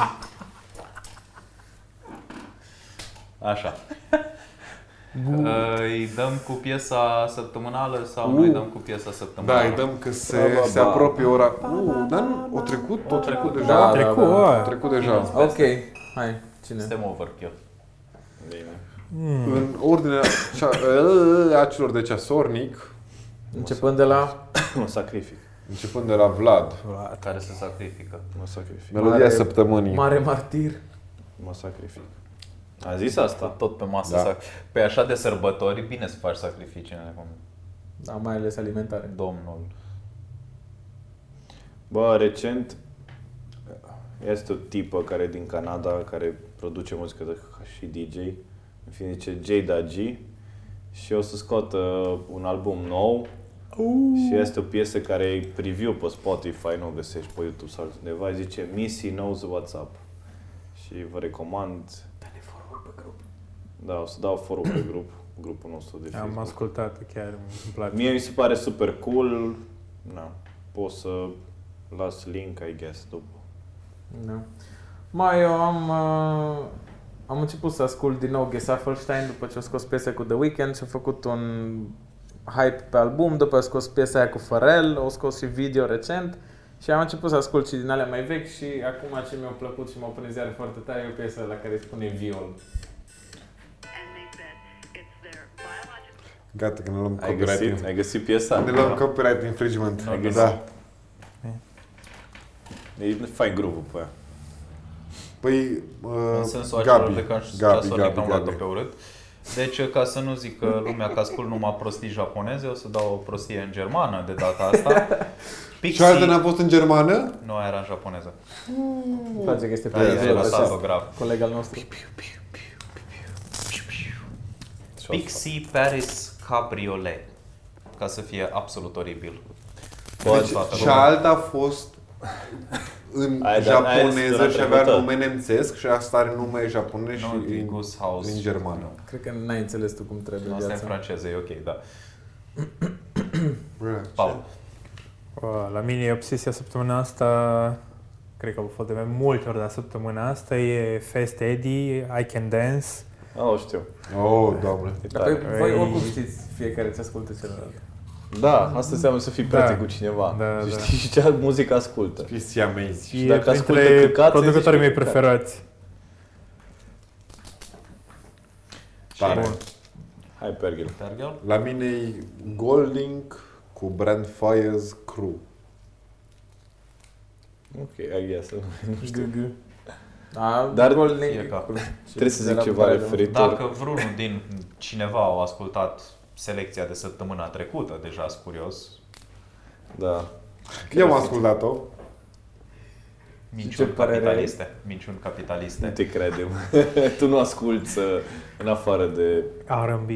[SPEAKER 1] Așa. [LAUGHS] Uh, Îi dăm cu piesa săptămânală sau noi dăm cu piesa
[SPEAKER 2] Da,
[SPEAKER 1] săptămânală?
[SPEAKER 2] îi dăm că se,
[SPEAKER 5] Ba, ba,
[SPEAKER 2] se
[SPEAKER 5] ba.
[SPEAKER 2] aproapie ora. Uh, dar nu, o trecut, o trecut deja.
[SPEAKER 3] Da,
[SPEAKER 4] Trecut,
[SPEAKER 3] da, da.
[SPEAKER 2] A
[SPEAKER 4] bă.
[SPEAKER 2] trecut deja.
[SPEAKER 3] Ok, hai, cine?
[SPEAKER 1] Suntem overkill.
[SPEAKER 2] În ordinea cea, ă, a celor de ceasornic,
[SPEAKER 3] Începând de la...
[SPEAKER 5] Mă sacrific,
[SPEAKER 2] începând de la Vlad,
[SPEAKER 1] Care se sacrifică.
[SPEAKER 5] mă sacrific,
[SPEAKER 2] melodia
[SPEAKER 3] Mare-
[SPEAKER 2] săptămânii.
[SPEAKER 3] Mare martir.
[SPEAKER 5] mă sacrific. A zis asta?
[SPEAKER 1] Tot pe masă.
[SPEAKER 2] Da.
[SPEAKER 1] Da. Sac- pe așa de sărbători, bine să faci sacrificii. ne recomand.
[SPEAKER 3] Da, mai ales alimentare.
[SPEAKER 1] Domnul.
[SPEAKER 5] Bă, recent Este o tipă care e din Canada, care produce muzică de, ca și DJ. În fine, zice Jada G. Și o să scoată un album nou. Și este o piesă care e preview pe Spotify, nu o găsești pe YouTube sau undeva. Zice Missy Knows What's Up. Și vă recomand... Da, o să dau forum pe grup, grupul nostru de
[SPEAKER 4] Am
[SPEAKER 5] Facebook.
[SPEAKER 4] ascultat chiar, îmi place.
[SPEAKER 5] Mie mi se pare super cool. Na, pot să las link, I guess, după.
[SPEAKER 3] Da. Mai eu am, uh, am început să ascult din nou Gesaffelstein după ce a scos piesa cu The Weeknd și a făcut un hype pe album, după a scos piesa aia cu Pharrell, au scos și video recent și am început să ascult și din alea mai vechi și acum ce mi-a plăcut și m-a prins iar foarte tare e o piesă la care îi spune viol.
[SPEAKER 6] and they said it's their biological
[SPEAKER 2] Gata, că ne luăm
[SPEAKER 5] Ai
[SPEAKER 2] copyright.
[SPEAKER 5] găsit,
[SPEAKER 2] in-
[SPEAKER 5] ai găsit piesa?
[SPEAKER 2] Ne luăm copyright infringement.
[SPEAKER 5] Ai găsit.
[SPEAKER 2] Da.
[SPEAKER 5] E fain groove pe aia.
[SPEAKER 2] Păi,
[SPEAKER 1] În sensul
[SPEAKER 2] uh,
[SPEAKER 1] acela
[SPEAKER 2] Gabi,
[SPEAKER 1] de că aș
[SPEAKER 2] Gabi,
[SPEAKER 1] să
[SPEAKER 2] Gabi, Gabi.
[SPEAKER 1] pe urât. Deci, ca să nu zic că lumea că ascult numai prostii japoneze, o să dau o prostie în germană de data
[SPEAKER 2] [LAUGHS]
[SPEAKER 1] asta.
[SPEAKER 2] Și altă
[SPEAKER 1] Pixie,
[SPEAKER 2] n-a fost în germană?
[SPEAKER 1] nu era în japoneză,
[SPEAKER 3] Îmi place că este
[SPEAKER 2] Da,
[SPEAKER 1] care
[SPEAKER 3] pe
[SPEAKER 1] Da, e lăsat-o grav.
[SPEAKER 3] coleg al nostru.
[SPEAKER 1] Pixie Paris Cabriolet, ca să fie absolut oribil.
[SPEAKER 2] Deci,
[SPEAKER 1] toată
[SPEAKER 2] și
[SPEAKER 1] lumea.
[SPEAKER 2] alta a fost în
[SPEAKER 5] Aia, dar aia
[SPEAKER 2] japoneză
[SPEAKER 5] este săptămâna
[SPEAKER 2] și avea
[SPEAKER 5] trecută.
[SPEAKER 2] nume nemțesc și asta are nume japonez și
[SPEAKER 1] Nu, din
[SPEAKER 2] în,
[SPEAKER 1] Goose House.
[SPEAKER 2] în germană.
[SPEAKER 3] Cred că n-ai înțeles tu cum trebuie
[SPEAKER 1] Nu, asta e în
[SPEAKER 3] viața.
[SPEAKER 1] franceză, e ok, da.
[SPEAKER 2] Bă,
[SPEAKER 1] Paul.
[SPEAKER 4] O, La mine e obsesia săptămâna asta, cred că au fost de mai multe ori, dar săptămâna asta e Fest Eddie, I Can Dance.
[SPEAKER 5] A, Ah, o știu.
[SPEAKER 2] Oh, doamne.
[SPEAKER 5] E
[SPEAKER 3] Dar
[SPEAKER 5] tare.
[SPEAKER 3] voi- voi oricum știți fiecare ce ascultă celălalt.
[SPEAKER 5] Da, asta înseamnă să fii prieten
[SPEAKER 4] Da.
[SPEAKER 5] cu cineva.
[SPEAKER 4] Da,
[SPEAKER 5] și
[SPEAKER 4] da.
[SPEAKER 5] știi și ce muzică ascultă.
[SPEAKER 2] Chestia amazing.
[SPEAKER 5] Și
[SPEAKER 4] e
[SPEAKER 5] dacă ascultă
[SPEAKER 4] printre
[SPEAKER 5] căcate, zici că
[SPEAKER 4] producătorii mei
[SPEAKER 5] căcat.
[SPEAKER 4] preferați.
[SPEAKER 2] Tare.
[SPEAKER 1] Bun.
[SPEAKER 5] Hai, Pergel.
[SPEAKER 1] Targel?
[SPEAKER 2] La mine e Golding cu Brand Fires Crew.
[SPEAKER 5] Ok, I guess.
[SPEAKER 3] Nu știu. Da,
[SPEAKER 5] Dar-
[SPEAKER 3] gol
[SPEAKER 1] E ca-
[SPEAKER 5] Trebuie să
[SPEAKER 3] de la
[SPEAKER 5] zic ceva
[SPEAKER 3] Braga.
[SPEAKER 5] referitor.
[SPEAKER 1] Dacă vreunul din cineva au ascultat selecția de săptămâna trecută, deja sunt curios,
[SPEAKER 5] Da.
[SPEAKER 2] Eu am ascultat-o.
[SPEAKER 1] minciuni
[SPEAKER 3] ce părere ai?
[SPEAKER 1] capitaliste. Minciuni
[SPEAKER 5] Nu
[SPEAKER 1] capitaliste.
[SPEAKER 5] te credem. [LAUGHS] tu nu asculti uh, în afară de
[SPEAKER 4] R&B.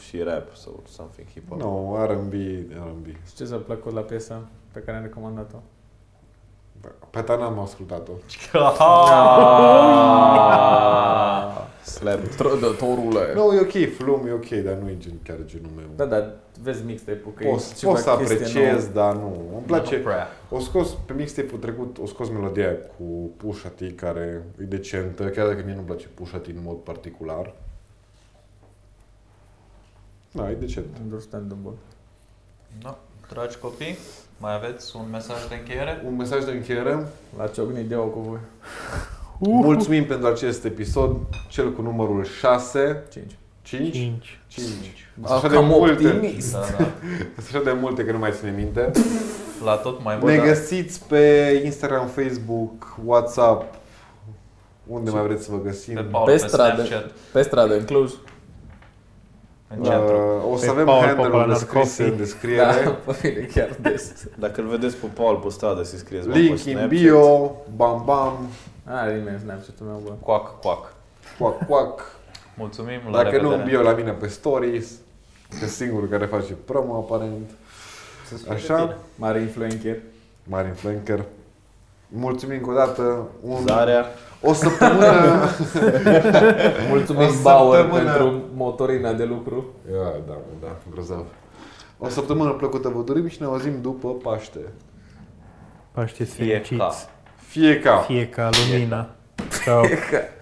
[SPEAKER 5] și rap sau something hip-hop.
[SPEAKER 2] Nu, no, R&B, R&B.
[SPEAKER 3] Și ce ți-a plăcut la piesa pe care am recomandat-o?
[SPEAKER 2] Da, Pe ta n-am ascultat-o.
[SPEAKER 1] [LAUGHS]
[SPEAKER 5] Slap.
[SPEAKER 3] Trădătorule!
[SPEAKER 2] Nu, e ok, Flum e ok, dar nu e gen, chiar genul meu.
[SPEAKER 3] Da, da, vezi mixtape-ul că
[SPEAKER 2] Poți,
[SPEAKER 3] ceva
[SPEAKER 2] poți să
[SPEAKER 3] chestie
[SPEAKER 2] apreciez,
[SPEAKER 3] nouă. Da.
[SPEAKER 2] dar nu. Îmi place.
[SPEAKER 1] Nu prea.
[SPEAKER 2] O scos pe mixtape-ul trecut, o scos melodia aia cu Pusha T, care e decentă, chiar dacă mie nu-mi place Pusha T în mod particular. Da, e decent.
[SPEAKER 3] Understandable.
[SPEAKER 1] Da. Dragi copii, mai aveți un mesaj de încheiere?
[SPEAKER 2] Un mesaj de
[SPEAKER 1] Uh,
[SPEAKER 2] încheiere.
[SPEAKER 3] La ciocnit eu cu voi.
[SPEAKER 2] Mulțumim pentru acest episod, cel cu numărul 6,
[SPEAKER 3] 5.
[SPEAKER 2] 5,
[SPEAKER 4] 5.
[SPEAKER 2] 5.
[SPEAKER 3] Ah,
[SPEAKER 2] Așa de
[SPEAKER 3] cam
[SPEAKER 2] multe,
[SPEAKER 3] optimist.
[SPEAKER 1] Da, da.
[SPEAKER 2] așa de multe că nu mai ține
[SPEAKER 1] [LAUGHS]
[SPEAKER 2] minte.
[SPEAKER 1] La tot mai mult.
[SPEAKER 2] Ne
[SPEAKER 1] dar-
[SPEAKER 2] găsiți pe Instagram, Facebook, WhatsApp, unde mai vreți să vă
[SPEAKER 1] Pe
[SPEAKER 2] găsim.
[SPEAKER 1] Paul,
[SPEAKER 3] Pe
[SPEAKER 1] pe,
[SPEAKER 3] stradă.
[SPEAKER 1] Snapchat,
[SPEAKER 3] Pe stradă, în Cluj.
[SPEAKER 1] în centru.
[SPEAKER 2] Uh, o să
[SPEAKER 4] Pe
[SPEAKER 2] avem
[SPEAKER 4] Paul
[SPEAKER 2] handle-ul
[SPEAKER 4] Popolan
[SPEAKER 2] descris
[SPEAKER 4] Narcofi.
[SPEAKER 2] în descriere.
[SPEAKER 3] Da, [LAUGHS] pe mine chiar des.
[SPEAKER 5] Dacă îl vedeți pe Paul pe stradă, să-i scrieți bă,
[SPEAKER 2] Link
[SPEAKER 5] pe
[SPEAKER 2] in
[SPEAKER 5] Snapchat.
[SPEAKER 2] bio, bam bam,
[SPEAKER 3] Are nimeni Snapchat-ul meu, bă.
[SPEAKER 1] Coac, coac.
[SPEAKER 2] quack quack.
[SPEAKER 1] Mulțumim, la
[SPEAKER 2] Dacă nu
[SPEAKER 1] revedere.
[SPEAKER 2] în bio la mine pe stories, că singurul care face promo aparent. Așa,
[SPEAKER 3] Mare influencer.
[SPEAKER 2] mare influencer. Mulțumim încă o dată. Un,
[SPEAKER 5] Zarea.
[SPEAKER 2] o săptămână. O
[SPEAKER 3] Mulțumim Bauer
[SPEAKER 2] săptămână.
[SPEAKER 3] pentru motorina de lucru.
[SPEAKER 2] Ia, da, mă, da, grozav. O săptămână plăcută vă dorim și ne auzim după Paște.
[SPEAKER 4] Pașteți
[SPEAKER 1] Fie ca.
[SPEAKER 4] fericiți.
[SPEAKER 2] Fie ca.
[SPEAKER 4] Fie ca lumina. Ciao.
[SPEAKER 3] Că